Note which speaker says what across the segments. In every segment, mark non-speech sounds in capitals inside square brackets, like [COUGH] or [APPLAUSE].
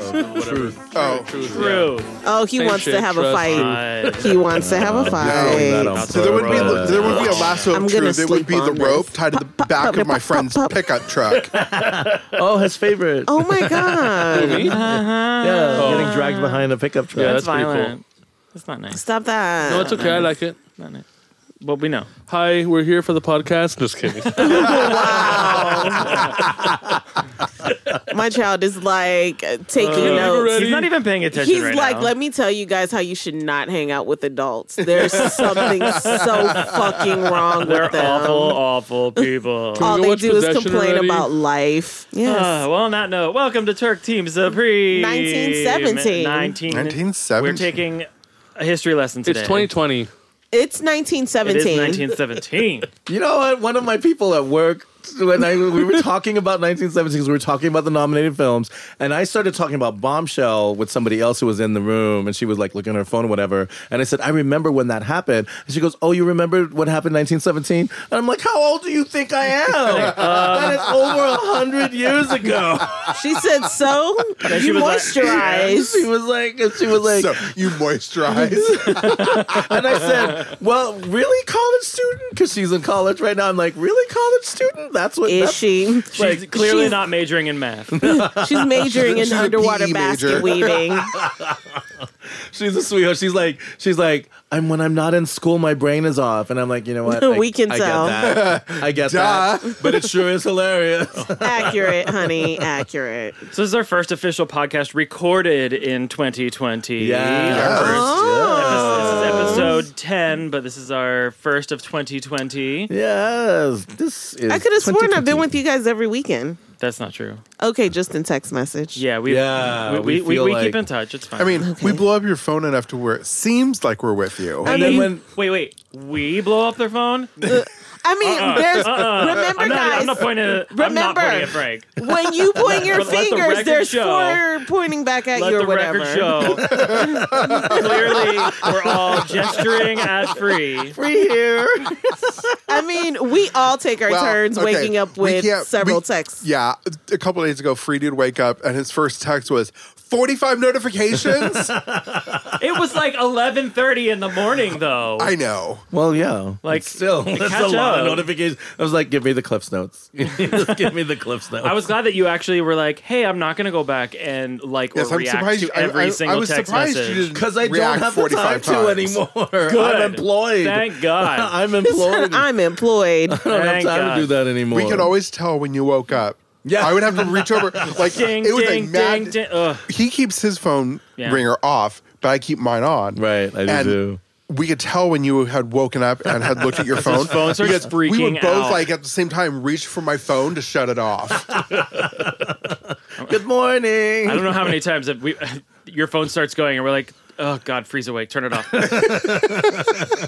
Speaker 1: Truth.
Speaker 2: Oh.
Speaker 1: Truth.
Speaker 3: True.
Speaker 4: Oh, he
Speaker 1: Same
Speaker 4: wants
Speaker 1: shit,
Speaker 4: to have a
Speaker 1: trust
Speaker 4: fight.
Speaker 3: Nice.
Speaker 4: He wants to have a
Speaker 2: No,
Speaker 4: fight.
Speaker 2: So there would be there would be a lasso
Speaker 4: I'm
Speaker 2: of
Speaker 4: gonna
Speaker 2: truth. There would
Speaker 4: sleep
Speaker 2: be the
Speaker 4: on this.
Speaker 2: rope tied to the back of my friend's pickup truck.
Speaker 5: Oh, his favorite.
Speaker 4: Oh my
Speaker 3: [LAUGHS]
Speaker 4: god!
Speaker 5: yeah, getting dragged behind a pickup truck.
Speaker 1: Yeah,
Speaker 3: That's
Speaker 1: that's pretty cool.
Speaker 3: violent. That's not nice.
Speaker 4: Stop that.
Speaker 1: No, it's okay. I like it.
Speaker 3: Not nice. But we know.
Speaker 1: Hi, we're here for the podcast. Just [LAUGHS] kidding.
Speaker 4: My child is like uh, taking notes.
Speaker 1: ready?
Speaker 3: He's not even paying attention.
Speaker 4: He's
Speaker 3: right
Speaker 4: like,
Speaker 3: now.
Speaker 4: let me tell you guys how you should not hang out with adults. There's something
Speaker 3: [LAUGHS]
Speaker 4: so fucking wrong
Speaker 3: They're
Speaker 4: with them.
Speaker 3: awful,
Speaker 4: [LAUGHS]
Speaker 3: awful people.
Speaker 4: All
Speaker 1: Can we
Speaker 4: they
Speaker 1: watch
Speaker 4: do is
Speaker 1: Possession
Speaker 4: complain
Speaker 1: already?
Speaker 4: about
Speaker 3: [SIGHS]
Speaker 4: life.
Speaker 3: Ah,
Speaker 4: Yes.
Speaker 3: well, on that note, welcome to Turk Team Supreme.
Speaker 4: 1917.
Speaker 3: 19.
Speaker 2: 1917.
Speaker 3: We're taking a history lesson today.
Speaker 1: it's 2020.
Speaker 4: it's
Speaker 3: It
Speaker 4: 1917.
Speaker 3: is
Speaker 4: [LAUGHS]
Speaker 3: 1917.
Speaker 5: You know what? One of my people at work, when I, we were talking about 1976, we were talking about the nominated films, and I started talking about Bombshell with somebody else who was in the room, and she was like looking at her phone or whatever. And I said, I remember when that happened. And she goes, Oh, you remember what happened in 1917? And I'm like, How old do you think I am? [LAUGHS] that is over a 100 years ago.
Speaker 4: She said
Speaker 3: [LAUGHS]
Speaker 4: so.
Speaker 3: she
Speaker 4: you
Speaker 3: was like-
Speaker 4: moisturize.
Speaker 5: she was like, She was like,
Speaker 2: so you
Speaker 4: [LAUGHS]
Speaker 2: moisturize.
Speaker 5: And I said, "Well, really, college student? Because she's in college right now." I'm like, "Really, college student? That's what
Speaker 4: Is
Speaker 5: that's-
Speaker 4: she?
Speaker 3: She's clearly
Speaker 4: she's-
Speaker 3: not majoring in math.
Speaker 4: She's
Speaker 2: [LAUGHS]
Speaker 4: majoring
Speaker 2: She's
Speaker 4: in
Speaker 2: a PE
Speaker 4: underwater
Speaker 2: major. [LAUGHS]
Speaker 4: basket weaving.
Speaker 5: she's a sweetheart. She's like, she's like, I'm when I'm not in school, my brain is off." And I'm like, you know
Speaker 4: [LAUGHS]
Speaker 5: what? I,
Speaker 4: We can
Speaker 5: I
Speaker 4: tell.
Speaker 5: Get that. I get that. But it sure is
Speaker 3: [LAUGHS]
Speaker 5: hilarious.
Speaker 4: accurate, honey. Accurate.
Speaker 3: So this is our first official podcast recorded in 2020.
Speaker 5: Yeah.
Speaker 3: Our first-
Speaker 4: Oh.
Speaker 3: This is episode 10, but this is our first of 2020.
Speaker 5: yes. This is.
Speaker 4: I could have sworn I've
Speaker 5: 2020.
Speaker 4: been with you guys every weekend.
Speaker 3: That's not true.
Speaker 4: Okay, just in text message.
Speaker 3: Yeah, we
Speaker 5: Yeah,
Speaker 3: we,
Speaker 5: we
Speaker 3: we, we,
Speaker 5: feel
Speaker 3: we keep
Speaker 5: like-
Speaker 3: in touch. It's fine.
Speaker 2: I mean, we blow up your phone enough to where it seems like we're with you.
Speaker 5: And then when
Speaker 3: wait, wait. We blow up their phone? [LAUGHS]
Speaker 4: I mean, there's remember
Speaker 3: Uh-uh. I'm not,
Speaker 4: guys
Speaker 3: I'm not pointing at I'm not
Speaker 4: remember-
Speaker 3: pointing at Frank.
Speaker 4: when you point your
Speaker 3: [LAUGHS] Let the
Speaker 4: fingers,
Speaker 3: record
Speaker 4: there's
Speaker 3: show.
Speaker 4: four pointing back at
Speaker 3: Let
Speaker 4: you or
Speaker 3: the
Speaker 4: whatever. [LAUGHS]
Speaker 3: record show. [LAUGHS] Clearly, we're all gesturing at free.
Speaker 5: we
Speaker 3: [LAUGHS]
Speaker 5: here.
Speaker 4: I mean, we all take our
Speaker 2: Well,
Speaker 4: turns
Speaker 2: okay,
Speaker 4: waking up
Speaker 2: we
Speaker 4: with
Speaker 2: can't-
Speaker 4: several
Speaker 2: we-
Speaker 4: texts.
Speaker 2: Yeah, a couple days ago, Free dude wake up and his first text was 45
Speaker 3: [LAUGHS]
Speaker 2: notifications.
Speaker 3: It was like 11:30 in the morning, though.
Speaker 2: I know.
Speaker 5: Well, yeah.
Speaker 3: Like,
Speaker 5: still,
Speaker 3: catch
Speaker 5: that's a lot
Speaker 3: up.
Speaker 5: of notifications. I was like, "Give me the Cliff's notes. [LAUGHS] Just give me the Cliff's notes."
Speaker 3: I was glad that you actually were like, "Hey, I'm not going to go back and like or
Speaker 2: Yes, I'm
Speaker 3: react
Speaker 2: surprised.
Speaker 3: to
Speaker 2: I-
Speaker 3: every
Speaker 2: I, I,
Speaker 3: single
Speaker 2: was
Speaker 3: text
Speaker 2: surprised
Speaker 3: message."
Speaker 2: you didn't
Speaker 5: because I don't
Speaker 2: react
Speaker 5: have the
Speaker 2: 45
Speaker 5: time to
Speaker 2: times.
Speaker 5: anymore.
Speaker 3: Good.
Speaker 5: I'm employed.
Speaker 3: Thank God.
Speaker 5: I'm employed. [LAUGHS] I
Speaker 4: [LAUGHS] I'm
Speaker 3: [LAUGHS]
Speaker 4: employed.
Speaker 5: don't have
Speaker 3: Thank
Speaker 5: time
Speaker 3: God.
Speaker 5: to do that anymore.
Speaker 2: We could always tell when you woke up.
Speaker 5: Yeah.
Speaker 2: I would have to reach
Speaker 3: [LAUGHS]
Speaker 2: over. Like
Speaker 3: Ding,
Speaker 2: it was
Speaker 3: ding,
Speaker 2: a mad.
Speaker 3: ding, ding. Ugh.
Speaker 2: He keeps his phone
Speaker 3: Yeah.
Speaker 2: ringer off, but I keep mine on.
Speaker 5: Right, I do
Speaker 2: And
Speaker 5: too.
Speaker 2: We could tell when you had woken up and had looked at
Speaker 3: [LAUGHS]
Speaker 2: your phone.
Speaker 3: phone starts
Speaker 2: because we
Speaker 3: freaking
Speaker 2: would both
Speaker 3: out.
Speaker 2: like at the same time reach for my phone to shut it off.
Speaker 3: [LAUGHS]
Speaker 5: Good morning.
Speaker 3: I don't know how many times that we, [LAUGHS] your phone starts going, and we're like, "Oh God, freeze awake, turn it off." we'll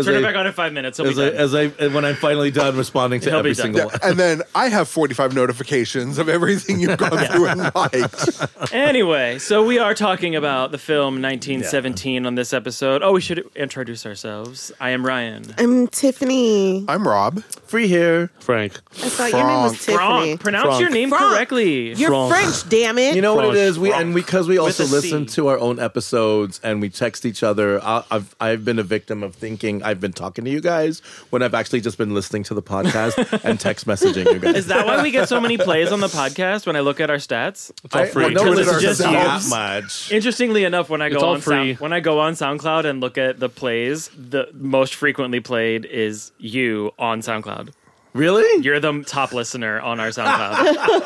Speaker 5: As
Speaker 3: turn it
Speaker 5: I-
Speaker 3: back on in five minutes. He'll be
Speaker 5: As I,
Speaker 3: done.
Speaker 5: as I when I'm finally done responding to
Speaker 3: He'll be
Speaker 5: every
Speaker 3: done.
Speaker 5: single one.
Speaker 2: and then I have 45 notifications of everything you've gone through and liked.
Speaker 3: anyway, so we are talking about the film 1917 on this episode. Oh, we should introduce ourselves. I am Ryan.
Speaker 4: I'm Tiffany.
Speaker 2: I'm Rob.
Speaker 5: Free here.
Speaker 1: Frank.
Speaker 4: I thought your name was Tiffany.
Speaker 3: Wrong. Pronounce your name
Speaker 4: Franck.
Speaker 3: correctly.
Speaker 4: You're
Speaker 1: Wrong.
Speaker 4: French, damn it.
Speaker 5: You know what it is? We
Speaker 3: Frog.
Speaker 5: and because we also
Speaker 3: a C.
Speaker 5: listen to our own episodes and we text each other. I, I've I've been a victim of thinking I've been talking to you guys when I've actually just been listening to the
Speaker 3: [LAUGHS]
Speaker 5: podcast and text messaging you guys.
Speaker 3: Is that why we get so many plays on the podcast? When I look at our stats,
Speaker 5: I,
Speaker 1: free.
Speaker 5: I don't
Speaker 2: Tweeted
Speaker 5: listen to that
Speaker 2: ourselves.
Speaker 5: much.
Speaker 3: Interestingly enough, when I go
Speaker 1: all
Speaker 3: on Sound-
Speaker 1: free.
Speaker 3: when I go on SoundCloud and look at the plays, the most frequently played is you on SoundCloud.
Speaker 5: Really?
Speaker 3: You're the top listener
Speaker 4: [LAUGHS]
Speaker 3: on our SoundCloud.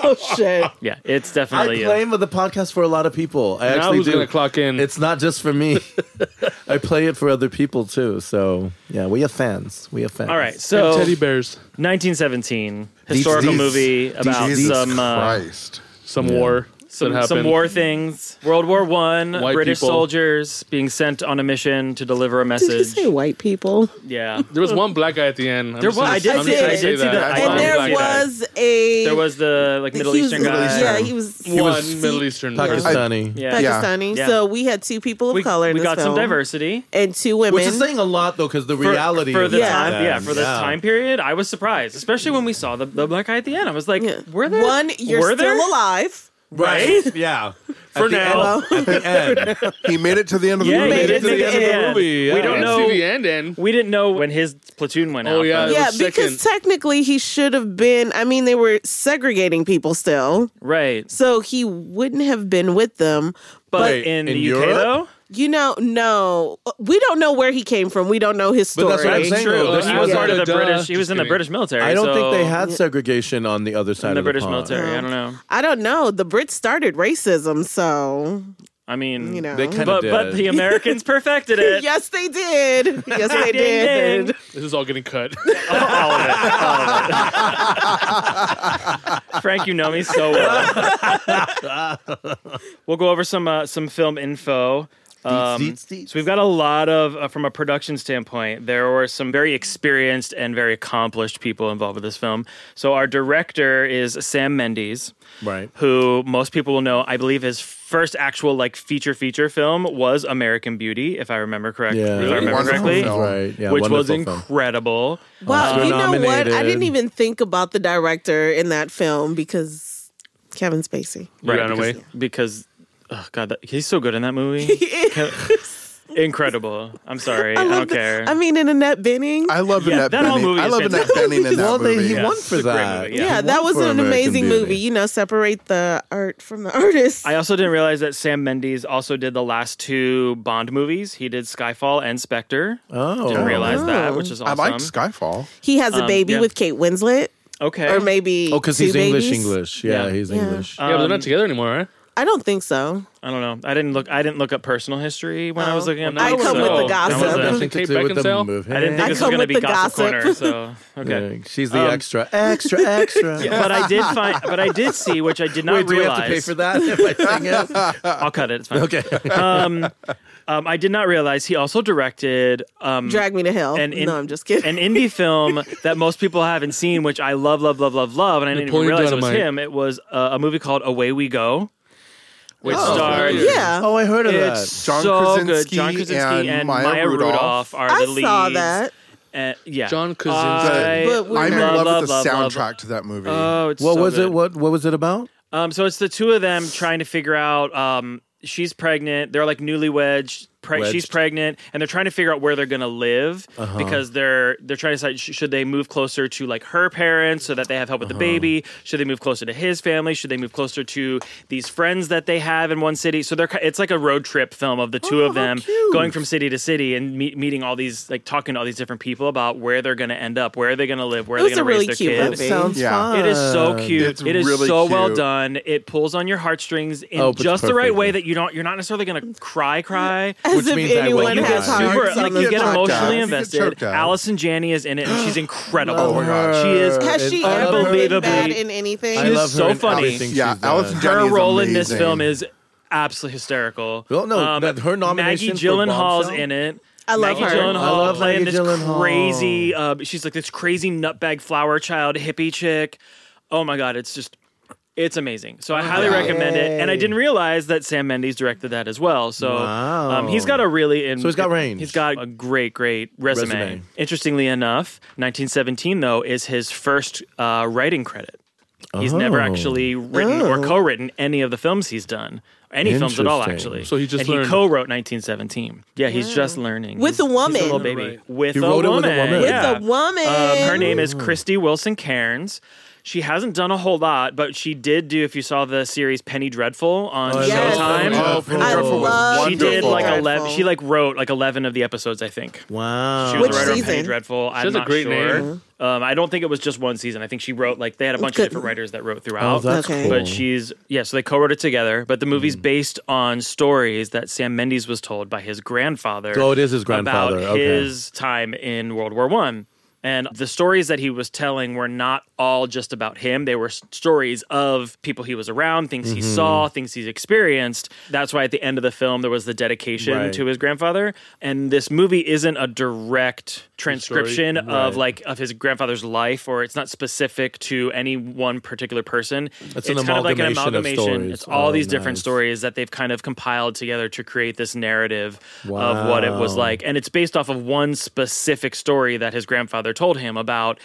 Speaker 4: Oh, shit.
Speaker 3: yeah, it's
Speaker 5: I
Speaker 3: definitely you.
Speaker 5: blame the podcast for a lot of people. I
Speaker 1: Now
Speaker 5: actually
Speaker 1: who's
Speaker 5: do.
Speaker 1: gonna clock in?
Speaker 5: It's not just for
Speaker 3: [LAUGHS]
Speaker 5: me. I play it for other people too. So yeah, we have fans. We have fans.
Speaker 3: All right, so
Speaker 1: teddy bears.
Speaker 3: 1917 [LAUGHS] historical
Speaker 5: Deets, deets,
Speaker 3: movie about
Speaker 2: Jesus
Speaker 3: some uh,
Speaker 2: Christ.
Speaker 1: Some war. that
Speaker 3: some,
Speaker 1: happened.
Speaker 3: some war things. World War One,
Speaker 1: White
Speaker 3: British
Speaker 1: people.
Speaker 3: soldiers being sent on a mission to deliver a
Speaker 4: Did you
Speaker 3: message.
Speaker 4: say white people?
Speaker 3: Yeah.
Speaker 1: There was one black guy at the end. I'm
Speaker 3: There
Speaker 1: just
Speaker 3: was-
Speaker 1: gonna-
Speaker 3: I did
Speaker 1: I'm just
Speaker 4: see-
Speaker 1: gonna
Speaker 4: I
Speaker 1: say
Speaker 3: did see
Speaker 1: that.
Speaker 3: the- I
Speaker 1: One
Speaker 4: and
Speaker 3: did
Speaker 1: black
Speaker 4: there
Speaker 3: see that.
Speaker 1: guy.
Speaker 4: was a
Speaker 3: There was the like Middle
Speaker 4: he was-
Speaker 3: Eastern guy.
Speaker 4: Yeah, he was
Speaker 1: one Middle Eastern. person.
Speaker 5: Pakistani.
Speaker 3: Yeah.
Speaker 4: Pakistani.
Speaker 3: Yeah.
Speaker 4: So we had two people of
Speaker 3: We,
Speaker 4: color. In
Speaker 3: we
Speaker 4: this
Speaker 3: got some
Speaker 4: film,
Speaker 3: diversity.
Speaker 4: and two women.
Speaker 5: Which is saying a lot though, because the
Speaker 3: for-
Speaker 5: reality
Speaker 3: for the
Speaker 4: Yeah.
Speaker 3: time, yeah, for the
Speaker 5: Yeah.
Speaker 3: time period, I was surprised, especially when we saw the, the black guy at the end. I was like,
Speaker 4: Yeah.
Speaker 3: were there
Speaker 4: one? You're
Speaker 3: were
Speaker 4: still
Speaker 3: there?
Speaker 4: alive.
Speaker 3: Right?
Speaker 5: Yeah.
Speaker 1: For
Speaker 5: At the
Speaker 1: now.
Speaker 5: end- at the end.
Speaker 2: He made it to the end of the
Speaker 3: Yeah,
Speaker 2: movie.
Speaker 3: he
Speaker 1: Made it to the end
Speaker 3: It's the
Speaker 1: of
Speaker 3: end.
Speaker 1: the movie.
Speaker 3: We
Speaker 1: yeah.
Speaker 3: don't
Speaker 1: It's
Speaker 3: know-
Speaker 1: to the end end.
Speaker 3: We didn't know when his platoon went
Speaker 1: Oh,
Speaker 3: out.
Speaker 1: yeah.
Speaker 3: but-
Speaker 1: That
Speaker 4: Yeah,
Speaker 1: was
Speaker 4: because
Speaker 1: second.
Speaker 4: technically he should have been. I mean, they were segregating people still,
Speaker 3: Right.
Speaker 4: so he wouldn't have been with them.
Speaker 3: But
Speaker 5: Wait,
Speaker 3: in,
Speaker 5: in
Speaker 3: the UK,
Speaker 5: Europe?
Speaker 3: though?
Speaker 4: You know, no, we don't know where he came from. We don't know his story.
Speaker 5: But that's what I'm saying.
Speaker 3: True.
Speaker 5: though. This
Speaker 3: he was
Speaker 5: wasn't-
Speaker 3: part of the
Speaker 1: Duh.
Speaker 3: British. He
Speaker 1: Just
Speaker 3: was in the
Speaker 1: kidding.
Speaker 3: British military.
Speaker 5: I don't
Speaker 3: so-
Speaker 5: think they had segregation on the other side
Speaker 3: in the
Speaker 5: of
Speaker 3: British
Speaker 5: pond.
Speaker 3: military. I don't know.
Speaker 4: I don't know. The Brits started racism, so
Speaker 3: I mean,
Speaker 4: you know.
Speaker 5: They kind
Speaker 3: but
Speaker 5: of [LAUGHS]
Speaker 3: but the
Speaker 5: did.
Speaker 3: Americans perfected it.
Speaker 4: [LAUGHS] yes, they did. Yes, they
Speaker 3: Ding,
Speaker 4: did.
Speaker 3: ding.
Speaker 1: This is all getting cut.
Speaker 3: All of it. All of it. [LAUGHS] Frank, you know me so well. [LAUGHS] we'll go over some uh, some film info.
Speaker 5: Deets,
Speaker 3: Um,
Speaker 5: deets, deets.
Speaker 3: So we've got a lot of, uh, from a production standpoint, there were some very experienced and very accomplished people involved with this film. So our director is Sam Mendes,
Speaker 5: Right.
Speaker 3: who most people will know. I believe his first actual like feature feature film was American Beauty, if I remember correct.
Speaker 5: Yeah.
Speaker 3: if I remember
Speaker 2: Wonderful
Speaker 3: correctly,
Speaker 2: film.
Speaker 5: Right. Yeah,
Speaker 3: which was
Speaker 5: wonderful film.
Speaker 3: incredible.
Speaker 4: Well,
Speaker 5: Oscar
Speaker 4: you know what? I didn't
Speaker 5: nominated.
Speaker 4: even think about the director in that film because Kevin Spacey.
Speaker 1: ran
Speaker 3: because,
Speaker 1: away.
Speaker 3: because oh god, that, he's so good in
Speaker 4: [LAUGHS]
Speaker 3: that movie. Incredible. I'm sorry, I,
Speaker 4: love
Speaker 3: don't
Speaker 4: the-
Speaker 3: care.
Speaker 4: I mean, in Annette Benning.
Speaker 2: I love
Speaker 3: Yeah,
Speaker 2: Annette
Speaker 3: that whole
Speaker 2: Bening.
Speaker 3: movie
Speaker 2: I
Speaker 3: is
Speaker 2: love Annette Bening
Speaker 3: [LAUGHS]
Speaker 2: in that
Speaker 5: Well, they,
Speaker 2: movie.
Speaker 5: he
Speaker 3: Yeah.
Speaker 5: won for
Speaker 3: It's a great
Speaker 5: that.
Speaker 3: movie,
Speaker 4: yeah,
Speaker 5: He
Speaker 4: that
Speaker 5: won
Speaker 4: was
Speaker 5: for
Speaker 4: an
Speaker 5: American
Speaker 4: amazing
Speaker 5: Beauty.
Speaker 4: movie. You know, separate the art from the [LAUGHS] artist.
Speaker 3: I also didn't realize that Sam Mendes also did the last two Bond movies. He did Skyfall and Spectre.
Speaker 5: Oh.
Speaker 3: Didn't realize that,
Speaker 4: Oh.
Speaker 3: which is
Speaker 2: I
Speaker 3: awesome.
Speaker 2: liked Skyfall.
Speaker 4: he has a
Speaker 3: Um,
Speaker 4: baby
Speaker 3: yeah.
Speaker 4: with Kate Winslet,
Speaker 3: Okay.
Speaker 4: or maybe
Speaker 5: Oh, because
Speaker 4: two
Speaker 5: he's English,
Speaker 4: babies.
Speaker 5: English. Yeah,
Speaker 3: Yeah.
Speaker 5: he's
Speaker 4: Yeah.
Speaker 5: English.
Speaker 1: yeah, but they're
Speaker 3: Um,
Speaker 1: not together anymore, right?
Speaker 4: I don't think so.
Speaker 3: I don't know. I didn't look. I didn't look up personal history when I
Speaker 4: Oh.
Speaker 3: was looking. At
Speaker 1: I
Speaker 3: Netflix,
Speaker 1: come with
Speaker 3: so
Speaker 1: the
Speaker 3: that
Speaker 4: gossip.
Speaker 3: wasn't-
Speaker 1: Nothing
Speaker 5: Nothing to
Speaker 1: Kate
Speaker 5: do with the
Speaker 1: Beckinsale?
Speaker 5: movie.
Speaker 3: I didn't think
Speaker 4: I
Speaker 3: this was
Speaker 4: come
Speaker 3: going to
Speaker 4: with
Speaker 3: be
Speaker 4: the
Speaker 3: gossip,
Speaker 4: gossip.
Speaker 3: corner. So okay.
Speaker 5: Yeah, She's the extra, extra, extra.
Speaker 3: But I
Speaker 4: [LAUGHS]
Speaker 3: did find. But I did see, which I did not
Speaker 5: Wait, do we
Speaker 3: realize.
Speaker 5: have to pay for that if I sing it?
Speaker 3: I'll cut it.
Speaker 5: [LAUGHS]
Speaker 3: It's fine.
Speaker 5: Okay.
Speaker 3: Um, I did not realize he also directed um,
Speaker 4: Drag Me to Hell.
Speaker 3: And in-
Speaker 4: no, I'm just kidding.
Speaker 3: an indie film that most people haven't seen, which I love, love, love, love, love. And I didn't even
Speaker 1: Napoleon
Speaker 3: realize it was
Speaker 1: Dynamite.
Speaker 3: him. It was uh, a movie called Away We Go, which
Speaker 1: Oh,
Speaker 3: stars.
Speaker 1: yeah.
Speaker 4: [LAUGHS] yeah,
Speaker 5: oh, I heard of
Speaker 3: It's
Speaker 2: John
Speaker 3: so good.
Speaker 2: Krasinski
Speaker 3: John Krasinski and,
Speaker 2: and
Speaker 3: Maya,
Speaker 2: Maya
Speaker 3: Rudolph,
Speaker 2: Rudolph.
Speaker 3: are
Speaker 4: I
Speaker 3: the leads.
Speaker 4: saw that.
Speaker 3: And, yeah.
Speaker 1: John
Speaker 2: But
Speaker 1: Krasinski.
Speaker 3: I-
Speaker 4: But we're
Speaker 2: I'm in
Speaker 4: not-
Speaker 2: love,
Speaker 3: Love,
Speaker 2: with the
Speaker 3: love, love,
Speaker 2: soundtrack to that movie.
Speaker 3: Oh, it's
Speaker 5: that. What
Speaker 3: so
Speaker 5: was
Speaker 3: good.
Speaker 5: it? What What was it about?
Speaker 3: Um, so it's the two of them trying to figure out. Um, she's pregnant. They're like newlyweds. Pre- she's
Speaker 5: Wedged.
Speaker 3: pregnant, and they're trying to figure out where they're gonna live
Speaker 4: Uh-huh.
Speaker 3: because they're they're trying to decide sh- should they move closer to like her parents so that they have help with
Speaker 4: Uh-huh.
Speaker 3: the baby? Should they move closer to his family? Should they move closer to these friends that they have in one city? So they're ki- it's like a road trip film of the
Speaker 4: Oh,
Speaker 3: two of them going from city to city and meet, meeting all these like talking to all these different people about where they're gonna end up, where they're gonna live, where
Speaker 4: It
Speaker 3: they're
Speaker 4: was
Speaker 3: gonna
Speaker 4: a
Speaker 3: raise
Speaker 4: really
Speaker 3: their
Speaker 4: cute
Speaker 3: kid.
Speaker 5: That
Speaker 4: movie.
Speaker 5: sounds
Speaker 2: Yeah.
Speaker 3: It is so cute.
Speaker 2: It's
Speaker 3: it is
Speaker 2: really
Speaker 3: so well
Speaker 2: cute.
Speaker 3: done. It pulls on your heartstrings in
Speaker 5: Oh, but
Speaker 3: just the right
Speaker 5: perfectly.
Speaker 3: way that you don't. You're not necessarily gonna
Speaker 2: [LAUGHS]
Speaker 3: cry, cry.
Speaker 4: as
Speaker 5: which
Speaker 4: if
Speaker 5: means I
Speaker 4: anyone
Speaker 5: wouldn't
Speaker 3: You get
Speaker 4: has
Speaker 5: have
Speaker 4: hearts.
Speaker 3: super,
Speaker 4: on
Speaker 3: like
Speaker 4: this
Speaker 3: you get
Speaker 2: choked up.
Speaker 3: emotionally
Speaker 2: You get
Speaker 3: invested.
Speaker 2: choked up.
Speaker 3: Allison Janney is in it,
Speaker 2: [GASPS]
Speaker 3: and she's incredible.
Speaker 5: Love
Speaker 2: my God.
Speaker 5: her.
Speaker 3: She is.
Speaker 4: Has she
Speaker 5: I
Speaker 4: ever
Speaker 5: love her.
Speaker 4: been
Speaker 3: Unbelievably-
Speaker 4: bad in anything?
Speaker 5: I
Speaker 3: is
Speaker 5: love her
Speaker 3: so
Speaker 5: in
Speaker 3: funny.
Speaker 5: everything
Speaker 2: Yeah,
Speaker 5: she's
Speaker 2: Allison
Speaker 5: done.
Speaker 2: Janney
Speaker 3: Her
Speaker 2: is
Speaker 3: role in this
Speaker 2: amazing.
Speaker 3: film is absolutely hysterical. Um,
Speaker 5: Well, no, that- her nomination
Speaker 3: Maggie
Speaker 5: for
Speaker 3: Gyllenhaal's
Speaker 5: Bombshell?
Speaker 3: in it.
Speaker 4: I love
Speaker 3: Maggie
Speaker 4: her.
Speaker 3: Gyllenhaal
Speaker 5: I love
Speaker 3: playing
Speaker 5: Maggie
Speaker 3: this
Speaker 5: Gyllenhaal.
Speaker 3: crazy. Uh, she's like this crazy nutbag flower child hippie chick. Oh my god, it's just. It's amazing, so I highly
Speaker 2: yeah.
Speaker 3: recommend it. And I didn't realize that Sam Mendes directed that as well. So
Speaker 5: Wow.
Speaker 3: um, he's got a really in,
Speaker 5: So he's got range.
Speaker 3: He's got a great, great resume.
Speaker 5: Resume.
Speaker 3: Interestingly enough, 1917 though is his first uh, writing credit. He's never
Speaker 5: Oh.
Speaker 3: actually written or co-written any of the films he's done, any films at all,
Speaker 5: Interesting.
Speaker 3: actually.
Speaker 1: So he just
Speaker 3: and
Speaker 1: learned.
Speaker 3: he co-wrote 1917. Yeah, he's just learning
Speaker 4: With
Speaker 3: He's-
Speaker 4: a woman.
Speaker 3: he's a little baby
Speaker 1: Right.
Speaker 3: with,
Speaker 5: He
Speaker 3: a
Speaker 5: wrote it
Speaker 3: woman.
Speaker 5: with a woman. With a
Speaker 3: yeah.
Speaker 4: woman.
Speaker 3: Um, her name is Christy Wilson Cairns. She hasn't done a whole lot, but she did do. If you saw the series Penny Dreadful on
Speaker 5: I
Speaker 4: Yes.
Speaker 3: Showtime,
Speaker 2: Oh, Penny
Speaker 4: I
Speaker 2: Dreadful was
Speaker 4: love
Speaker 3: she did
Speaker 2: wonderful.
Speaker 3: like
Speaker 4: Penny
Speaker 3: eleven.
Speaker 4: Dreadful.
Speaker 3: She like wrote like eleven of the episodes, I think.
Speaker 5: Wow.
Speaker 3: She was
Speaker 4: Which
Speaker 3: a writer on Penny
Speaker 4: season?
Speaker 3: Dreadful. I'm
Speaker 1: has a
Speaker 3: not
Speaker 1: great
Speaker 3: sure.
Speaker 1: name.
Speaker 3: Um, I don't think it was just one season. I think she wrote like they had a bunch of
Speaker 4: Good.
Speaker 3: different writers that wrote
Speaker 5: Oh,
Speaker 3: throughout.
Speaker 5: that's
Speaker 4: Okay.
Speaker 5: cool. Mm.
Speaker 3: But she's yeah, so they co-wrote it together. But the movie's based on stories that Sam Mendes was told by his grandfather.
Speaker 5: Oh, it is his grandfather.
Speaker 3: about
Speaker 5: Okay.
Speaker 3: his time in World War One. And the stories that he was telling were not all just about him. They were s- stories of people he was around, things he
Speaker 5: Mm-hmm.
Speaker 3: saw, things he's experienced. That's why at the end of the film there was the dedication
Speaker 5: Right.
Speaker 3: to his grandfather. And this movie isn't a direct transcription of
Speaker 5: Right.
Speaker 3: like of his grandfather's life, or it's not specific to any one particular person
Speaker 5: It's an amalgamation of stories.
Speaker 3: it's all
Speaker 5: Oh,
Speaker 3: these different
Speaker 5: nice.
Speaker 3: stories that they've kind of compiled together to create this narrative of what it was
Speaker 5: Wow.
Speaker 3: like. And it's based off of one specific story that his grandfather told him about.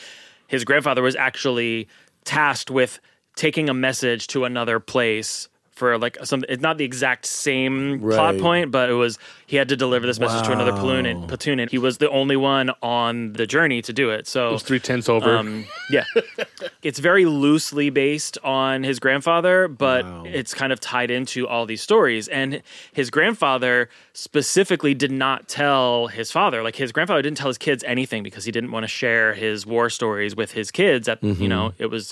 Speaker 3: His grandfather was actually tasked with taking a message to another place for like some. It's not the exact same plot
Speaker 5: Right.
Speaker 3: point, but it was he had to deliver this message to another platoon, and platoon, and he was the only one on the journey to do it. So
Speaker 1: It's three tenths over.
Speaker 3: um, yeah. [LAUGHS] it's very loosely based on his grandfather, but it's kind of tied into all these stories. And his grandfather specifically did not tell his father. Like his grandfather didn't tell his kids anything because he didn't want to share his war stories with his kids at you know, it was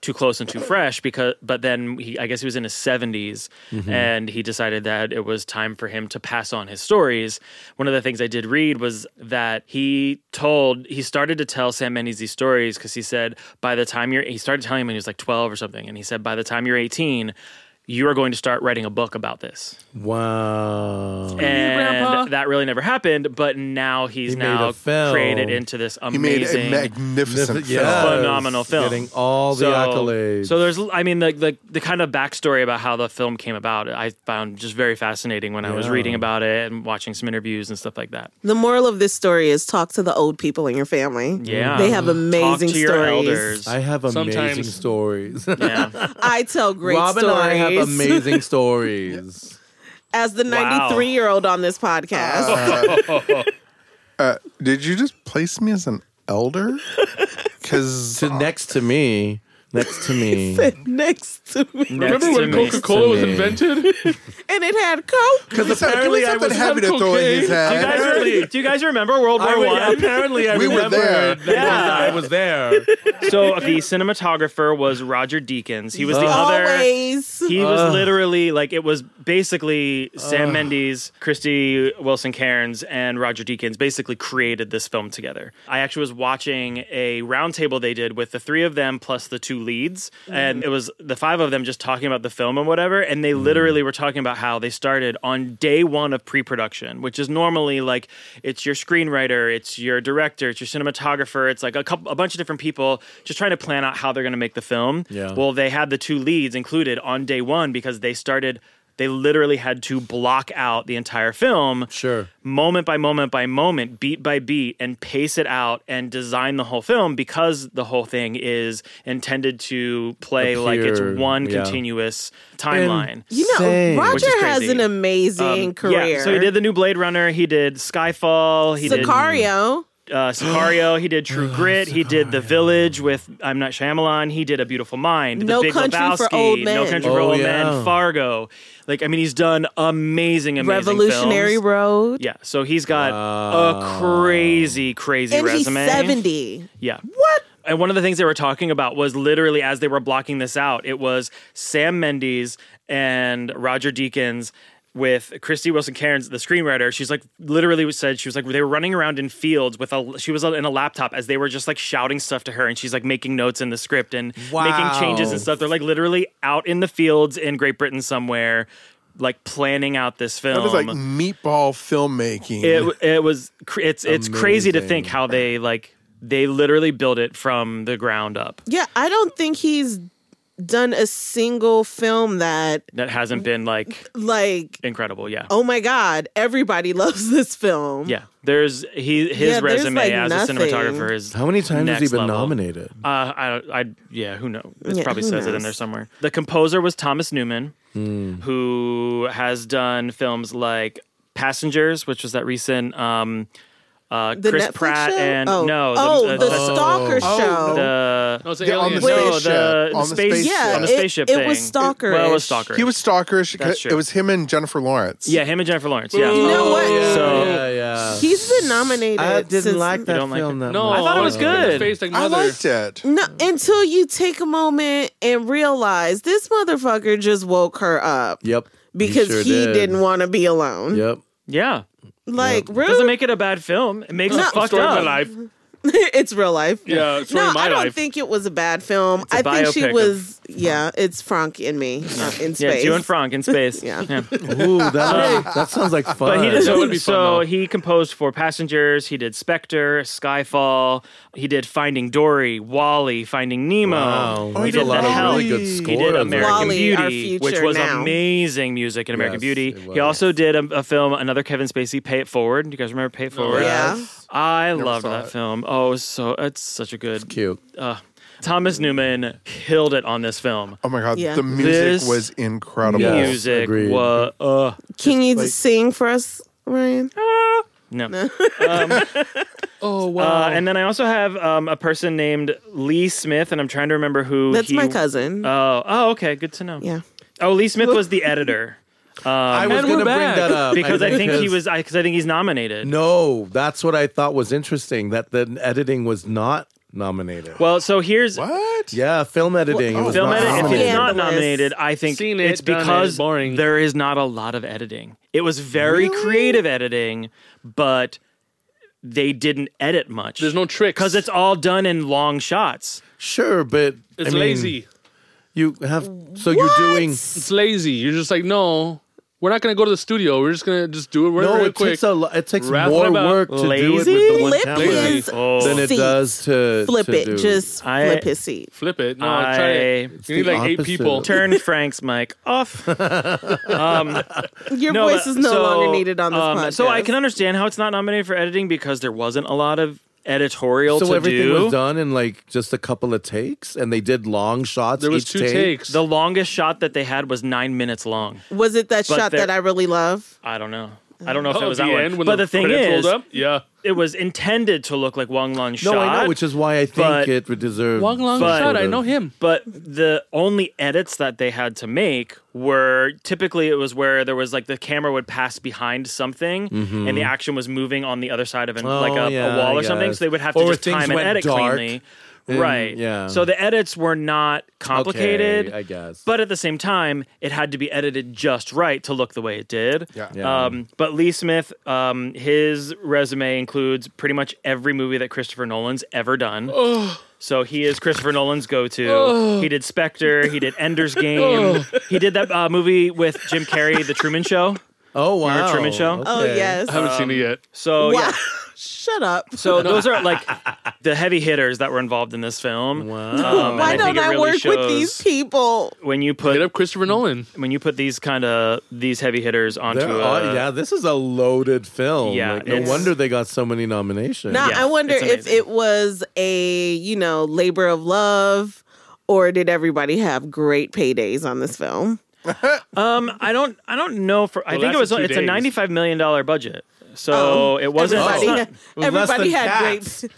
Speaker 3: too close and too fresh because but then he I guess he was in his 70s
Speaker 5: Mm-hmm.
Speaker 3: and he decided that it was time for him to pass on his stories. One of the things I did read was that he told he started to tell Sam Mendes these stories cuz he said by the time you're he started telling him when he was like 12 or something and he said by the time you're 18 you are going to start writing a book about this.
Speaker 5: Wow.
Speaker 3: And that really never happened, but now he's
Speaker 5: He made
Speaker 3: now
Speaker 5: a film.
Speaker 3: created into this
Speaker 2: He made
Speaker 3: amazing
Speaker 2: a magnificent
Speaker 5: Yes,
Speaker 2: film.
Speaker 3: Phenomenal film.
Speaker 5: Getting all the accolades.
Speaker 3: So there's, I mean, the, the the kind of backstory about how the film came about, I found just very fascinating when I was
Speaker 5: Yeah.
Speaker 3: reading about it and watching some interviews and stuff like that.
Speaker 4: The moral of this story is talk to the old people in your family.
Speaker 3: Yeah,
Speaker 4: They have amazing
Speaker 3: Talk to your
Speaker 4: stories.
Speaker 3: elders.
Speaker 5: Mm. I have amazing
Speaker 1: Sometimes-
Speaker 5: stories.
Speaker 3: [LAUGHS]
Speaker 5: [LAUGHS]
Speaker 3: yeah,
Speaker 4: I tell great
Speaker 5: Rob
Speaker 4: stories.
Speaker 5: and I have amazing stories.
Speaker 4: [LAUGHS] As the
Speaker 3: Wow.
Speaker 4: 93 year old on this podcast,
Speaker 2: Uh, did you just place me as an
Speaker 3: [LAUGHS]
Speaker 2: elder? Because
Speaker 5: to
Speaker 2: [LAUGHS]
Speaker 5: next to me, next to me.
Speaker 4: [LAUGHS] next to me.
Speaker 3: Next
Speaker 1: Remember when
Speaker 3: to me.
Speaker 1: Coca
Speaker 3: [LAUGHS]
Speaker 1: Cola was
Speaker 5: to me.
Speaker 1: invented?
Speaker 4: And it had Coke.
Speaker 2: because apparently I was happy to throw in
Speaker 1: cocaine.
Speaker 2: his
Speaker 3: Do you guys,
Speaker 2: hat.
Speaker 3: really- do you guys remember World War One?
Speaker 5: apparently, I
Speaker 2: We were
Speaker 5: remembered
Speaker 2: there.
Speaker 5: that I was there.
Speaker 3: So the cinematographer was Roger Deakins. He was
Speaker 5: Oh.
Speaker 3: the other.
Speaker 4: Always.
Speaker 3: He was literally like it was basically Sam Mendes, Christy Wilson Cairns, and Roger Deakins basically created this film together. I actually was watching a roundtable they did with the three of them plus the two leads, and it was the five of them just talking about the film and whatever. And they literally were talking about how they started on day one of pre-production, which is normally like it's your screenwriter, it's your director, it's your cinematographer, it's like a couple, a bunch of different people just trying to plan out how they're going to make the film.
Speaker 5: Yeah.
Speaker 3: Well, they had the two leads included on day one because they started they literally had to block out the entire film
Speaker 5: Sure.
Speaker 3: moment by moment by moment beat by beat and pace it out and design the whole film because the whole thing is intended to play like it's
Speaker 5: Appear,
Speaker 3: one
Speaker 5: yeah.
Speaker 3: continuous timeline
Speaker 4: You know,
Speaker 5: Same.
Speaker 3: Which is
Speaker 4: Roger has
Speaker 3: crazy. Um,
Speaker 4: an amazing career.
Speaker 3: yeah so he did the new blade runner he did skyfall he
Speaker 4: Sicario.
Speaker 3: did uh, sicario he did
Speaker 5: [GASPS] Oh,
Speaker 3: true grit he did the village with i'm not Shyamalan. he did a beautiful mind
Speaker 4: No
Speaker 3: the big
Speaker 4: Country
Speaker 3: lebowski
Speaker 4: for Old
Speaker 3: no
Speaker 4: Men.
Speaker 3: country for
Speaker 5: Oh,
Speaker 3: old
Speaker 5: yeah.
Speaker 3: men fargo like i mean he's done amazing amazing
Speaker 4: Revolutionary
Speaker 3: films.
Speaker 4: Road.
Speaker 3: Yeah, so he's got a crazy, crazy
Speaker 4: and
Speaker 3: resume.
Speaker 4: he's 70.
Speaker 3: Yeah. What? And one of the things they were talking about was literally as they were blocking this out, it was Sam Mendes and Roger Deakins with Christy Wilson Cairns, the screenwriter. She's like literally said she was like they were running around in fields with a she was in a laptop as they were just like shouting stuff to her and she's like making notes in the script and making
Speaker 5: Wow.
Speaker 3: changes and stuff. They're like literally out in the fields in Great Britain somewhere, like planning out this film.
Speaker 2: That was like meatball filmmaking.
Speaker 3: Um, It it was cr- it's it's crazy to think how they like they literally built it from the ground up.
Speaker 4: Yeah, I don't think he's done a single film that,
Speaker 3: That hasn't been like
Speaker 4: like,
Speaker 3: incredible. Yeah.
Speaker 4: oh my God, everybody [LAUGHS] loves this film.
Speaker 3: Yeah. There's he his
Speaker 4: Yeah, there's,
Speaker 3: resume
Speaker 4: like,
Speaker 3: as
Speaker 4: nothing.
Speaker 3: a cinematographer is
Speaker 5: How many times has he
Speaker 3: next
Speaker 5: been
Speaker 3: level.
Speaker 5: nominated?
Speaker 3: Uh, I, I, yeah, who knows? It
Speaker 4: Yeah,
Speaker 3: probably
Speaker 4: who
Speaker 3: says it in
Speaker 4: knows?
Speaker 3: there somewhere. The composer was Thomas Newman,
Speaker 5: Hmm.
Speaker 3: who has done films like Passengers, which was that recent um, uh,
Speaker 4: The
Speaker 3: Chris
Speaker 4: Netflix
Speaker 3: Pratt
Speaker 4: show?
Speaker 3: and
Speaker 4: oh.
Speaker 3: no,
Speaker 4: oh,
Speaker 3: uh,
Speaker 4: the, Stalker
Speaker 2: Oh,
Speaker 4: show.
Speaker 3: the-
Speaker 1: No, it's
Speaker 2: Yeah, on the
Speaker 1: aliens.
Speaker 4: Wait.
Speaker 3: No,
Speaker 2: spaceship.
Speaker 3: the,
Speaker 2: on
Speaker 3: the space
Speaker 4: spaceship. Yeah,
Speaker 3: on the
Speaker 4: it-
Speaker 3: spaceship
Speaker 4: it
Speaker 3: thing.
Speaker 4: was stalkerish.
Speaker 3: Well, it was stalker.
Speaker 2: he was stalkerish.
Speaker 3: That's true.
Speaker 2: It was him and Jennifer Lawrence.
Speaker 3: Yeah, him and Jennifer Lawrence. Yeah.
Speaker 4: You know what?
Speaker 5: Oh, yeah,
Speaker 3: So-
Speaker 5: yeah, yeah.
Speaker 3: uh,
Speaker 4: he's been nominated.
Speaker 5: I didn't
Speaker 4: since-
Speaker 5: like that
Speaker 3: don't like
Speaker 5: film
Speaker 3: it?
Speaker 5: that
Speaker 1: No,
Speaker 5: much.
Speaker 3: I thought it was good.
Speaker 1: Face like
Speaker 2: I
Speaker 1: mother.
Speaker 2: liked it.
Speaker 4: No, until you take a moment and realize this motherfucker just woke her up
Speaker 5: Yep.
Speaker 4: [LAUGHS] because he,
Speaker 5: sure
Speaker 4: did. not want to be alone.
Speaker 5: Yep.
Speaker 3: Yeah.
Speaker 4: Like,
Speaker 3: Doesn't
Speaker 4: really?
Speaker 3: make it a bad film. It makes
Speaker 4: No.
Speaker 3: it fucked
Speaker 1: Story of
Speaker 3: up.
Speaker 1: my life.
Speaker 4: [LAUGHS] it's real life.
Speaker 1: Yeah, it's
Speaker 4: No,
Speaker 1: story of my
Speaker 4: I don't
Speaker 1: life.
Speaker 4: think it was a bad film.
Speaker 3: a
Speaker 4: I think she
Speaker 3: biopic of
Speaker 4: was, yeah, it's Frank and me uh, in
Speaker 3: Yeah, it's
Speaker 4: space.
Speaker 3: you and Frank in space.
Speaker 4: Yeah.
Speaker 5: Ooh, [LAUGHS] that, that sounds like fun.
Speaker 3: But he did
Speaker 1: That
Speaker 3: so,
Speaker 1: would be fun, though.
Speaker 3: he composed for Passengers. He did Spectre, Skyfall. He did Finding Dory, Wally, Finding Nemo.
Speaker 5: Wow.
Speaker 3: he
Speaker 2: he
Speaker 3: did
Speaker 2: did a lot
Speaker 3: The
Speaker 2: of
Speaker 3: Help.
Speaker 2: really
Speaker 5: good
Speaker 3: he
Speaker 5: scores
Speaker 3: did
Speaker 5: on
Speaker 3: American
Speaker 4: Wally, Our
Speaker 3: Beauty,
Speaker 4: Future
Speaker 3: which was
Speaker 4: Now.
Speaker 3: amazing music in American
Speaker 5: Yes,
Speaker 3: Beauty.
Speaker 5: it was.
Speaker 3: He also did a, a film, another Kevin Spacey, Pay It Forward. Do you guys remember Pay It Forward?
Speaker 4: Yeah.
Speaker 3: I loved
Speaker 2: saw
Speaker 3: that
Speaker 2: it.
Speaker 3: film. Oh, it was so it's such a good
Speaker 5: Cute.
Speaker 3: uh, Thomas Newman killed it on this film.
Speaker 2: Oh my god,
Speaker 4: Yeah.
Speaker 2: the music
Speaker 3: This
Speaker 2: was incredible.
Speaker 5: Yeah. Yes,
Speaker 3: Music
Speaker 5: agreed.
Speaker 3: was
Speaker 5: [LAUGHS]
Speaker 3: uh,
Speaker 4: Can you sing for us, Ryan?
Speaker 3: no.
Speaker 4: [LAUGHS]
Speaker 3: Um,
Speaker 1: Oh wow!
Speaker 3: Uh, and then I also have um, a person named Lee Smith, and I'm trying to remember who.
Speaker 4: That's
Speaker 3: he-
Speaker 4: my cousin.
Speaker 3: Oh, oh, okay, good to know.
Speaker 4: yeah.
Speaker 3: Oh, Lee Smith
Speaker 4: [LAUGHS]
Speaker 3: was the editor
Speaker 5: I was
Speaker 1: and
Speaker 5: going
Speaker 1: we're
Speaker 5: to bring
Speaker 1: back.
Speaker 5: that up
Speaker 3: because I think he
Speaker 5: because-
Speaker 3: was because I think he's nominated.
Speaker 5: No, that's what I thought was interesting. That the editing was not nominated.
Speaker 3: Well, so here's
Speaker 2: What?
Speaker 5: yeah, film editing.
Speaker 2: What?
Speaker 5: it was
Speaker 3: film
Speaker 5: not
Speaker 3: edit. If
Speaker 5: nominated.
Speaker 3: it's not
Speaker 4: Scandalous.
Speaker 3: nominated, I think
Speaker 1: Seen it,
Speaker 3: it's
Speaker 1: done it,
Speaker 3: because
Speaker 1: boring.
Speaker 3: there is not a lot of editing. It was very creative editing, but they didn't edit much.
Speaker 1: There's no tricks
Speaker 3: because it's all done in long shots.
Speaker 5: sure, but
Speaker 1: it's
Speaker 5: I mean,
Speaker 1: lazy.
Speaker 5: You have so you're doing.
Speaker 1: It's lazy. You're just like, no, we're not gonna go to the studio. We're just gonna just do it real,
Speaker 5: No,
Speaker 1: real
Speaker 5: it
Speaker 1: quick.
Speaker 5: takes a lo- it takes
Speaker 1: Wrap it
Speaker 5: more
Speaker 1: about
Speaker 5: work to do it with
Speaker 3: lazy?
Speaker 5: the one
Speaker 4: Flip
Speaker 5: camera
Speaker 1: Lazy.
Speaker 4: his
Speaker 3: Oh.
Speaker 5: than it
Speaker 4: seat.
Speaker 5: does to
Speaker 4: Flip
Speaker 5: to
Speaker 4: it.
Speaker 5: do.
Speaker 4: Just
Speaker 3: I-
Speaker 4: flip his seat.
Speaker 1: Flip it. No,
Speaker 3: I-
Speaker 1: try it.
Speaker 5: It's
Speaker 1: You need
Speaker 5: the
Speaker 1: like eight
Speaker 5: opposite
Speaker 1: people.
Speaker 5: of-
Speaker 4: [LAUGHS]
Speaker 3: Turn Frank's mic off.
Speaker 4: Your
Speaker 3: No,
Speaker 4: voice
Speaker 3: but-
Speaker 4: is no
Speaker 3: so,
Speaker 4: longer needed on this
Speaker 3: um,
Speaker 4: podcast.
Speaker 3: So I can understand how it's not nominated for editing because there wasn't a lot of editorial
Speaker 5: so
Speaker 3: to
Speaker 5: everything
Speaker 3: do.
Speaker 5: was done in like just a couple of takes, and they did long shots.
Speaker 1: There was
Speaker 5: each
Speaker 1: two
Speaker 5: take.
Speaker 1: takes.
Speaker 3: The longest shot that they had was nine minutes long.
Speaker 4: Was it that
Speaker 3: But
Speaker 4: shot
Speaker 3: there-
Speaker 4: that I really love?
Speaker 3: I don't know. I don't know if
Speaker 1: Oh,
Speaker 3: it was
Speaker 1: the
Speaker 3: that
Speaker 1: end
Speaker 3: one.
Speaker 1: when
Speaker 3: But the, thing
Speaker 1: credits
Speaker 3: is,
Speaker 1: rolled up? yeah,
Speaker 3: it was intended to look like Wang Lan
Speaker 5: No,
Speaker 3: shot.
Speaker 5: I know, which is why I think
Speaker 3: but-
Speaker 5: it deserved.
Speaker 1: Wang Lang
Speaker 3: But-
Speaker 1: shot. I know him.
Speaker 3: but the only edits that they had to make were typically it was where there was like the camera would pass behind something and the action was moving on the other side of an, like
Speaker 5: Mm-hmm. Oh,
Speaker 3: a,
Speaker 5: yeah,
Speaker 3: a wall
Speaker 5: I
Speaker 3: or something.
Speaker 5: guess.
Speaker 3: So they would have
Speaker 5: Or
Speaker 3: to
Speaker 5: if
Speaker 3: just
Speaker 5: things
Speaker 3: time and
Speaker 5: went
Speaker 3: edit
Speaker 5: dark,
Speaker 3: cleanly.
Speaker 5: then,
Speaker 3: right.
Speaker 5: yeah.
Speaker 3: So the edits were not complicated.
Speaker 5: Okay, I guess.
Speaker 3: But at the same time, it had to be edited just right to look the way it did.
Speaker 2: Yeah.
Speaker 5: Yeah.
Speaker 3: Um, but Lee Smith, um, his resume includes pretty much every movie that Christopher Nolan's ever done. So he is Christopher Nolan's go-to. He did Spectre. He did Ender's Game. he did that uh, movie with Jim Carrey, The Truman Show.
Speaker 5: oh
Speaker 3: Remember
Speaker 5: wow,
Speaker 3: Truman Show?
Speaker 4: Oh
Speaker 5: Okay.
Speaker 4: yes.
Speaker 1: I haven't seen it
Speaker 3: Um,
Speaker 1: yet.
Speaker 3: So
Speaker 4: wow.
Speaker 3: Oh, yeah.
Speaker 4: [LAUGHS] Shut up.
Speaker 3: So those are like the heavy hitters that were involved in this film. Um, Wow.
Speaker 4: Why don't I, work with these people?
Speaker 3: When you
Speaker 1: Hit
Speaker 3: put
Speaker 1: up Christopher Nolan.
Speaker 3: when you put these kind of these heavy hitters onto
Speaker 5: There are-
Speaker 3: a,
Speaker 5: yeah, this is a loaded film.
Speaker 3: uh, Yeah,
Speaker 5: Like, no
Speaker 3: it's-
Speaker 5: wonder they got so many nominations.
Speaker 4: Now
Speaker 3: Yeah,
Speaker 4: I wonder
Speaker 3: it's
Speaker 4: if
Speaker 3: amazing.
Speaker 4: it was a you know labor of love, or did everybody have great paydays on this film?
Speaker 3: Um, I don't, I don't know. For I
Speaker 1: Well,
Speaker 3: think it was.
Speaker 1: that's in two
Speaker 3: It's a
Speaker 1: days.
Speaker 3: ninety-five million dollar budget, so
Speaker 4: Oh,
Speaker 3: it wasn't.
Speaker 4: Everybody,
Speaker 5: Oh.
Speaker 3: it's not-
Speaker 5: was less
Speaker 4: everybody
Speaker 5: than
Speaker 4: had
Speaker 5: cats.
Speaker 4: great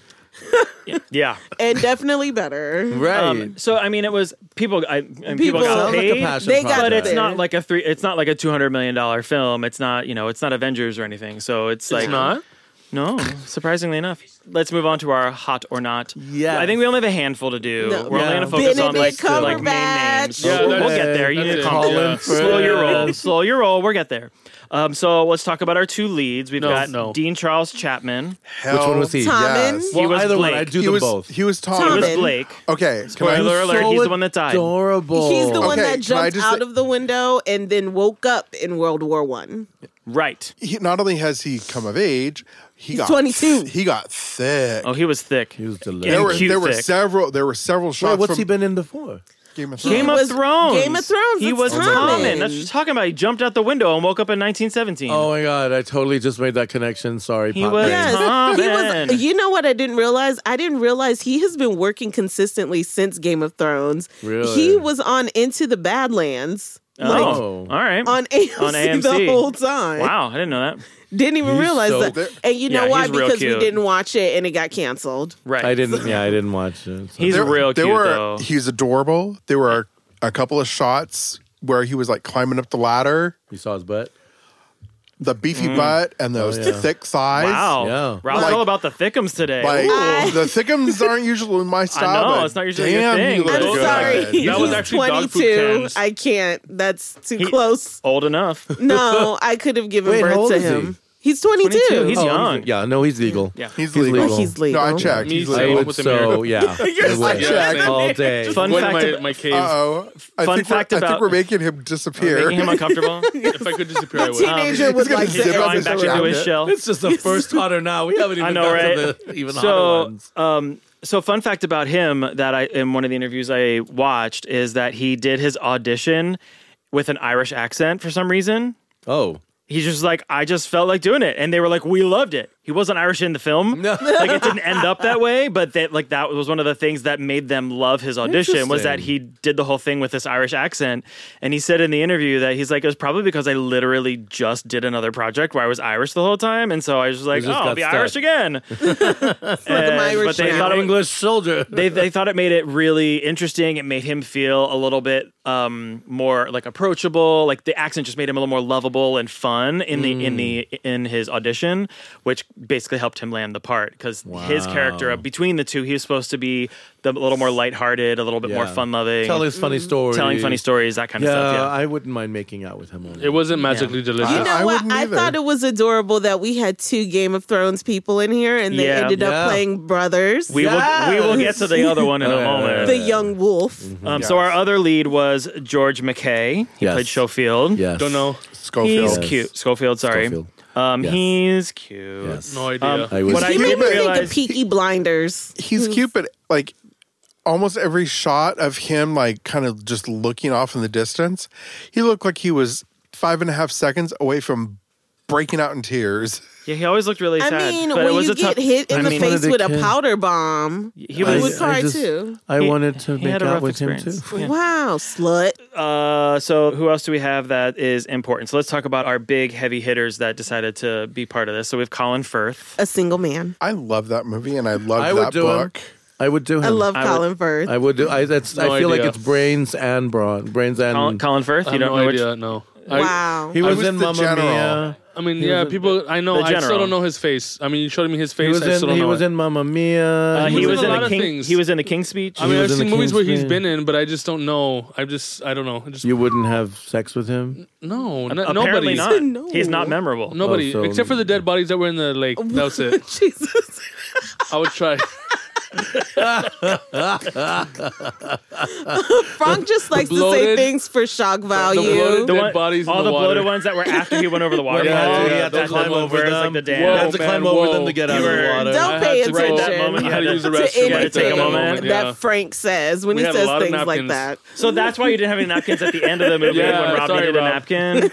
Speaker 4: [LAUGHS]
Speaker 3: yeah.
Speaker 4: and definitely better.
Speaker 5: right?
Speaker 3: Um, so I mean, it was people. I, I mean, people,
Speaker 4: People-
Speaker 3: got
Speaker 5: Sounds like a
Speaker 3: paid,
Speaker 5: passion
Speaker 4: They got
Speaker 5: project.
Speaker 3: but it's
Speaker 4: there.
Speaker 3: not like a three. It's not like a two hundred million dollar film. It's not. You know, it's not Avengers or anything. So it's, like
Speaker 1: Not.
Speaker 3: No, surprisingly enough. Let's move on to our hot or not.
Speaker 5: Yes.
Speaker 3: I think we only have a handful to do.
Speaker 4: No.
Speaker 3: We're only
Speaker 5: Yeah.
Speaker 3: going to focus on like,
Speaker 4: Benedict
Speaker 3: the, like main
Speaker 4: Cumberbatch.
Speaker 3: names.
Speaker 1: Yeah,
Speaker 3: we'll
Speaker 1: that's-
Speaker 3: get there. You
Speaker 1: that's
Speaker 3: need to
Speaker 1: it.
Speaker 3: calm
Speaker 1: Colin
Speaker 3: down.
Speaker 5: Firth.
Speaker 3: Slow your roll. Slow your roll. We'll get there. Um, so let's talk about our two leads. We've
Speaker 1: No,
Speaker 3: got
Speaker 1: no.
Speaker 3: Dean Charles Chapman.
Speaker 2: Hell
Speaker 5: Which one was he?
Speaker 4: Tommen?
Speaker 2: Yes.
Speaker 4: He
Speaker 5: well,
Speaker 3: was
Speaker 5: either one.
Speaker 3: Blake.
Speaker 5: I do
Speaker 2: He
Speaker 5: them
Speaker 2: was
Speaker 5: both.
Speaker 2: he was
Speaker 3: It was
Speaker 2: Tommen.
Speaker 4: Tommen.
Speaker 3: Blake.
Speaker 2: Okay, can I-
Speaker 3: Spoiler alert,
Speaker 5: so
Speaker 3: he's the one that died.
Speaker 5: Adorable.
Speaker 4: He's the one
Speaker 2: Okay,
Speaker 4: that
Speaker 2: can I
Speaker 4: jumped
Speaker 2: just
Speaker 4: out
Speaker 2: say-
Speaker 4: of the window and then woke up in World War One.
Speaker 3: Right.
Speaker 2: he, not only has he come of age, he
Speaker 4: He's
Speaker 2: got
Speaker 4: 22.
Speaker 2: He got thick.
Speaker 3: Oh, he was thick.
Speaker 5: He was
Speaker 3: and
Speaker 2: there
Speaker 5: delicious.
Speaker 2: were
Speaker 3: cute
Speaker 2: there were
Speaker 3: thick.
Speaker 2: several there were several shots
Speaker 5: Wait, what's
Speaker 2: from
Speaker 5: he been in before?
Speaker 2: Game of Thrones.
Speaker 3: Game
Speaker 4: He
Speaker 3: of
Speaker 4: was-
Speaker 3: Thrones.
Speaker 4: Game of Thrones,
Speaker 3: He
Speaker 4: that's
Speaker 3: was
Speaker 4: Tommen.
Speaker 3: Tommen. That's what you're talking about. He jumped out the window and woke up in 1917.
Speaker 5: Oh my god, I totally just made that connection. Sorry,
Speaker 3: He
Speaker 5: Pop
Speaker 3: was-
Speaker 5: Brain.
Speaker 3: Yeah.
Speaker 4: Yes, he
Speaker 3: Tommen.
Speaker 4: was. You know what I didn't realize? I didn't realize he has been working consistently since Game of Thrones.
Speaker 5: Really?
Speaker 4: He was on Into the Badlands
Speaker 3: Oh,
Speaker 5: Like-
Speaker 3: all right.
Speaker 4: on [LAUGHS] AMC,
Speaker 3: On AMC.
Speaker 4: the whole time.
Speaker 3: wow, I didn't know that.
Speaker 4: Didn't even
Speaker 5: He's
Speaker 4: realize
Speaker 5: so
Speaker 4: that.
Speaker 2: good.
Speaker 4: And you know
Speaker 3: Yeah,
Speaker 4: why?
Speaker 3: he's real
Speaker 4: Because
Speaker 3: cute.
Speaker 4: we didn't watch it and it got canceled.
Speaker 3: Right.
Speaker 5: I didn't. Yeah, I didn't watch it. So.
Speaker 3: He's
Speaker 2: there,
Speaker 3: real
Speaker 2: there
Speaker 3: cute
Speaker 2: were
Speaker 3: though.
Speaker 2: he's adorable. There were a couple of shots where he was like climbing up the ladder,
Speaker 5: you saw his butt.
Speaker 2: the beefy butt and those
Speaker 5: yeah.
Speaker 2: thick thighs.
Speaker 3: Mm. Wow.
Speaker 5: Yeah.
Speaker 3: Rob's
Speaker 2: Like-
Speaker 3: all about the thickums today.
Speaker 2: Like
Speaker 3: Ooh.
Speaker 2: the thickums aren't usually my style.
Speaker 3: know,
Speaker 2: but
Speaker 3: it's not usually your
Speaker 2: damn,
Speaker 3: thing.
Speaker 2: You look
Speaker 4: I'm
Speaker 1: Oh,
Speaker 2: good.
Speaker 4: sorry.
Speaker 1: God. That was
Speaker 4: He's
Speaker 1: actually dog food
Speaker 4: 22.
Speaker 1: cans.
Speaker 4: I can't. That's too close.
Speaker 3: [LAUGHS] Old enough.
Speaker 4: No, I could have given
Speaker 5: Wait, how
Speaker 4: birth
Speaker 5: old
Speaker 4: to
Speaker 5: is he?
Speaker 4: him. He's 22.
Speaker 3: 22, he's-
Speaker 5: Oh,
Speaker 3: young.
Speaker 5: yeah, no, he's legal.
Speaker 3: Yeah.
Speaker 2: He's legal.
Speaker 5: legal. He's
Speaker 2: No, I
Speaker 4: legal.
Speaker 2: checked.
Speaker 1: Me
Speaker 2: He's
Speaker 1: too.
Speaker 5: I
Speaker 2: legal.
Speaker 1: Almost
Speaker 5: would
Speaker 1: a
Speaker 5: so
Speaker 1: miracle.
Speaker 3: [LAUGHS]
Speaker 5: yeah. I would.
Speaker 1: checked.
Speaker 5: all day.
Speaker 3: Fun
Speaker 1: Going to
Speaker 3: fact
Speaker 1: my,
Speaker 3: ab-
Speaker 1: my cave.
Speaker 2: Uh oh. I
Speaker 3: Fun
Speaker 2: think we're-
Speaker 3: fact
Speaker 2: I
Speaker 3: about-
Speaker 2: think we're making him disappear.
Speaker 3: Making
Speaker 2: [LAUGHS]
Speaker 3: him uncomfortable.
Speaker 1: if I could disappear, I
Speaker 4: [LAUGHS]
Speaker 1: would.
Speaker 4: Teenager
Speaker 3: um,
Speaker 4: would
Speaker 2: gonna
Speaker 4: like
Speaker 2: zip
Speaker 4: to
Speaker 2: up
Speaker 4: air
Speaker 3: Going
Speaker 2: his
Speaker 3: back
Speaker 2: Yeah.
Speaker 3: into his shell.
Speaker 5: It's just the first hotter now. We haven't even
Speaker 3: I know,
Speaker 5: got to
Speaker 3: right?
Speaker 5: the even hotter
Speaker 3: so,
Speaker 5: ones.
Speaker 3: um, so fun fact about him that I in one of the interviews I watched is that he did his audition with an Irish accent for some reason.
Speaker 5: Oh.
Speaker 3: He's just like, I just felt like doing it, and they were like, we loved it. he wasn't Irish in the film. [LAUGHS] like it didn't end up that way, but that like that was one of the things that made them love his audition was that he did the whole thing with this Irish accent. And he said in the interview that he's like, it was probably because I literally just did another project where I was Irish the whole time, and so I was just like,
Speaker 6: just
Speaker 3: oh, I'll
Speaker 6: got
Speaker 3: be
Speaker 6: stuck.
Speaker 3: Irish again. And-
Speaker 4: Irish
Speaker 3: but they
Speaker 4: now.
Speaker 3: thought it was,
Speaker 6: English soldier.
Speaker 3: they they thought it made it really interesting. It made him feel a little bit um, more like approachable. Like the accent just made him a little more lovable and fun in the in the
Speaker 5: Mm.
Speaker 3: in his audition, which basically helped him land the part because his character between the two, he was supposed to be the a little more lighthearted, a little bit more
Speaker 5: Yeah.
Speaker 3: fun loving,
Speaker 6: Tell his funny story.
Speaker 3: telling funny stories, that kind
Speaker 5: Yeah,
Speaker 3: of stuff. Yeah.
Speaker 5: I wouldn't mind making out with him. On
Speaker 1: It wasn't magically delicious.
Speaker 4: You know
Speaker 2: I
Speaker 4: what?
Speaker 2: wouldn't
Speaker 4: I
Speaker 2: either.
Speaker 4: thought it was adorable that we had two Game of Thrones people in here, and they
Speaker 3: Yeah.
Speaker 4: ended
Speaker 5: Yeah.
Speaker 4: up playing brothers.
Speaker 3: we will we will get to the
Speaker 5: [LAUGHS]
Speaker 3: other
Speaker 5: Oh,
Speaker 3: one in a moment.
Speaker 4: the young wolf.
Speaker 3: Um, So our other lead was George McKay. He
Speaker 5: Yes.
Speaker 3: played Schofield.
Speaker 5: yes.
Speaker 1: Don't know.
Speaker 2: Schofield.
Speaker 3: He's cute. Schofield, sorry.
Speaker 5: Schofield.
Speaker 3: Um,
Speaker 5: Yes.
Speaker 3: He's cute.
Speaker 5: Yes.
Speaker 1: No idea.
Speaker 3: Um,
Speaker 5: I was-
Speaker 3: what I
Speaker 4: He made
Speaker 3: didn't
Speaker 4: me think of
Speaker 3: realize,
Speaker 4: Peaky Blinders.
Speaker 2: He's cute, but like almost every shot of him, like kind of just looking off in the distance, he looked like he was five and a half seconds away from breaking out in tears.
Speaker 3: yeah, he always looked really
Speaker 4: I
Speaker 3: sad.
Speaker 4: mean,
Speaker 3: but it
Speaker 4: when
Speaker 3: was
Speaker 4: you
Speaker 3: a tough,
Speaker 4: get hit in
Speaker 3: I
Speaker 4: the
Speaker 3: mean,
Speaker 4: face
Speaker 5: Wanted to
Speaker 4: with a
Speaker 5: kill-
Speaker 4: powder bomb,
Speaker 3: He
Speaker 4: I
Speaker 3: was.
Speaker 4: would cry
Speaker 5: just-
Speaker 4: too.
Speaker 5: I
Speaker 3: he-
Speaker 5: wanted to
Speaker 3: he
Speaker 5: make
Speaker 3: had a
Speaker 5: out
Speaker 3: rough
Speaker 5: with him
Speaker 3: experience.
Speaker 5: too.
Speaker 3: Yeah.
Speaker 4: Wow, slut.
Speaker 3: Uh, so who else do we have that is important? So let's talk about our big heavy hitters that decided to be part of this. So we have Colin Firth.
Speaker 4: A single man.
Speaker 2: I love that movie and I love
Speaker 5: I
Speaker 2: that
Speaker 5: would do him.
Speaker 2: book.
Speaker 5: I would do him.
Speaker 4: I love
Speaker 3: I would-
Speaker 4: Colin Firth.
Speaker 5: I would do. I, that's.
Speaker 1: No
Speaker 5: I feel
Speaker 1: idea.
Speaker 5: like it's brains and brawn. Brains and.
Speaker 3: Colin, Colin Firth.
Speaker 1: I
Speaker 3: you
Speaker 1: have
Speaker 3: don't
Speaker 1: no
Speaker 3: know
Speaker 1: idea.
Speaker 3: which.
Speaker 1: no. I,
Speaker 4: wow.
Speaker 5: He
Speaker 2: I
Speaker 5: was,
Speaker 2: was
Speaker 5: in
Speaker 2: the
Speaker 5: Mamma
Speaker 2: general.
Speaker 5: Mia.
Speaker 1: I mean, yeah, people. I know.
Speaker 3: the
Speaker 1: I still
Speaker 3: general.
Speaker 1: don't know his face. I mean, you showed me his
Speaker 5: He
Speaker 1: face.
Speaker 5: was
Speaker 1: I still
Speaker 5: in.
Speaker 1: don't
Speaker 5: He
Speaker 1: know.
Speaker 5: was
Speaker 1: it.
Speaker 5: in Mamma Mia.
Speaker 3: Uh,
Speaker 1: He
Speaker 3: he
Speaker 1: was
Speaker 3: was
Speaker 1: in a
Speaker 3: in
Speaker 1: lot
Speaker 3: the
Speaker 1: of
Speaker 3: King.
Speaker 1: things.
Speaker 3: He was in the King's Speech.
Speaker 1: I mean,
Speaker 5: was
Speaker 1: I've
Speaker 5: in The
Speaker 1: seen movies
Speaker 5: King's
Speaker 1: where he's
Speaker 5: Man.
Speaker 1: been in, but I just don't know. I just, I don't know. I just
Speaker 5: You wouldn't have sex with him.
Speaker 1: no, n- nobody,
Speaker 3: Apparently not.
Speaker 4: No.
Speaker 3: He's not memorable.
Speaker 1: [LAUGHS] nobody,
Speaker 5: Oh, so-
Speaker 1: except for the
Speaker 5: [LAUGHS]
Speaker 1: dead bodies that were in the lake. That was it.
Speaker 4: [LAUGHS] Jesus.
Speaker 1: I would
Speaker 5: [LAUGHS]
Speaker 1: try. [LAUGHS]
Speaker 4: Frank just likes to say
Speaker 1: bloated-
Speaker 4: things for shock value.
Speaker 1: bloated-
Speaker 3: The
Speaker 1: Dead
Speaker 3: one,
Speaker 1: bodies in
Speaker 3: all
Speaker 1: the
Speaker 3: the, bloated
Speaker 1: water.
Speaker 3: ones that were after he went over the
Speaker 1: [LAUGHS]
Speaker 3: waterfall.
Speaker 5: yeah, yeah,
Speaker 3: that
Speaker 5: don't
Speaker 3: little
Speaker 5: climb
Speaker 3: one
Speaker 5: over
Speaker 3: where it's
Speaker 5: them.
Speaker 3: like the
Speaker 5: You
Speaker 1: Whoa,
Speaker 3: dam.
Speaker 5: had to
Speaker 1: man,
Speaker 5: climb over them
Speaker 1: whoa.
Speaker 5: to get
Speaker 1: You
Speaker 5: out of
Speaker 3: were-
Speaker 5: the water.
Speaker 1: I
Speaker 4: Don't
Speaker 1: had
Speaker 4: pay
Speaker 1: to write
Speaker 4: attention
Speaker 1: that
Speaker 3: moment.
Speaker 1: I had to use the
Speaker 4: to
Speaker 1: restroom.
Speaker 3: gotta
Speaker 1: right there at
Speaker 3: take a
Speaker 1: that
Speaker 4: anything
Speaker 3: moment,
Speaker 1: yeah.
Speaker 4: that Frank says when
Speaker 1: We
Speaker 4: he
Speaker 1: had a
Speaker 4: says
Speaker 1: lot of
Speaker 4: things like
Speaker 1: napkins.
Speaker 4: that.
Speaker 3: So that's why you didn't have any napkins at the end of the
Speaker 1: [LAUGHS]
Speaker 3: movie
Speaker 1: Yeah,
Speaker 3: when Rob
Speaker 1: sorry,
Speaker 3: needed
Speaker 1: Rob.
Speaker 3: a napkin.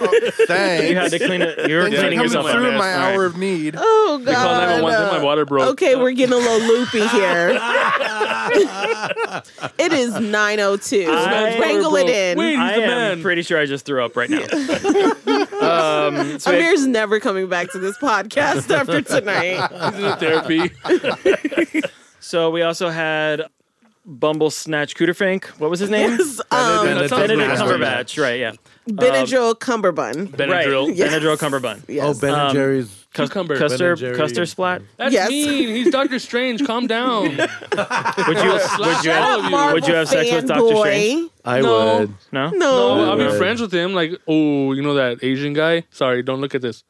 Speaker 2: Thanks.
Speaker 3: [LAUGHS] You had to clean it. You were
Speaker 2: Thanks for
Speaker 3: cleaning
Speaker 2: coming
Speaker 3: yourself
Speaker 2: through
Speaker 3: up.
Speaker 2: my
Speaker 3: All right.
Speaker 2: hour of need.
Speaker 4: Oh
Speaker 1: Call
Speaker 4: God.
Speaker 1: 911, my water broke.
Speaker 4: Okay, we're getting a little loopy here. [LAUGHS] it is 902.
Speaker 3: I-
Speaker 4: Wrangle it in.
Speaker 1: Wait. He's
Speaker 3: I
Speaker 1: the
Speaker 3: am
Speaker 1: man.
Speaker 3: pretty sure I just threw up right now. um, so we have
Speaker 4: Amir's never coming back to this
Speaker 3: [LAUGHS]
Speaker 4: podcast after tonight.
Speaker 1: He's in
Speaker 5: [LAUGHS]
Speaker 1: therapy.
Speaker 3: So we also had Bumble Snatch Cooterfink. What was his name?
Speaker 4: Um,
Speaker 5: Benedict
Speaker 3: Benedict
Speaker 5: Cumberbatch.
Speaker 3: Cumberbatch. Right, yeah. Um,
Speaker 4: Benadryl Cumberbun.
Speaker 3: oh,
Speaker 1: Benadryl.
Speaker 5: [LAUGHS]
Speaker 3: Right.
Speaker 4: Yes.
Speaker 3: Benadryl Cumberbun.
Speaker 4: Yes.
Speaker 5: Oh, Ben and
Speaker 3: Um,
Speaker 5: Jerry's.
Speaker 1: Cucumber.
Speaker 3: Custer,
Speaker 5: Ben and Jerry.
Speaker 3: Custer Splat.
Speaker 1: That's
Speaker 4: Yes.
Speaker 1: mean. He's Doctor Strange. Calm
Speaker 5: [LAUGHS]
Speaker 1: down.
Speaker 3: Would you?
Speaker 1: Slap
Speaker 3: would you?
Speaker 1: all of you.
Speaker 4: Marvel
Speaker 3: Would you have sex with Dr.
Speaker 4: fanboy.
Speaker 3: Strange?
Speaker 5: I
Speaker 1: No.
Speaker 5: would.
Speaker 3: No.
Speaker 4: No.
Speaker 1: No, I'll be
Speaker 5: Right.
Speaker 1: friends with him. Like, oh, you know that Asian guy? Sorry, don't look at
Speaker 5: [LAUGHS]
Speaker 1: this.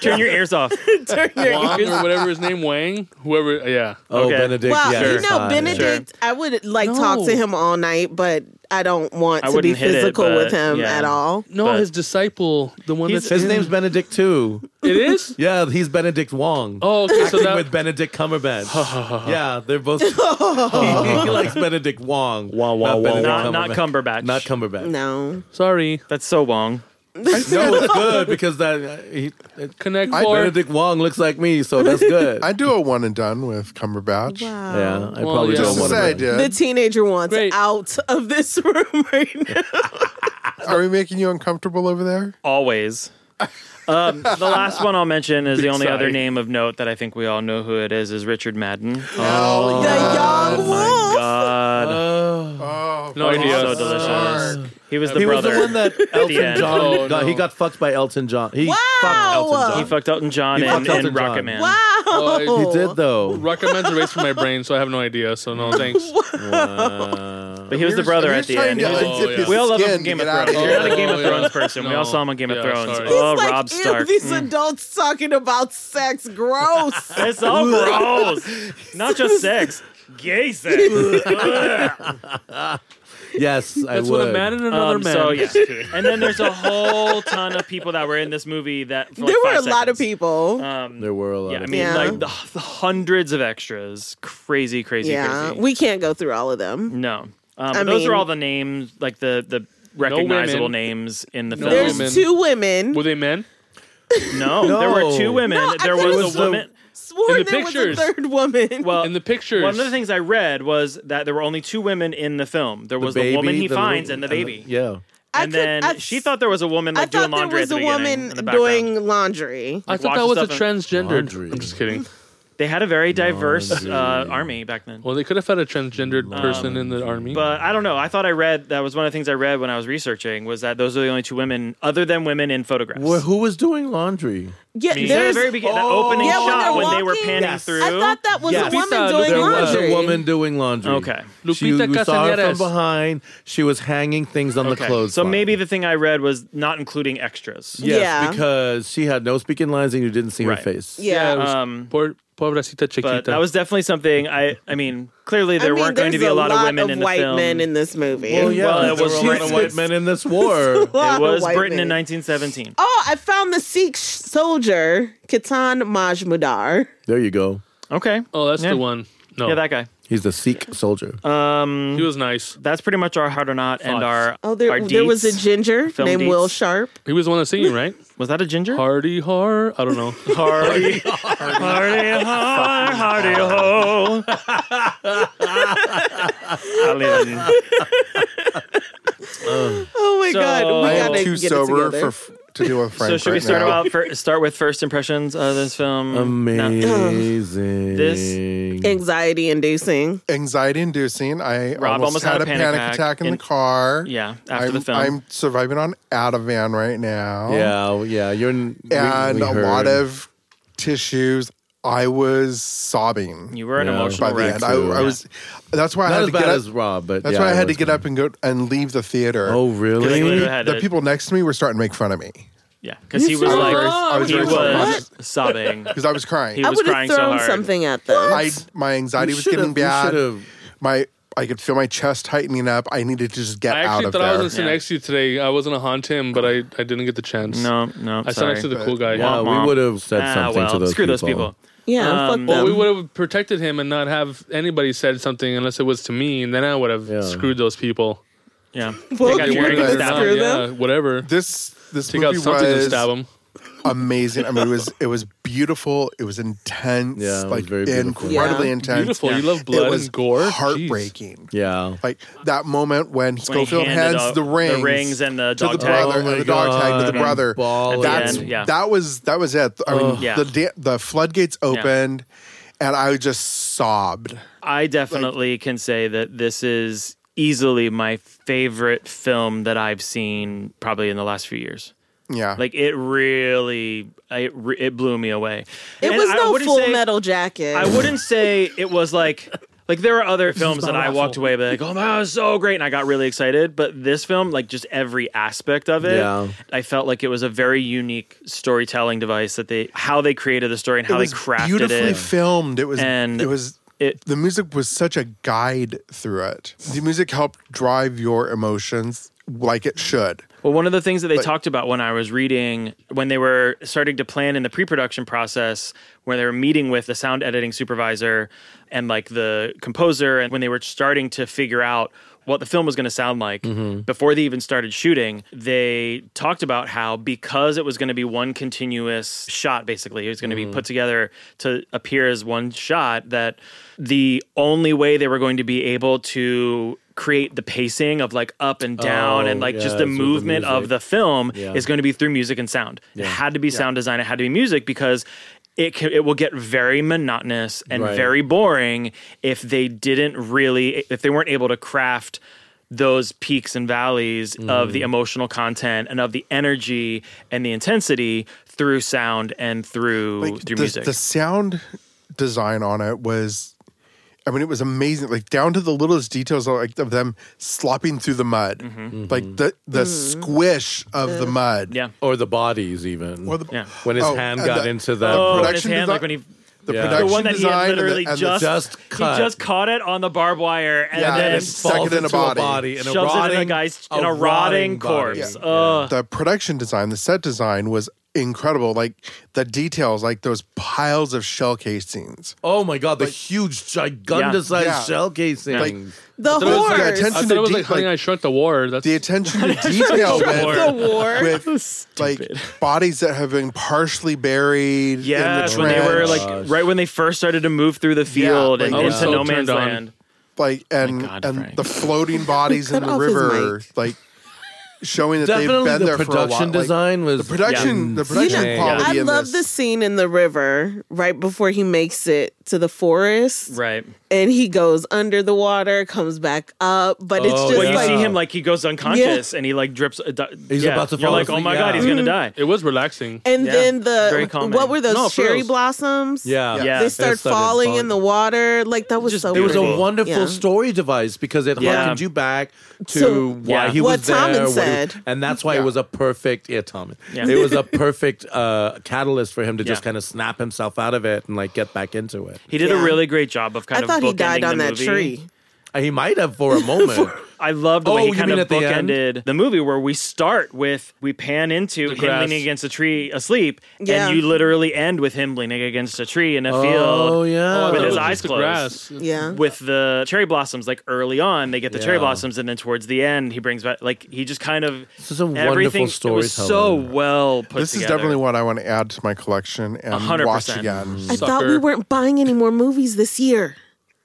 Speaker 3: Turn your ears off.
Speaker 4: [LAUGHS] Turn your
Speaker 1: Wong
Speaker 4: ears.
Speaker 1: or whatever his name, Wang, whoever. Yeah,
Speaker 5: Oh,
Speaker 3: Okay.
Speaker 5: Benedict.
Speaker 4: Wow,
Speaker 5: yeah,
Speaker 4: you
Speaker 5: he's
Speaker 4: know
Speaker 5: fine.
Speaker 4: Benedict. I would like talk to
Speaker 1: No.
Speaker 4: him all night, but I don't want
Speaker 3: I
Speaker 4: to be
Speaker 3: wouldn't hit it,
Speaker 4: physical with
Speaker 3: but,
Speaker 4: him
Speaker 3: yeah.
Speaker 4: at all.
Speaker 1: no,
Speaker 3: But-
Speaker 1: his disciple, the one
Speaker 3: He's-
Speaker 1: that's
Speaker 5: His
Speaker 1: in-
Speaker 5: name's Benedict too.
Speaker 1: [LAUGHS] It
Speaker 5: [LAUGHS]
Speaker 1: is.
Speaker 5: Yeah, he's Benedict Wong.
Speaker 1: Oh, okay. So
Speaker 5: Acting
Speaker 1: that
Speaker 5: with Benedict Cumberbatch. yeah, they're
Speaker 4: [LAUGHS]
Speaker 5: both. he, he likes Benedict Wong.
Speaker 1: Wah, wah,
Speaker 5: not
Speaker 1: wah,
Speaker 5: Benedict
Speaker 3: Not, not
Speaker 5: Cumberbatch.
Speaker 3: Cumberbatch.
Speaker 5: Not Cumberbatch.
Speaker 4: No.
Speaker 1: sorry.
Speaker 3: That's so wrong.
Speaker 5: No, it's good because that uh, he, it,
Speaker 1: Connect
Speaker 2: I-
Speaker 1: Four.
Speaker 5: Benedict Wong looks like me, so [LAUGHS] that's good.
Speaker 2: I do a one and done with Cumberbatch.
Speaker 4: Wow.
Speaker 5: yeah, I
Speaker 1: Well,
Speaker 5: probably
Speaker 1: yeah.
Speaker 5: don't
Speaker 2: Just to
Speaker 5: want
Speaker 2: say I
Speaker 5: to.
Speaker 2: did.
Speaker 4: The teenager wants
Speaker 1: Great.
Speaker 4: out of this [LAUGHS] room right now.
Speaker 2: Are we making you uncomfortable over there?
Speaker 3: Always. Um, the last one I'll mention is the
Speaker 1: [LAUGHS]
Speaker 3: only
Speaker 1: sigh.
Speaker 3: other name of note that I think we all know who it is is Richard Madden.
Speaker 4: the young wolf.
Speaker 3: Oh God,
Speaker 2: Oh,
Speaker 1: No idea.
Speaker 3: so delicious. He was the
Speaker 5: He was
Speaker 3: brother.
Speaker 5: the one
Speaker 3: [LAUGHS]
Speaker 5: that Elton
Speaker 3: end.
Speaker 5: John.
Speaker 1: Oh,
Speaker 5: got, He
Speaker 1: no.
Speaker 5: got fucked by Elton John. He
Speaker 4: Wow.
Speaker 5: fucked Elton John.
Speaker 3: he fucked Elton
Speaker 5: uh,
Speaker 3: John
Speaker 5: He
Speaker 3: and,
Speaker 5: fucked Elton
Speaker 3: and Rocket
Speaker 5: John.
Speaker 3: Man.
Speaker 4: Wow.
Speaker 1: Oh,
Speaker 5: he did though.
Speaker 1: Recommends erase from my brain, so I have no idea. So no, thanks.
Speaker 3: But he was the brother at the end. Oh, He was-
Speaker 1: like, zip his
Speaker 3: we all love him from Game of Thrones.
Speaker 1: here.
Speaker 3: You're not a Game of
Speaker 1: Oh, yeah.
Speaker 3: Thrones person. We all
Speaker 1: No.
Speaker 3: saw him on Game of
Speaker 1: Yeah,
Speaker 3: Thrones.
Speaker 1: sorry.
Speaker 3: Oh,
Speaker 4: It's like,
Speaker 3: Rob
Speaker 4: ew,
Speaker 3: Stark. Mm.
Speaker 4: These adults talking about sex.
Speaker 3: [LAUGHS]
Speaker 4: Gross. [LAUGHS]
Speaker 3: It's all gross. Not just sex. Gay sex.
Speaker 5: Yes, I
Speaker 1: That's
Speaker 5: would.
Speaker 1: what a man and another
Speaker 3: Um,
Speaker 1: man.
Speaker 3: so, yeah. and then there's a whole ton of people that were in this movie that for like
Speaker 4: there were a
Speaker 3: five
Speaker 4: lot of
Speaker 3: seconds.
Speaker 4: people.
Speaker 3: Um,
Speaker 5: there were a lot.
Speaker 3: yeah, I
Speaker 5: of
Speaker 3: mean,
Speaker 4: Yeah.
Speaker 3: like the, the hundreds of extras. Crazy, crazy,
Speaker 4: yeah.
Speaker 3: crazy.
Speaker 4: We can't go through all of them.
Speaker 3: no, um, but those
Speaker 4: mean-
Speaker 3: are all the names, like the the recognizable
Speaker 1: women.
Speaker 3: names in the
Speaker 1: No
Speaker 3: film.
Speaker 4: There's
Speaker 1: women.
Speaker 4: two women.
Speaker 1: Were they men?
Speaker 3: No, there were two women.
Speaker 4: No, I
Speaker 3: there
Speaker 4: thought
Speaker 3: was,
Speaker 4: it
Speaker 5: was
Speaker 3: a
Speaker 5: the-
Speaker 3: woman.
Speaker 4: Swore
Speaker 1: In the
Speaker 4: there
Speaker 1: pictures.
Speaker 4: was a third woman.
Speaker 3: Well,
Speaker 1: In the pictures.
Speaker 3: Uh, One of the things I read was that there were only two women in the film. There was the, woman he finds and the baby.
Speaker 5: yeah.
Speaker 4: I
Speaker 3: and
Speaker 4: could-
Speaker 3: then
Speaker 4: I-
Speaker 3: she thought there was a woman
Speaker 4: I
Speaker 3: like
Speaker 4: thought
Speaker 3: doing
Speaker 4: there
Speaker 3: laundry.
Speaker 4: was
Speaker 3: at
Speaker 4: a
Speaker 3: the beginning
Speaker 4: woman
Speaker 3: in the background.
Speaker 4: doing laundry.
Speaker 1: I thought
Speaker 3: watch
Speaker 1: that was a
Speaker 3: stuff and-
Speaker 1: transgendered.
Speaker 5: Laundry.
Speaker 1: I'm just kidding.
Speaker 3: They had a very diverse uh, army back then.
Speaker 1: Well, they could have had a transgendered person in the army.
Speaker 3: Um, But I don't know. I thought I read that was one of the things I read when I was researching was that those are the only two women other than women in photographs.
Speaker 5: Well, who was doing laundry?
Speaker 4: Yeah,
Speaker 3: I mean, at the
Speaker 4: there's.
Speaker 3: very beginning, that
Speaker 5: Oh.
Speaker 3: opening
Speaker 5: Yeah, when
Speaker 3: shot
Speaker 4: they're
Speaker 3: when they were
Speaker 4: walking,
Speaker 3: panning
Speaker 5: yes.
Speaker 3: through.
Speaker 4: I thought that was
Speaker 5: Yes.
Speaker 4: a woman
Speaker 1: Lupita,
Speaker 4: doing
Speaker 5: There was
Speaker 4: laundry.
Speaker 5: a woman doing laundry.
Speaker 3: Okay.
Speaker 5: she,
Speaker 1: Lupita
Speaker 5: we saw her from
Speaker 1: Castañedas.
Speaker 5: behind. She was hanging things on the
Speaker 3: Okay.
Speaker 5: clothes.
Speaker 3: so maybe the thing I read was not including extras.
Speaker 5: yes,
Speaker 4: Yeah.
Speaker 5: because she had no speaking lines and you didn't see
Speaker 3: Right.
Speaker 5: her face.
Speaker 1: yeah,
Speaker 4: Yeah.
Speaker 1: it was
Speaker 3: Um,
Speaker 1: poor, pobrecita chiquita.
Speaker 3: But that was definitely something I I mean, clearly
Speaker 4: I
Speaker 3: there
Speaker 4: mean,
Speaker 3: weren't going to
Speaker 4: there's
Speaker 3: be a lot, of women in the
Speaker 4: white
Speaker 3: film.
Speaker 4: men in this movie.
Speaker 5: Well, yeah,
Speaker 3: Well, it
Speaker 5: there
Speaker 3: was
Speaker 5: were a lot
Speaker 3: Jesus.
Speaker 5: of white men in this war.
Speaker 4: [LAUGHS] A lot
Speaker 3: It
Speaker 4: of
Speaker 3: was
Speaker 4: white
Speaker 3: Britain in
Speaker 4: men.
Speaker 3: 1917.
Speaker 4: Oh, I found the Sikh soldier Khatan Majmudar.
Speaker 5: there you go.
Speaker 3: Okay.
Speaker 1: oh, that's
Speaker 3: Yeah.
Speaker 1: the one. No,
Speaker 3: Yeah, that guy.
Speaker 5: He's the Sikh soldier.
Speaker 3: Um,
Speaker 1: he was nice.
Speaker 3: that's pretty much our hard or not and
Speaker 1: Thoughts.
Speaker 3: our
Speaker 4: Oh, there,
Speaker 3: our
Speaker 4: there was a
Speaker 3: deets.
Speaker 4: ginger
Speaker 3: Film
Speaker 4: named
Speaker 3: deets.
Speaker 4: Will Sharp.
Speaker 1: He was the one that's singing,
Speaker 3: [LAUGHS]
Speaker 1: right?
Speaker 3: was that a ginger?
Speaker 1: Hardy har. I don't know.
Speaker 3: Hardy, hardy, har, hardy ho. I don't even-
Speaker 4: Oh my
Speaker 3: So-
Speaker 4: god, we
Speaker 3: I am
Speaker 4: gotta
Speaker 2: Too
Speaker 4: get
Speaker 2: sober
Speaker 4: it together.
Speaker 2: for f- to do a Frank.
Speaker 3: So should
Speaker 2: right
Speaker 3: we start
Speaker 2: now.
Speaker 3: about fir- start with first impressions of this film? No.
Speaker 5: Amazing.
Speaker 4: anxiety inducing.
Speaker 2: anxiety inducing? I
Speaker 3: Rob
Speaker 2: almost, had, a panic, attack, in,
Speaker 3: in-
Speaker 2: the car.
Speaker 3: Yeah, after
Speaker 2: I'm,
Speaker 3: the film.
Speaker 2: I'm surviving on Ativan right now.
Speaker 5: yeah, yeah. You're and
Speaker 2: and a lot of tissues. I was sobbing
Speaker 3: you were an
Speaker 5: Yeah.
Speaker 3: emotional
Speaker 2: by the
Speaker 3: wreck.
Speaker 2: end. I, I
Speaker 5: Yeah.
Speaker 2: was. That's why I
Speaker 5: not
Speaker 2: had
Speaker 5: as
Speaker 2: to get
Speaker 5: bad
Speaker 2: up.
Speaker 5: as Rob, but
Speaker 2: that's
Speaker 5: yeah,
Speaker 2: why I
Speaker 5: it
Speaker 2: had to
Speaker 5: was
Speaker 2: get
Speaker 5: bad.
Speaker 2: up and go and leave the theater.
Speaker 5: Oh
Speaker 3: Because
Speaker 5: really?
Speaker 3: I-
Speaker 5: Yeah,
Speaker 3: had
Speaker 2: the
Speaker 3: it.
Speaker 2: people next to me were starting to make fun of me
Speaker 3: yeah, because he was
Speaker 2: I was
Speaker 3: like,
Speaker 2: very- I was
Speaker 3: he
Speaker 2: very
Speaker 3: was
Speaker 2: [LAUGHS]
Speaker 3: sobbing.
Speaker 2: because I was crying.
Speaker 3: He
Speaker 4: I
Speaker 3: was
Speaker 4: would have
Speaker 3: crying so
Speaker 4: thrown
Speaker 3: hard.
Speaker 4: something at them.
Speaker 2: I my anxiety
Speaker 5: You
Speaker 2: was
Speaker 5: should've-
Speaker 2: getting
Speaker 5: you
Speaker 2: bad.
Speaker 5: should've-
Speaker 2: My I could feel my chest tightening up. I needed to just get
Speaker 1: I
Speaker 2: out
Speaker 1: actually
Speaker 2: of
Speaker 1: thought I was
Speaker 2: there.
Speaker 1: gonna sit
Speaker 3: Yeah.
Speaker 1: next to you today. I was gonna haunt him, but I, I didn't get the chance.
Speaker 3: No, no,
Speaker 1: I sat
Speaker 3: sorry.
Speaker 1: next to the cool guy.
Speaker 5: Yeah, we would have said
Speaker 3: Ah,
Speaker 5: something
Speaker 3: well,
Speaker 5: to those
Speaker 3: screw
Speaker 5: people.
Speaker 3: those people.
Speaker 4: yeah,
Speaker 3: um,
Speaker 4: fuck
Speaker 1: Well,
Speaker 4: them.
Speaker 1: we would have protected him and not have anybody said something unless it was to me, and then I would have
Speaker 5: Yeah.
Speaker 1: screwed those people.
Speaker 3: [LAUGHS] Yeah,
Speaker 4: Well,
Speaker 3: got
Speaker 4: you
Speaker 1: Wearing
Speaker 4: would
Speaker 3: your would've
Speaker 4: have
Speaker 1: it
Speaker 3: stabbed
Speaker 1: down,
Speaker 4: screwed
Speaker 1: yeah,
Speaker 4: them.
Speaker 1: whatever.
Speaker 2: This this
Speaker 1: Take out
Speaker 2: movie
Speaker 1: something and
Speaker 2: was
Speaker 1: stab him.
Speaker 2: amazing. I mean, it was it was beautiful. It was intense.
Speaker 5: Yeah, it was
Speaker 2: like
Speaker 5: very beautiful.
Speaker 2: incredibly
Speaker 4: Yeah.
Speaker 2: intense.
Speaker 1: Beautiful. You love
Speaker 2: it
Speaker 1: blood
Speaker 2: was
Speaker 1: and gore. Jeez.
Speaker 2: heartbreaking.
Speaker 5: Yeah.
Speaker 2: Like that moment when,
Speaker 3: When he
Speaker 2: Schofield
Speaker 3: handed
Speaker 2: hands
Speaker 3: out
Speaker 2: the rings,
Speaker 3: the rings, and the
Speaker 2: to
Speaker 3: dog
Speaker 2: the
Speaker 3: tag.
Speaker 2: brother,
Speaker 5: Oh my
Speaker 2: and the dog tag to
Speaker 5: God.
Speaker 2: the brother.
Speaker 5: Bawling.
Speaker 2: That's
Speaker 3: At the end, yeah.
Speaker 2: that was that was it. I mean,
Speaker 3: Yeah.
Speaker 2: the da- the floodgates opened, and I just sobbed.
Speaker 3: I definitely can say that this is easily my favorite film that I've seen probably in the last few years.
Speaker 2: Yeah,
Speaker 3: Like it really, it, re- it blew me away.
Speaker 4: It
Speaker 3: And
Speaker 4: was
Speaker 3: I
Speaker 4: no
Speaker 3: wouldn't
Speaker 4: full
Speaker 3: say-
Speaker 4: metal jacket.
Speaker 3: I wouldn't say it was like like there are other films that I
Speaker 1: awful.
Speaker 3: walked away by like, oh that was so great, and I got really excited. But this film, like just every aspect of it,
Speaker 5: Yeah.
Speaker 3: I felt like it was a very unique storytelling device that they how they created the story and how
Speaker 2: it
Speaker 3: they
Speaker 2: was
Speaker 3: crafted
Speaker 2: beautifully
Speaker 3: it.
Speaker 2: filmed. It was
Speaker 3: And
Speaker 2: it was
Speaker 3: it-
Speaker 2: the music was such a guide through it. The music helped drive your emotions like it should.
Speaker 3: Well, one of the things that they talked about when I was reading, when they were starting to plan in the pre-production process, where they were meeting with the sound editing supervisor and like the composer, and when they were starting to figure out what the film was going to sound like before they even started shooting, they talked about how because it was going to be one continuous shot, basically, it was going to be put together to appear as one shot. That the only way they were going to be able to create the pacing of like up and down
Speaker 5: Oh,
Speaker 3: and like
Speaker 5: yeah,
Speaker 3: just
Speaker 5: it's
Speaker 3: the
Speaker 5: with the
Speaker 3: movement of
Speaker 5: music.
Speaker 3: the film
Speaker 5: Yeah.
Speaker 3: is going to be through music and sound. It had to be sound design. It had to be music because it can, it will get very monotonous and
Speaker 5: Right.
Speaker 3: very boring if they didn't really if they weren't able to craft those peaks and valleys of
Speaker 5: Mm.
Speaker 3: the emotional content and of the energy and the intensity through sound and through
Speaker 2: Like
Speaker 3: through
Speaker 2: the,
Speaker 3: music.
Speaker 2: the sound design on it was I mean it was amazing like down to the littlest details of, like of them slopping through the mud.
Speaker 3: Mm-hmm.
Speaker 2: Mm-hmm. Like the the squish of the mud.
Speaker 3: yeah.
Speaker 5: Or the bodies even.
Speaker 2: Or the-
Speaker 3: Yeah.
Speaker 5: when his
Speaker 2: Oh,
Speaker 5: hand
Speaker 2: and
Speaker 5: got
Speaker 2: the-
Speaker 5: into
Speaker 2: the
Speaker 5: that
Speaker 3: Oh, and his
Speaker 2: production
Speaker 3: hand,
Speaker 2: design-
Speaker 3: like when he
Speaker 2: The
Speaker 5: Yeah. The
Speaker 2: production
Speaker 3: the one that he
Speaker 2: design
Speaker 3: had
Speaker 2: and the-
Speaker 3: literally
Speaker 2: and the-
Speaker 3: just,
Speaker 5: just cut.
Speaker 3: he just caught it on the barbed wire and
Speaker 2: Yeah,
Speaker 3: then
Speaker 2: and it stuck it in a body.
Speaker 5: and
Speaker 3: shoves it in a guy's in a rotting
Speaker 5: body.
Speaker 3: corpse. Ugh.
Speaker 2: the production design, the set design was incredible. Like the details, like those piles of shell casings.
Speaker 5: Oh my god, the huge, gigantic sized
Speaker 2: Yeah.
Speaker 5: shell casing.
Speaker 2: Like-
Speaker 4: The
Speaker 1: thought it was like
Speaker 2: The
Speaker 4: horse.
Speaker 1: I
Speaker 2: attention
Speaker 1: thought it
Speaker 2: to
Speaker 1: was
Speaker 2: de-
Speaker 1: like Honey, I
Speaker 2: like,
Speaker 1: Shrunk the War. That's
Speaker 2: the attention
Speaker 3: [LAUGHS]
Speaker 2: to detail
Speaker 4: the
Speaker 2: with,
Speaker 4: war.
Speaker 2: [LAUGHS] with like bodies that have been partially buried.
Speaker 3: Yes,
Speaker 2: in the
Speaker 3: when they were
Speaker 2: trench.
Speaker 3: like right when they first started to move through the field
Speaker 2: Yeah,
Speaker 3: and
Speaker 2: like- I
Speaker 3: into
Speaker 2: was
Speaker 1: so
Speaker 3: no man's
Speaker 1: turned on.
Speaker 3: land.
Speaker 2: like and
Speaker 3: God,
Speaker 2: and
Speaker 3: Frank.
Speaker 2: the floating bodies in
Speaker 4: Cut
Speaker 2: the
Speaker 4: off his
Speaker 2: river, like showing that
Speaker 5: Definitely
Speaker 2: they've been
Speaker 5: the
Speaker 2: there for a while.
Speaker 5: production
Speaker 2: Like,
Speaker 5: design was
Speaker 2: the production, the production
Speaker 5: Yeah.
Speaker 2: quality.
Speaker 4: I
Speaker 2: in
Speaker 4: love
Speaker 2: this.
Speaker 4: the scene in the river right before he makes it to the forest.
Speaker 3: Right.
Speaker 4: And he goes under the water, comes back up, but it's
Speaker 5: Oh,
Speaker 4: just
Speaker 5: Well,
Speaker 3: But you
Speaker 4: like
Speaker 3: see him like he goes unconscious and he like drips. Uh, di-
Speaker 5: He's
Speaker 3: yeah.
Speaker 5: about to
Speaker 3: You're
Speaker 5: fall
Speaker 3: like,
Speaker 5: asleep,
Speaker 3: oh my
Speaker 5: yeah.
Speaker 3: god, he's gonna die.
Speaker 1: it was relaxing.
Speaker 4: and
Speaker 3: Yeah,
Speaker 4: then
Speaker 3: very
Speaker 4: the
Speaker 3: calming.
Speaker 4: what were those
Speaker 1: No, for
Speaker 4: cherry
Speaker 1: reals.
Speaker 4: blossoms?
Speaker 5: yeah.
Speaker 3: Yeah.
Speaker 4: They
Speaker 3: It
Speaker 4: start
Speaker 5: started
Speaker 4: falling
Speaker 5: falling.
Speaker 4: in the water. Like that was
Speaker 3: Just-
Speaker 4: so
Speaker 3: it
Speaker 5: It was
Speaker 4: pretty.
Speaker 5: a wonderful
Speaker 4: Yeah.
Speaker 5: story device because it
Speaker 3: Yeah.
Speaker 5: harkened you back to
Speaker 4: So-
Speaker 5: why
Speaker 3: Yeah.
Speaker 5: he
Speaker 4: What
Speaker 5: was there,
Speaker 4: Tommen
Speaker 5: what he-
Speaker 4: said.
Speaker 5: and that's why it was a perfect yeah, Tommen.
Speaker 3: Yeah.
Speaker 5: It
Speaker 4: [LAUGHS]
Speaker 5: was a perfect uh, catalyst for him to just
Speaker 3: Yeah.
Speaker 5: kind of snap himself out of it and like get back into it.
Speaker 3: He did a
Speaker 4: Yeah.
Speaker 3: really great job of kind
Speaker 4: I
Speaker 3: of.
Speaker 4: thought he
Speaker 3: bookending
Speaker 4: died
Speaker 3: the
Speaker 4: on that
Speaker 3: movie.
Speaker 4: tree.
Speaker 5: Uh, He might have
Speaker 4: [LAUGHS]
Speaker 5: for a moment.
Speaker 3: I love the
Speaker 5: Oh,
Speaker 3: way he
Speaker 5: you
Speaker 3: kind
Speaker 5: mean
Speaker 3: of
Speaker 5: at the end?
Speaker 3: bookended the, movie where we start with we pan into him
Speaker 1: grass.
Speaker 3: leaning against a tree asleep,
Speaker 4: Yeah.
Speaker 3: and you literally end with him leaning against a tree in a field.
Speaker 5: oh yeah.
Speaker 3: With
Speaker 1: It
Speaker 3: his
Speaker 1: was
Speaker 3: eyes
Speaker 1: just the
Speaker 3: closed.
Speaker 1: grass.
Speaker 4: Yeah.
Speaker 3: with the cherry blossoms like early on they get the cherry
Speaker 5: Yeah.
Speaker 3: blossoms and then towards the end he brings back like he just kind of
Speaker 5: This is a wonderful
Speaker 3: everything it was so
Speaker 5: storytelling.
Speaker 3: well put
Speaker 2: This is
Speaker 3: together.
Speaker 2: definitely one I want to add to my collection and watch
Speaker 3: 100%.
Speaker 2: again.
Speaker 4: I thought we
Speaker 1: Sucker.
Speaker 4: weren't buying any more movies this year.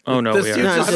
Speaker 3: oh no
Speaker 5: this
Speaker 3: we
Speaker 5: dude
Speaker 3: are.
Speaker 4: No,
Speaker 5: just
Speaker 4: I'm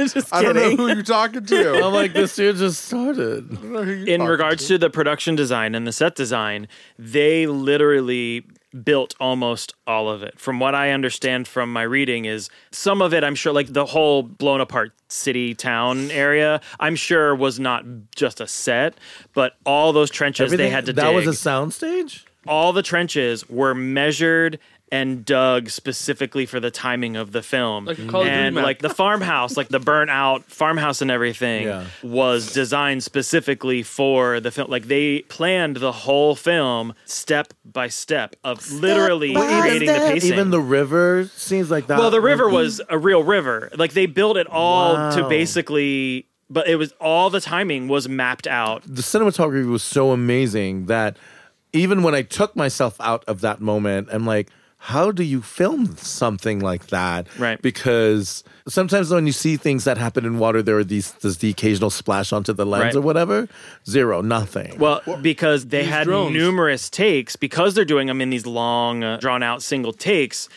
Speaker 4: just
Speaker 3: [LAUGHS]
Speaker 5: started.
Speaker 2: I don't know who you're talking to.
Speaker 5: I'm like, this dude just
Speaker 3: [LAUGHS]
Speaker 5: started.
Speaker 2: I don't know who you're
Speaker 3: in
Speaker 2: talking
Speaker 3: regards to the production design and the set design, they literally built almost all of it. From what I understand from my reading is some of it I'm sure like the whole blown apart city town area, I'm sure was not just a set, but all those trenches they
Speaker 5: Everything-
Speaker 3: had to
Speaker 5: that
Speaker 3: dig.
Speaker 5: was a soundstage.
Speaker 3: all the trenches were measured and dug specifically for the timing of the film.
Speaker 1: Like a Call of Duty
Speaker 3: and
Speaker 1: map.
Speaker 3: like the farmhouse, like the burnt out farmhouse and everything
Speaker 5: Yeah.
Speaker 3: was designed specifically for the film. Like they planned the whole film step by step of literally
Speaker 4: by
Speaker 3: creating the
Speaker 4: step.
Speaker 3: pacing.
Speaker 5: Even the river scenes like that.
Speaker 3: well, the river was a real river. Like they built it all to basically but it was all the timing was mapped out.
Speaker 5: the cinematography was so amazing that even when I took myself out of that moment, I'm like, how do you film something like that?
Speaker 3: Right.
Speaker 5: Because sometimes when you see things that happen in water, there are these there's the occasional splash onto the lens
Speaker 3: Right.
Speaker 5: or whatever. Zero, nothing.
Speaker 3: Well, because they had
Speaker 1: drones.
Speaker 3: numerous takes, because they're doing them in these long, uh, drawn out single takes.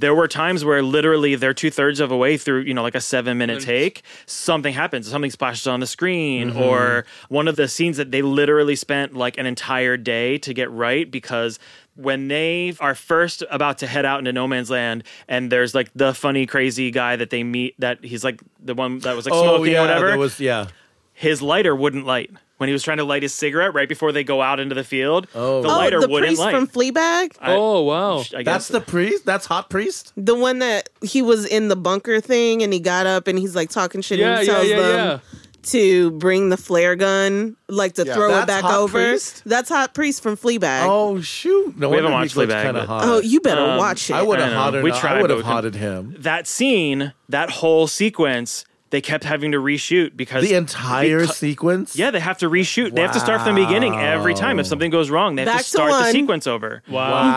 Speaker 3: There were times where literally they're two thirds of a way through, you know, like a seven minute take, something happens, something splashes on the screen, or one of the scenes that they literally spent like an entire day to get right because when they are first about to head out into no man's land and there's like the funny, crazy guy that they meet that he's like the one that was like smoking
Speaker 5: Oh, yeah,
Speaker 3: or whatever
Speaker 5: there was yeah.
Speaker 3: his lighter wouldn't light when he was trying to light his cigarette right before they go out into the field. Oh, the lighter
Speaker 4: oh, the
Speaker 3: wouldn't
Speaker 4: priest
Speaker 3: light.
Speaker 4: from Fleabag,
Speaker 3: I-
Speaker 1: oh wow.
Speaker 3: I guess.
Speaker 5: That's the priest. That's hot priest.
Speaker 4: the one that he was in the bunker thing, and he got up and he's like talking shit.
Speaker 1: Yeah,
Speaker 4: and he
Speaker 1: yeah,
Speaker 4: tells
Speaker 1: yeah,
Speaker 4: them
Speaker 1: yeah.
Speaker 4: to bring the flare gun, like to
Speaker 2: Yeah.
Speaker 4: throw
Speaker 5: That's
Speaker 4: it back
Speaker 5: Hot
Speaker 4: over.
Speaker 5: Priest?
Speaker 4: That's Hot Priest from Fleabag.
Speaker 5: Oh shoot! No
Speaker 3: We
Speaker 5: wonder
Speaker 3: haven't
Speaker 5: he's, like,
Speaker 3: watched Fleabag,
Speaker 5: kinda
Speaker 3: but-
Speaker 5: hot.
Speaker 4: Oh, you better
Speaker 3: Um,
Speaker 4: watch it.
Speaker 5: I would
Speaker 3: I
Speaker 5: have
Speaker 3: know.
Speaker 5: hotted.
Speaker 3: We
Speaker 5: I
Speaker 3: tried,
Speaker 5: would
Speaker 3: but
Speaker 5: have
Speaker 3: we
Speaker 5: hotted him.
Speaker 3: that scene, that whole sequence, they kept having to reshoot because
Speaker 5: The entire
Speaker 3: because-
Speaker 5: sequence.
Speaker 3: Yeah, they have to reshoot. They have to start from the beginning every time. If something goes wrong, they have
Speaker 4: Back
Speaker 3: to
Speaker 4: to
Speaker 3: start the
Speaker 4: one.
Speaker 3: sequence over.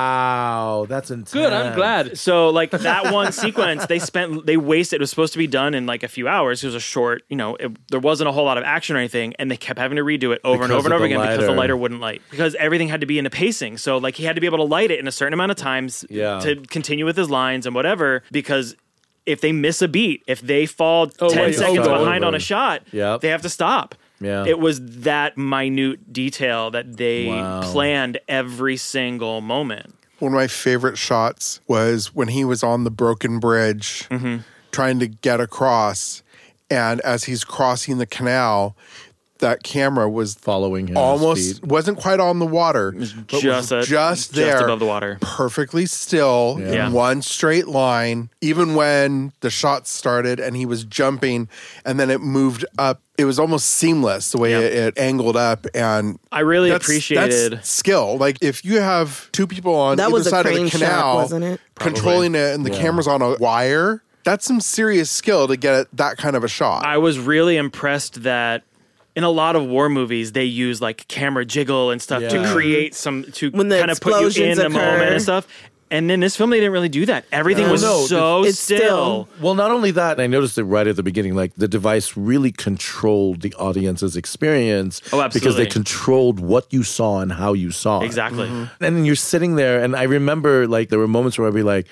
Speaker 5: Wow, that's intense.
Speaker 1: Good. I'm glad.
Speaker 3: So like that one sequence, they spent they wasted. It was supposed to be done in like a few hours. It was a short, you know, it, there wasn't a whole lot of action or anything, and they kept having to redo it
Speaker 5: Because
Speaker 3: over and over and
Speaker 5: of
Speaker 3: over
Speaker 5: the
Speaker 3: again because the
Speaker 5: lighter.
Speaker 3: lighter wouldn't light because everything had to be in a pacing. So like he had to be able to light it in a certain amount of times
Speaker 5: Yeah.
Speaker 3: to continue with his lines and whatever because. If they miss a beat, if they fall
Speaker 5: Oh,
Speaker 3: ten
Speaker 1: wait,
Speaker 3: seconds
Speaker 5: over.
Speaker 3: behind on a shot,
Speaker 5: Yep.
Speaker 3: they have to stop.
Speaker 5: Yeah.
Speaker 3: It was that minute detail that they
Speaker 5: Wow.
Speaker 3: planned every single moment.
Speaker 2: one of my favorite shots was when he was on the broken bridge
Speaker 3: Mm-hmm.
Speaker 2: trying to get across and as he's crossing the canal that camera was
Speaker 5: Following him.
Speaker 2: almost wasn't quite on the water but was
Speaker 3: just a-
Speaker 2: just
Speaker 3: just
Speaker 2: there
Speaker 3: above the water.
Speaker 2: perfectly still
Speaker 3: Yeah.
Speaker 2: in one straight line even when the shot started and he was jumping and then it moved up it was almost seamless the way
Speaker 3: Yeah.
Speaker 2: it, it angled up and
Speaker 3: I really
Speaker 2: that's-
Speaker 3: appreciated
Speaker 2: that's skill. Like if you have two people on
Speaker 4: That
Speaker 2: either
Speaker 4: was a
Speaker 2: side of the
Speaker 4: crane shot,
Speaker 2: canal,
Speaker 4: wasn't it?
Speaker 2: controlling it, and the camera's on a wire. That's some serious skill to get that kind of a shot.
Speaker 3: I was really impressed that in a lot of war movies they use like camera jiggle and stuff to
Speaker 5: Yeah.
Speaker 3: create some to
Speaker 4: Mm-hmm. When the
Speaker 3: kind of put you in
Speaker 4: explosions
Speaker 3: the moment
Speaker 4: occur.
Speaker 3: and stuff. And in this film, they didn't really do that. Everything
Speaker 5: No.
Speaker 3: was
Speaker 5: No,
Speaker 3: so
Speaker 4: it's
Speaker 3: still.
Speaker 4: still-
Speaker 5: Well, not only that, and I noticed it right at the beginning, like the device really controlled the audience's experience.
Speaker 3: Oh,
Speaker 5: Because they
Speaker 3: absolutely.
Speaker 5: controlled what you saw and how you saw it.
Speaker 3: Exactly.
Speaker 5: And then you're sitting there, and I remember like there were moments where I'd be like,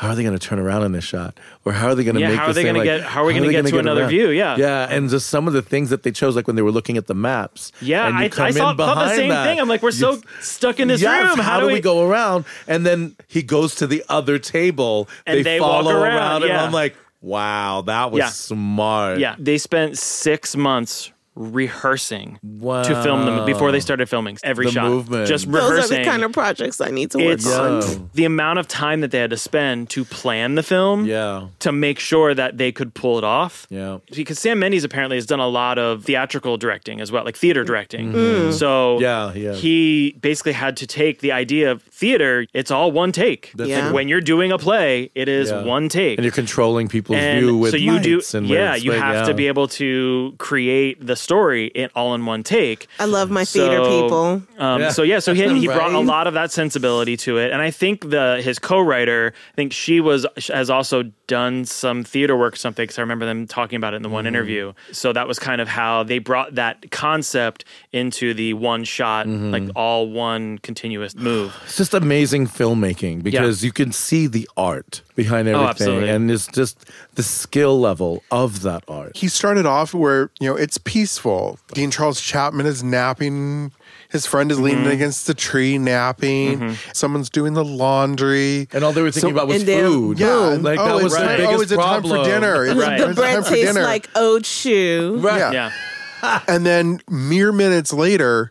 Speaker 5: how are they going to turn around in this shot? Or how are they going to
Speaker 3: Yeah,
Speaker 5: make
Speaker 3: how are
Speaker 5: this
Speaker 3: they
Speaker 5: thing,
Speaker 3: gonna
Speaker 5: like,
Speaker 3: get- how are we gonna
Speaker 5: they
Speaker 3: get
Speaker 5: gonna
Speaker 3: to another
Speaker 5: around?
Speaker 3: view? Yeah.
Speaker 5: Yeah. And just some of the things that they chose, like when they were looking at the maps.
Speaker 3: Yeah,
Speaker 5: and you
Speaker 3: I,
Speaker 5: come
Speaker 3: I
Speaker 5: in
Speaker 3: saw, thought the
Speaker 5: behind
Speaker 3: same
Speaker 5: that,
Speaker 3: thing. I'm like, we're
Speaker 5: you-
Speaker 3: so stuck in this
Speaker 5: Yes,
Speaker 3: room.
Speaker 5: How, do we, go around? And then he goes to the other table.
Speaker 3: And they walk
Speaker 5: follow
Speaker 3: around, yeah.
Speaker 5: and I'm like, wow, that was
Speaker 3: Yeah.
Speaker 5: smart.
Speaker 3: Yeah, they spent six months rehearsing to film them before they started filming every
Speaker 5: The
Speaker 3: shot.
Speaker 5: movement.
Speaker 3: Just
Speaker 5: Those
Speaker 4: Those are
Speaker 3: rehearsing.
Speaker 4: the kind of projects I need to work
Speaker 3: it's
Speaker 4: on.
Speaker 3: the amount of time that they had to spend to plan the film.
Speaker 5: Yeah.
Speaker 3: To make sure that they could pull it off.
Speaker 5: Yeah.
Speaker 3: Because Sam Mendes apparently has done a lot of theatrical directing as well, like theater directing. So
Speaker 5: Mm-hmm. Yeah, he has.
Speaker 3: he basically had to take the idea of theater, it's all one take.
Speaker 5: That's
Speaker 4: Yeah.
Speaker 5: it.
Speaker 3: When you're doing a play, it is
Speaker 5: Yeah.
Speaker 3: one take.
Speaker 5: And you're controlling people's
Speaker 3: And
Speaker 5: view with
Speaker 3: so you do,
Speaker 5: lights and with
Speaker 3: yeah. You
Speaker 5: space,
Speaker 3: have
Speaker 5: yeah.
Speaker 3: to be able to create the story in all in one take.
Speaker 4: I love my theater
Speaker 3: So,
Speaker 4: people.
Speaker 3: Um,
Speaker 5: Yeah.
Speaker 3: So yeah, so he, he brought a
Speaker 5: Right.
Speaker 3: lot of that sensibility to it, and I think the his co-writer, I think she was has also done some theater work, or something. Because I remember them talking about it in the one
Speaker 5: Mm-hmm.
Speaker 3: interview. So that was kind of how they brought that concept into the one shot,
Speaker 5: Mm-hmm.
Speaker 3: like all one continuous
Speaker 5: [SIGHS]
Speaker 3: move.
Speaker 5: It's just amazing filmmaking because you can see the art behind everything,
Speaker 3: absolutely.
Speaker 5: and it's just the skill level of that art.
Speaker 2: he started off where you know it's peaceful. Dean Charles Chapman is napping. His friend is
Speaker 5: Mm-hmm.
Speaker 2: leaning against the tree napping. Someone's doing the laundry.
Speaker 5: And all they were thinking
Speaker 2: So-
Speaker 5: about was
Speaker 4: And then-
Speaker 5: food.
Speaker 2: yeah, and,
Speaker 5: like
Speaker 2: oh,
Speaker 5: that was
Speaker 2: it's
Speaker 5: the
Speaker 2: time,
Speaker 5: biggest
Speaker 2: oh, is it time
Speaker 5: problem.
Speaker 2: for dinner? Is
Speaker 3: Right.
Speaker 2: it
Speaker 4: The
Speaker 2: is it
Speaker 4: bread
Speaker 2: time for
Speaker 4: tastes
Speaker 2: dinner?
Speaker 4: like oat chew.
Speaker 5: Right.
Speaker 2: Yeah.
Speaker 3: Yeah,
Speaker 2: And then mere minutes later,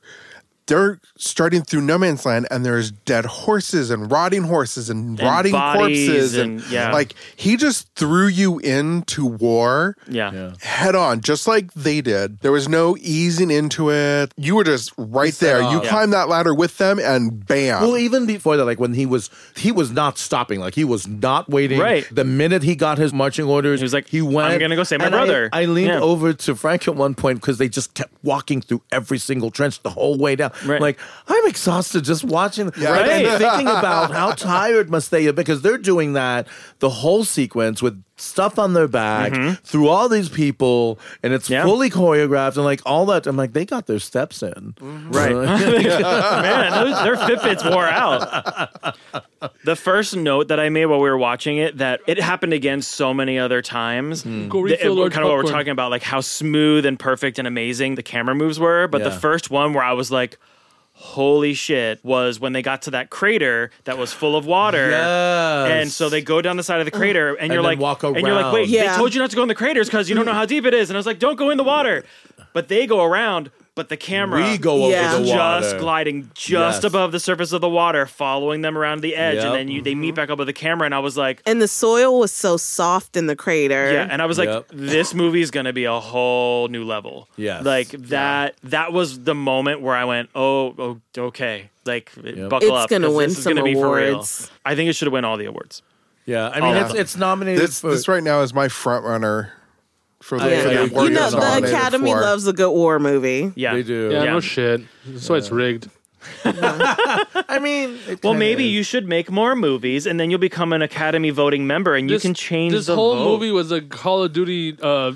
Speaker 2: they're starting through no man's land, and there's dead horses and rotting horses and,
Speaker 3: And
Speaker 2: rotting
Speaker 3: bodies
Speaker 2: corpses,
Speaker 3: and- yeah.
Speaker 2: like he just threw you into war
Speaker 3: yeah,
Speaker 5: Yeah.
Speaker 2: head on, just like they did. There was no easing into it. You were just right there. You
Speaker 5: off. Yeah.
Speaker 2: climbed that ladder with them, and bam.
Speaker 3: Um,
Speaker 5: Well, even before that, like when he was, he was not stopping. Like he was not waiting.
Speaker 3: Right.
Speaker 5: The minute he got his marching orders,
Speaker 3: He was like,
Speaker 5: he went.
Speaker 3: "I'm gonna go save my
Speaker 5: And I-
Speaker 3: brother."
Speaker 5: I, leaned
Speaker 3: Yeah.
Speaker 5: over to Frank at one point because they just kept walking through every single trench the whole way down.
Speaker 3: Right.
Speaker 5: Like I'm exhausted just watching.
Speaker 2: Yeah.
Speaker 5: Like, and
Speaker 3: Right. [LAUGHS]
Speaker 5: thinking about how tired must they have because they're doing that the whole sequence with stuff on their back through all these people and it's
Speaker 3: Mm-hmm. Yeah.
Speaker 5: fully choreographed and like all that. I'm like, they got their steps in. [LAUGHS]
Speaker 3: right. [LAUGHS] Man, those, their Fitbits wore out. The first note that I made while we were watching it that it happened again so many other times.
Speaker 5: Hmm.
Speaker 1: Go
Speaker 3: The-
Speaker 1: refill large
Speaker 3: kind of what we're
Speaker 1: popcorn.
Speaker 3: talking about, like how smooth and perfect and amazing the camera moves were. But the
Speaker 5: Yeah.
Speaker 3: first one where I was like, holy shit, was when they got to that crater that was full of water.
Speaker 5: Yes.
Speaker 3: And so they go down the side of the crater and, you're
Speaker 5: then
Speaker 3: like,
Speaker 5: walk
Speaker 3: and you're like, wait,
Speaker 5: around.
Speaker 3: they
Speaker 4: Yeah.
Speaker 3: told you not to go in the craters because you don't know how deep it is. And I was like, don't go in the water. But they go around, but the camera
Speaker 5: We go
Speaker 4: Yeah.
Speaker 5: over the water.
Speaker 3: just gliding just
Speaker 5: Yes.
Speaker 3: above the surface of the water, following them around the edge,
Speaker 5: Yep. Mm-hmm.
Speaker 3: and then you they meet back up with the camera, and I was like,
Speaker 4: And the soil was so soft in the crater.
Speaker 3: yeah, and I was like,
Speaker 5: Yep.
Speaker 3: this movie's gonna be a whole new level.
Speaker 5: Yes.
Speaker 3: like that. That was the moment where I went, oh, oh okay, like buckle
Speaker 4: It's
Speaker 3: up,
Speaker 4: gonna
Speaker 3: 'cause
Speaker 4: win
Speaker 3: this is
Speaker 4: some
Speaker 3: gonna be for real.
Speaker 4: awards.
Speaker 3: I think it should have won all the awards.
Speaker 5: Yeah, I
Speaker 3: All
Speaker 5: mean
Speaker 3: of
Speaker 5: it's
Speaker 3: them.
Speaker 5: it's nominated
Speaker 2: this
Speaker 5: for
Speaker 2: this right now is my front runner for the,
Speaker 5: Yeah.
Speaker 2: for the
Speaker 5: Yeah.
Speaker 2: award
Speaker 4: Oh, you
Speaker 2: it
Speaker 4: know,
Speaker 2: was
Speaker 4: the
Speaker 2: nominated
Speaker 4: Academy
Speaker 2: for.
Speaker 4: loves a good war movie.
Speaker 3: Yeah,
Speaker 5: They do.
Speaker 1: Yeah,
Speaker 3: Yeah.
Speaker 1: no shit. That's why it's rigged.
Speaker 5: I mean, it
Speaker 3: Well,
Speaker 5: kinda
Speaker 3: maybe
Speaker 5: is.
Speaker 3: you should make more movies, and then you'll become an Academy voting member, and you
Speaker 1: This-
Speaker 3: can change
Speaker 1: This
Speaker 3: the
Speaker 1: whole
Speaker 3: vote.
Speaker 1: movie was a Call of Duty uh,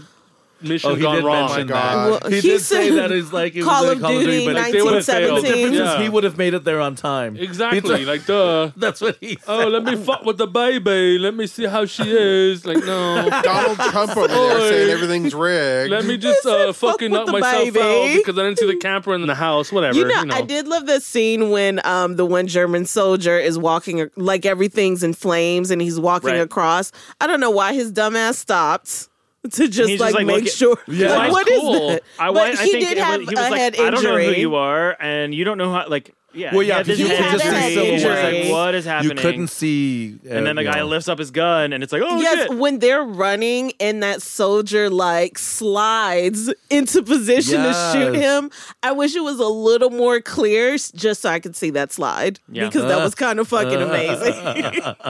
Speaker 1: mission
Speaker 5: Oh, he
Speaker 1: gone
Speaker 5: did
Speaker 1: wrong.
Speaker 5: mention
Speaker 2: Oh my
Speaker 5: that.
Speaker 2: God.
Speaker 4: Well,
Speaker 5: he
Speaker 4: he
Speaker 5: did say
Speaker 4: said
Speaker 5: that is like it
Speaker 4: Call
Speaker 5: was
Speaker 4: of
Speaker 5: a Call of
Speaker 4: Duty
Speaker 5: Duty, but
Speaker 1: like, they would've
Speaker 5: the
Speaker 1: failed.
Speaker 5: difference
Speaker 4: 1917.
Speaker 1: Yeah.
Speaker 5: is he would have made it there on time.
Speaker 1: Exactly. like duh.
Speaker 5: That's what he.
Speaker 1: Oh, let me fuck with the baby. Let me see how she is. Like no.
Speaker 2: Donald Trump over there
Speaker 1: Sorry.
Speaker 2: saying everything's rigged.
Speaker 4: [LAUGHS]
Speaker 1: Let me just uh,
Speaker 4: fuck
Speaker 1: fucking
Speaker 4: with
Speaker 1: knock
Speaker 4: the
Speaker 1: myself
Speaker 4: baby.
Speaker 1: out because I didn't see the camper in the house. Whatever.
Speaker 4: You know, I did love that scene when um, the one German soldier is walking, like everything's in flames, and he's walking
Speaker 3: Right.
Speaker 4: across. I don't know why his dumb ass stopped to just
Speaker 3: He's just,
Speaker 4: like,
Speaker 3: like,
Speaker 4: make
Speaker 3: look at-
Speaker 4: sure.
Speaker 5: Yeah.
Speaker 4: Like,
Speaker 5: Mine's
Speaker 4: what is
Speaker 1: cool.
Speaker 4: that?
Speaker 3: I,
Speaker 4: but
Speaker 3: wa- I
Speaker 4: he
Speaker 3: think
Speaker 4: did
Speaker 3: it
Speaker 4: have
Speaker 3: was, he
Speaker 4: a
Speaker 3: was
Speaker 4: head injury.
Speaker 3: like, I don't know who you are, and you don't know how. Like yeah.
Speaker 5: Well, yeah,
Speaker 3: he
Speaker 5: 'cause
Speaker 3: had this
Speaker 4: you
Speaker 3: head
Speaker 4: could just
Speaker 3: injury.
Speaker 4: see
Speaker 3: It's
Speaker 4: silhouettes.
Speaker 3: like, what is
Speaker 5: you
Speaker 3: happening?
Speaker 5: couldn't see. uh,
Speaker 3: And then the
Speaker 5: you
Speaker 3: guy
Speaker 5: know.
Speaker 3: lifts up his gun, and it's like, oh
Speaker 4: yes,
Speaker 3: shit!
Speaker 4: when they're running and that soldier like slides into position
Speaker 5: Yes.
Speaker 4: to shoot him, I wish it was a little more clear s- just so I could see that slide
Speaker 3: Yeah.
Speaker 4: because that
Speaker 5: Uh.
Speaker 4: was kind of
Speaker 5: [LAUGHS]
Speaker 4: fucking amazing.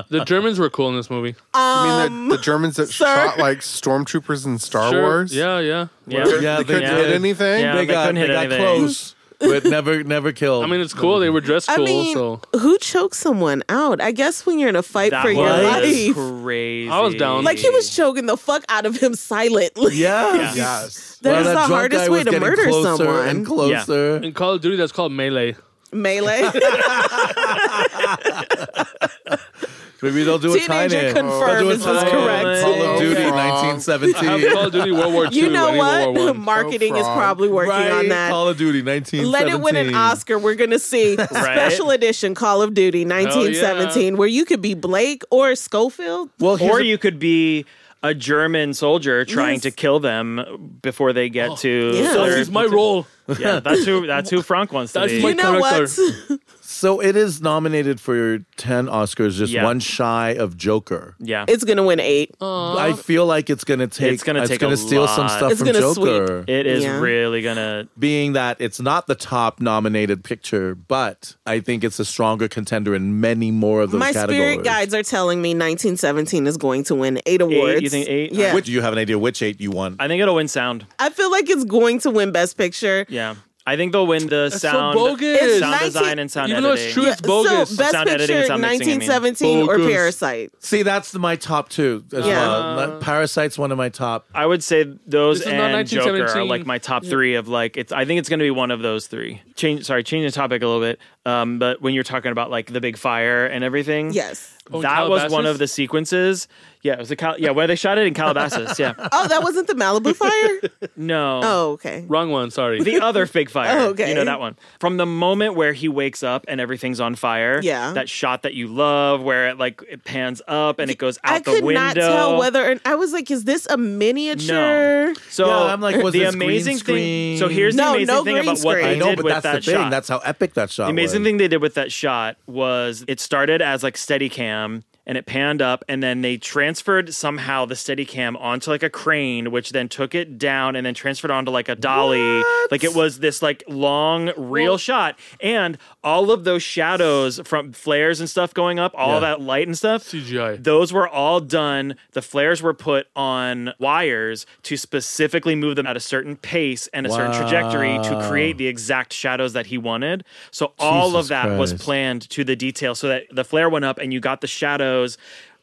Speaker 1: The Germans were cool in this movie.
Speaker 2: I
Speaker 4: Um,
Speaker 2: mean, the, the Germans that
Speaker 4: sir.
Speaker 2: shot like stormtroopers in Star
Speaker 1: Sure.
Speaker 2: Wars.
Speaker 1: Yeah, yeah.
Speaker 3: Yeah,
Speaker 5: Yeah,
Speaker 2: they couldn't
Speaker 3: yeah.
Speaker 2: hit anything.
Speaker 3: Yeah.
Speaker 5: They,
Speaker 3: They
Speaker 5: got,
Speaker 3: couldn't
Speaker 5: they
Speaker 3: hit
Speaker 5: got
Speaker 3: anything.
Speaker 5: close, but never never killed.
Speaker 1: I mean, it's cool. They were dressed
Speaker 4: I
Speaker 1: cool,
Speaker 4: mean,
Speaker 1: so
Speaker 4: who chokes someone out? I guess when you're in a fight
Speaker 3: that
Speaker 4: for your
Speaker 3: was
Speaker 4: life.
Speaker 3: crazy.
Speaker 1: I was down.
Speaker 4: Like he was choking the fuck out of him silently.
Speaker 5: yes.
Speaker 2: Yes.
Speaker 4: [LAUGHS] That is
Speaker 5: Well,
Speaker 4: the
Speaker 5: drunk guy
Speaker 4: hardest
Speaker 5: was
Speaker 4: way to
Speaker 5: getting
Speaker 4: murder
Speaker 5: closer
Speaker 4: someone.
Speaker 5: And closer.
Speaker 1: in Call of Duty, that's called melee.
Speaker 5: [LAUGHS]
Speaker 4: Melee.
Speaker 5: Maybe they'll do a tie
Speaker 4: Teenager
Speaker 5: in.
Speaker 4: confirmed
Speaker 5: They'll do a
Speaker 4: this was
Speaker 5: tie-in.
Speaker 4: correct.
Speaker 5: Call of
Speaker 2: Oh,
Speaker 5: Duty,
Speaker 2: wrong.
Speaker 1: I have
Speaker 5: 1917.
Speaker 1: Call of Duty World War II.
Speaker 4: you know
Speaker 1: I need World
Speaker 4: what? [LAUGHS]
Speaker 1: War I.
Speaker 4: Marketing is
Speaker 2: fraud.
Speaker 4: probably working
Speaker 5: Right?
Speaker 4: on that.
Speaker 5: Call of Duty, 1917.
Speaker 4: Let it win an Oscar. We're going to see special edition Call of Duty 1917 where you could be Blake or Schofield.
Speaker 5: Well, here's
Speaker 3: or
Speaker 5: a-
Speaker 3: you could be a German soldier trying
Speaker 4: Yes.
Speaker 3: to kill them before they get to.
Speaker 4: Oh, Yeah.
Speaker 1: So
Speaker 3: their-
Speaker 1: this is my role.
Speaker 3: yeah, that's who. That's who Frank wants to
Speaker 1: That's
Speaker 3: be.
Speaker 1: my
Speaker 4: You know
Speaker 1: character.
Speaker 4: what?
Speaker 5: So it is nominated for 10 Oscars, just
Speaker 3: Yeah.
Speaker 5: one shy of Joker.
Speaker 3: yeah,
Speaker 4: [LAUGHS] It's going to win eight.
Speaker 5: I feel like it's gonna take.
Speaker 3: It's gonna take a
Speaker 5: gonna steal some
Speaker 3: lot.
Speaker 5: stuff
Speaker 4: It's
Speaker 5: from
Speaker 4: gonna sweep
Speaker 5: Joker.
Speaker 3: it is
Speaker 4: Yeah.
Speaker 3: really gonna.
Speaker 5: being that it's not the top nominated picture, but I think it's a stronger contender in many more of those
Speaker 4: My
Speaker 5: categories.
Speaker 4: spirit guides are telling me 1917 is going to win eight awards.
Speaker 3: you think eight?
Speaker 4: Yeah.
Speaker 5: Which do you have an idea which eight you want?
Speaker 3: I think it'll win sound.
Speaker 4: I feel like it's going to win Best Picture.
Speaker 3: Yeah, I think they'll win the
Speaker 1: so
Speaker 3: sound,
Speaker 1: bogus. It's
Speaker 3: sound
Speaker 4: 19
Speaker 3: design, and sound
Speaker 1: Even though
Speaker 3: editing.
Speaker 1: it's true, it's bogus.
Speaker 4: So, Best
Speaker 3: Sound editing and
Speaker 4: Picture
Speaker 3: sound mixing, I mean.
Speaker 4: 1917 or
Speaker 1: Bogus.
Speaker 4: Parasite.
Speaker 5: See, that's my top two as
Speaker 4: Yeah.
Speaker 5: well. Parasite's one of my top.
Speaker 3: I would say those
Speaker 1: This is not
Speaker 3: and Joker are
Speaker 1: 1917.
Speaker 3: like my top three of like it's. I think it's going to be one of those three. Change, sorry, change the topic a little bit. Um, but when you're talking about like the big fire and everything,
Speaker 4: Yes.
Speaker 1: Oh, in
Speaker 3: that was
Speaker 1: Calabasas?
Speaker 3: one of the sequences. Yeah, it was the Cal- yeah where they shot it in
Speaker 4: [LAUGHS]
Speaker 3: Calabasas. Yeah,
Speaker 4: Oh, that wasn't the Malibu fire?
Speaker 3: no,
Speaker 4: Oh, okay.
Speaker 1: Wrong one. Sorry.
Speaker 3: the other fake fire.
Speaker 4: Oh, okay.
Speaker 3: You know that one. From the moment where he wakes up and everything's on fire.
Speaker 4: Yeah.
Speaker 3: That shot that you love where it like it pans up and it goes out
Speaker 4: I could
Speaker 3: the window.
Speaker 4: not tell whether or I was like, is this a miniature?
Speaker 3: So
Speaker 5: Yeah, I'm like, was
Speaker 3: the
Speaker 5: this green
Speaker 3: amazing
Speaker 5: screen?
Speaker 3: thing. So here's
Speaker 4: No,
Speaker 3: the amazing
Speaker 4: no
Speaker 3: thing
Speaker 4: green
Speaker 3: about what
Speaker 4: screen.
Speaker 3: they
Speaker 5: I know,
Speaker 3: did
Speaker 5: but
Speaker 3: with
Speaker 5: that's
Speaker 3: that
Speaker 5: the thing.
Speaker 3: shot.
Speaker 5: That's how epic that shot.
Speaker 3: the amazing
Speaker 5: was.
Speaker 3: thing they did with that shot was it started as like Steadicam and it panned up and then they transferred somehow the Steadicam onto like a crane which then took it down and then transferred onto like a dolly like it was this like long real shot and all of those shadows from flares and stuff going up all
Speaker 5: Yeah.
Speaker 3: that light and stuff
Speaker 1: CGI.
Speaker 3: those were all done. The flares were put on wires to specifically move them at a certain pace and a certain trajectory to create the exact shadows that he wanted. So all
Speaker 5: Jesus
Speaker 3: of that was
Speaker 5: Christ.
Speaker 3: planned to the detail so that the flare went up and you got the shadows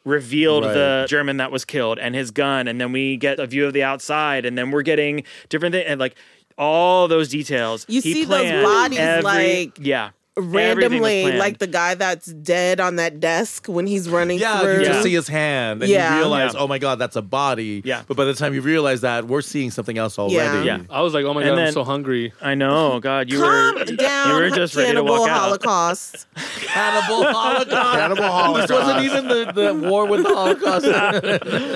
Speaker 3: revealed the German that was killed and his gun and then we get a view of the outside and then we're getting different things and like all those details.
Speaker 4: You
Speaker 3: He
Speaker 4: see those
Speaker 3: planned
Speaker 4: bodies,
Speaker 3: every-
Speaker 4: like,
Speaker 3: yeah. Everything was
Speaker 4: Randomly,
Speaker 3: planned.
Speaker 4: like the guy that's dead on that desk when he's running
Speaker 5: Yeah,
Speaker 4: through.
Speaker 5: you just
Speaker 3: Yeah.
Speaker 5: see his hand, and
Speaker 4: Yeah.
Speaker 5: you realize,
Speaker 3: Yeah.
Speaker 5: oh my god, that's a body.
Speaker 3: Yeah.
Speaker 5: But by the time you realize that, we're seeing something else already.
Speaker 3: Yeah.
Speaker 1: I was like, oh my
Speaker 3: And
Speaker 1: god,
Speaker 3: then-
Speaker 1: I'm so hungry.
Speaker 3: I know, God, you
Speaker 4: Calm
Speaker 3: were
Speaker 4: down,
Speaker 3: you were just ready to
Speaker 4: Cannibal
Speaker 3: walk out. [LAUGHS]
Speaker 4: Holocaust.
Speaker 5: [LAUGHS] Hannibal Holocaust.
Speaker 4: [LAUGHS]
Speaker 2: Cannibal Holocaust.
Speaker 5: This wasn't even the, the war with the [LAUGHS] Holocaust.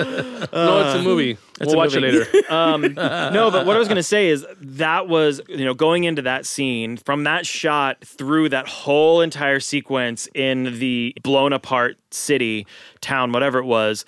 Speaker 1: [LAUGHS] no,
Speaker 4: Uh,
Speaker 1: it's a movie. we'll
Speaker 3: a
Speaker 1: watch
Speaker 3: movie. [LAUGHS]
Speaker 1: it later.
Speaker 3: Um, no, but what I was going to say is that was, you know, going into that scene from that shot through that whole entire sequence in the blown apart city, town, whatever it was.
Speaker 4: was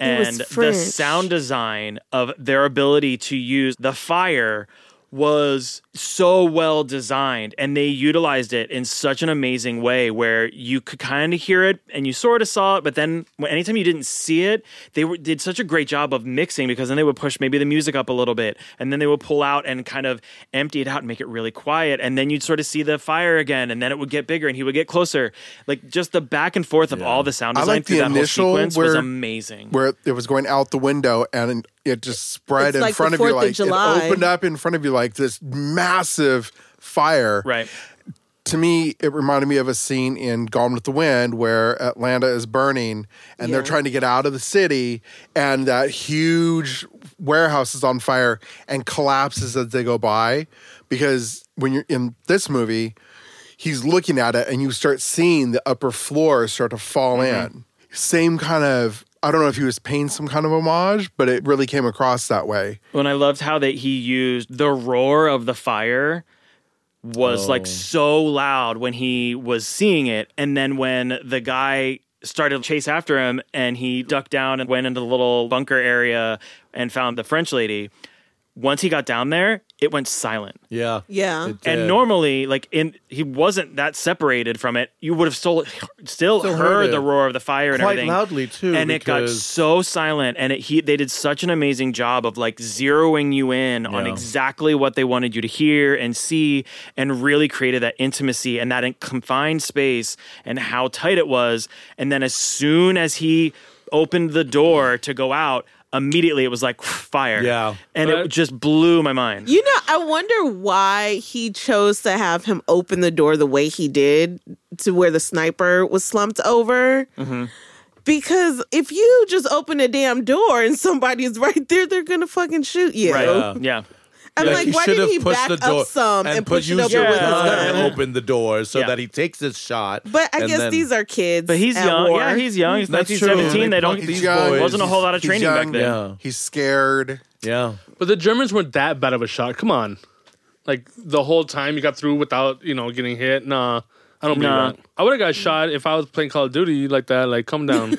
Speaker 3: And the
Speaker 4: French.
Speaker 3: sound design of their ability to use the fire was so well designed and they utilized it in such an amazing way where you could kind of hear it and you sort of saw it but then when- anytime you didn't see it they were, did such a great job of mixing because then they would push maybe the music up a little bit and then they would pull out and kind of empty it out and make it really quiet and then you'd sort of see the fire again and then it would get bigger and he would get closer like just the back and forth of all the sound
Speaker 2: I
Speaker 3: design
Speaker 2: like
Speaker 3: through
Speaker 2: the
Speaker 3: that whole
Speaker 2: initial
Speaker 3: sequence was
Speaker 2: where-
Speaker 3: amazing
Speaker 2: where it was going out the window and it just spread
Speaker 4: It's
Speaker 2: in
Speaker 4: like the
Speaker 2: front of you
Speaker 4: 4th of
Speaker 2: like
Speaker 4: July.
Speaker 2: it opened up in front of you like this massive fire
Speaker 3: right
Speaker 2: to me it reminded me of a scene in gone with the wind where atlanta is burning and they're
Speaker 4: Yeah.
Speaker 2: trying to get out of the city and that huge warehouse is on fire and collapses as they go by because when you're in this movie he's looking at it and you start seeing the upper floor start to fall
Speaker 3: Mm-hmm.
Speaker 2: in. Same kind of I don't know if he was paying some kind of homage, but it really came across that way.
Speaker 3: when I loved how that he used the roar of the fire was
Speaker 5: Oh.
Speaker 3: like so loud when he was seeing it. And then when the guy started to chase after him and he ducked down and went into the little bunker area and found the French lady, once he got down there, it went silent.
Speaker 5: Yeah.
Speaker 4: [LAUGHS] Yeah.
Speaker 5: It
Speaker 3: And
Speaker 5: did.
Speaker 3: normally, like in he wasn't that separated from it. You would have still still
Speaker 5: Still heard
Speaker 3: heard
Speaker 5: it.
Speaker 3: the roar of the fire and
Speaker 5: Quite
Speaker 3: everything
Speaker 5: loudly, too,
Speaker 3: And it got
Speaker 5: because-
Speaker 3: so silent, and it, he they did such an amazing job of like zeroing you in on
Speaker 5: Yeah.
Speaker 3: exactly what they wanted you to hear and see, and really created that intimacy and that in- confined space and how tight it was. And then as soon as he opened the door to go out. Immediately, it was like fire.
Speaker 5: Yeah.
Speaker 3: and it
Speaker 1: But-
Speaker 3: just blew my mind.
Speaker 4: Uh, You know, I wonder why he chose to have him open the door the way he did to where the sniper was slumped over.
Speaker 3: Mm-hmm.
Speaker 4: Because if you just open a damn door and somebody is [LAUGHS] right there, they're gonna fucking shoot you.
Speaker 3: Right?
Speaker 5: Yeah.
Speaker 3: yeah.
Speaker 4: I'm like,
Speaker 5: he
Speaker 4: why
Speaker 5: should
Speaker 4: didn't
Speaker 5: have
Speaker 4: he
Speaker 5: pushed
Speaker 4: back
Speaker 5: the door
Speaker 4: up some and, push it
Speaker 5: use
Speaker 4: up
Speaker 5: your
Speaker 4: with his
Speaker 5: gun
Speaker 4: gun?
Speaker 5: and open the door so
Speaker 3: Yeah.
Speaker 5: that he takes his shot.
Speaker 4: But I
Speaker 5: and
Speaker 4: guess
Speaker 5: then-
Speaker 4: these are kids.
Speaker 3: But he's
Speaker 4: at
Speaker 3: young.
Speaker 4: war.
Speaker 3: Yeah, he's young. He's
Speaker 5: That's
Speaker 3: 1917.
Speaker 5: true.
Speaker 3: They don't.
Speaker 5: These
Speaker 2: He's
Speaker 5: boys-
Speaker 2: young.
Speaker 3: wasn't a whole lot of
Speaker 2: He's
Speaker 3: training
Speaker 2: young.
Speaker 3: back then.
Speaker 5: Yeah.
Speaker 2: He's scared.
Speaker 5: Yeah.
Speaker 1: But the Germans weren't that bad of a shot. Come on. Like the whole time you got through without, you know, getting hit. Nah. I don't believe
Speaker 3: Nah.
Speaker 1: that. I would have got shot if I was playing Call of Duty like that. Like, come down.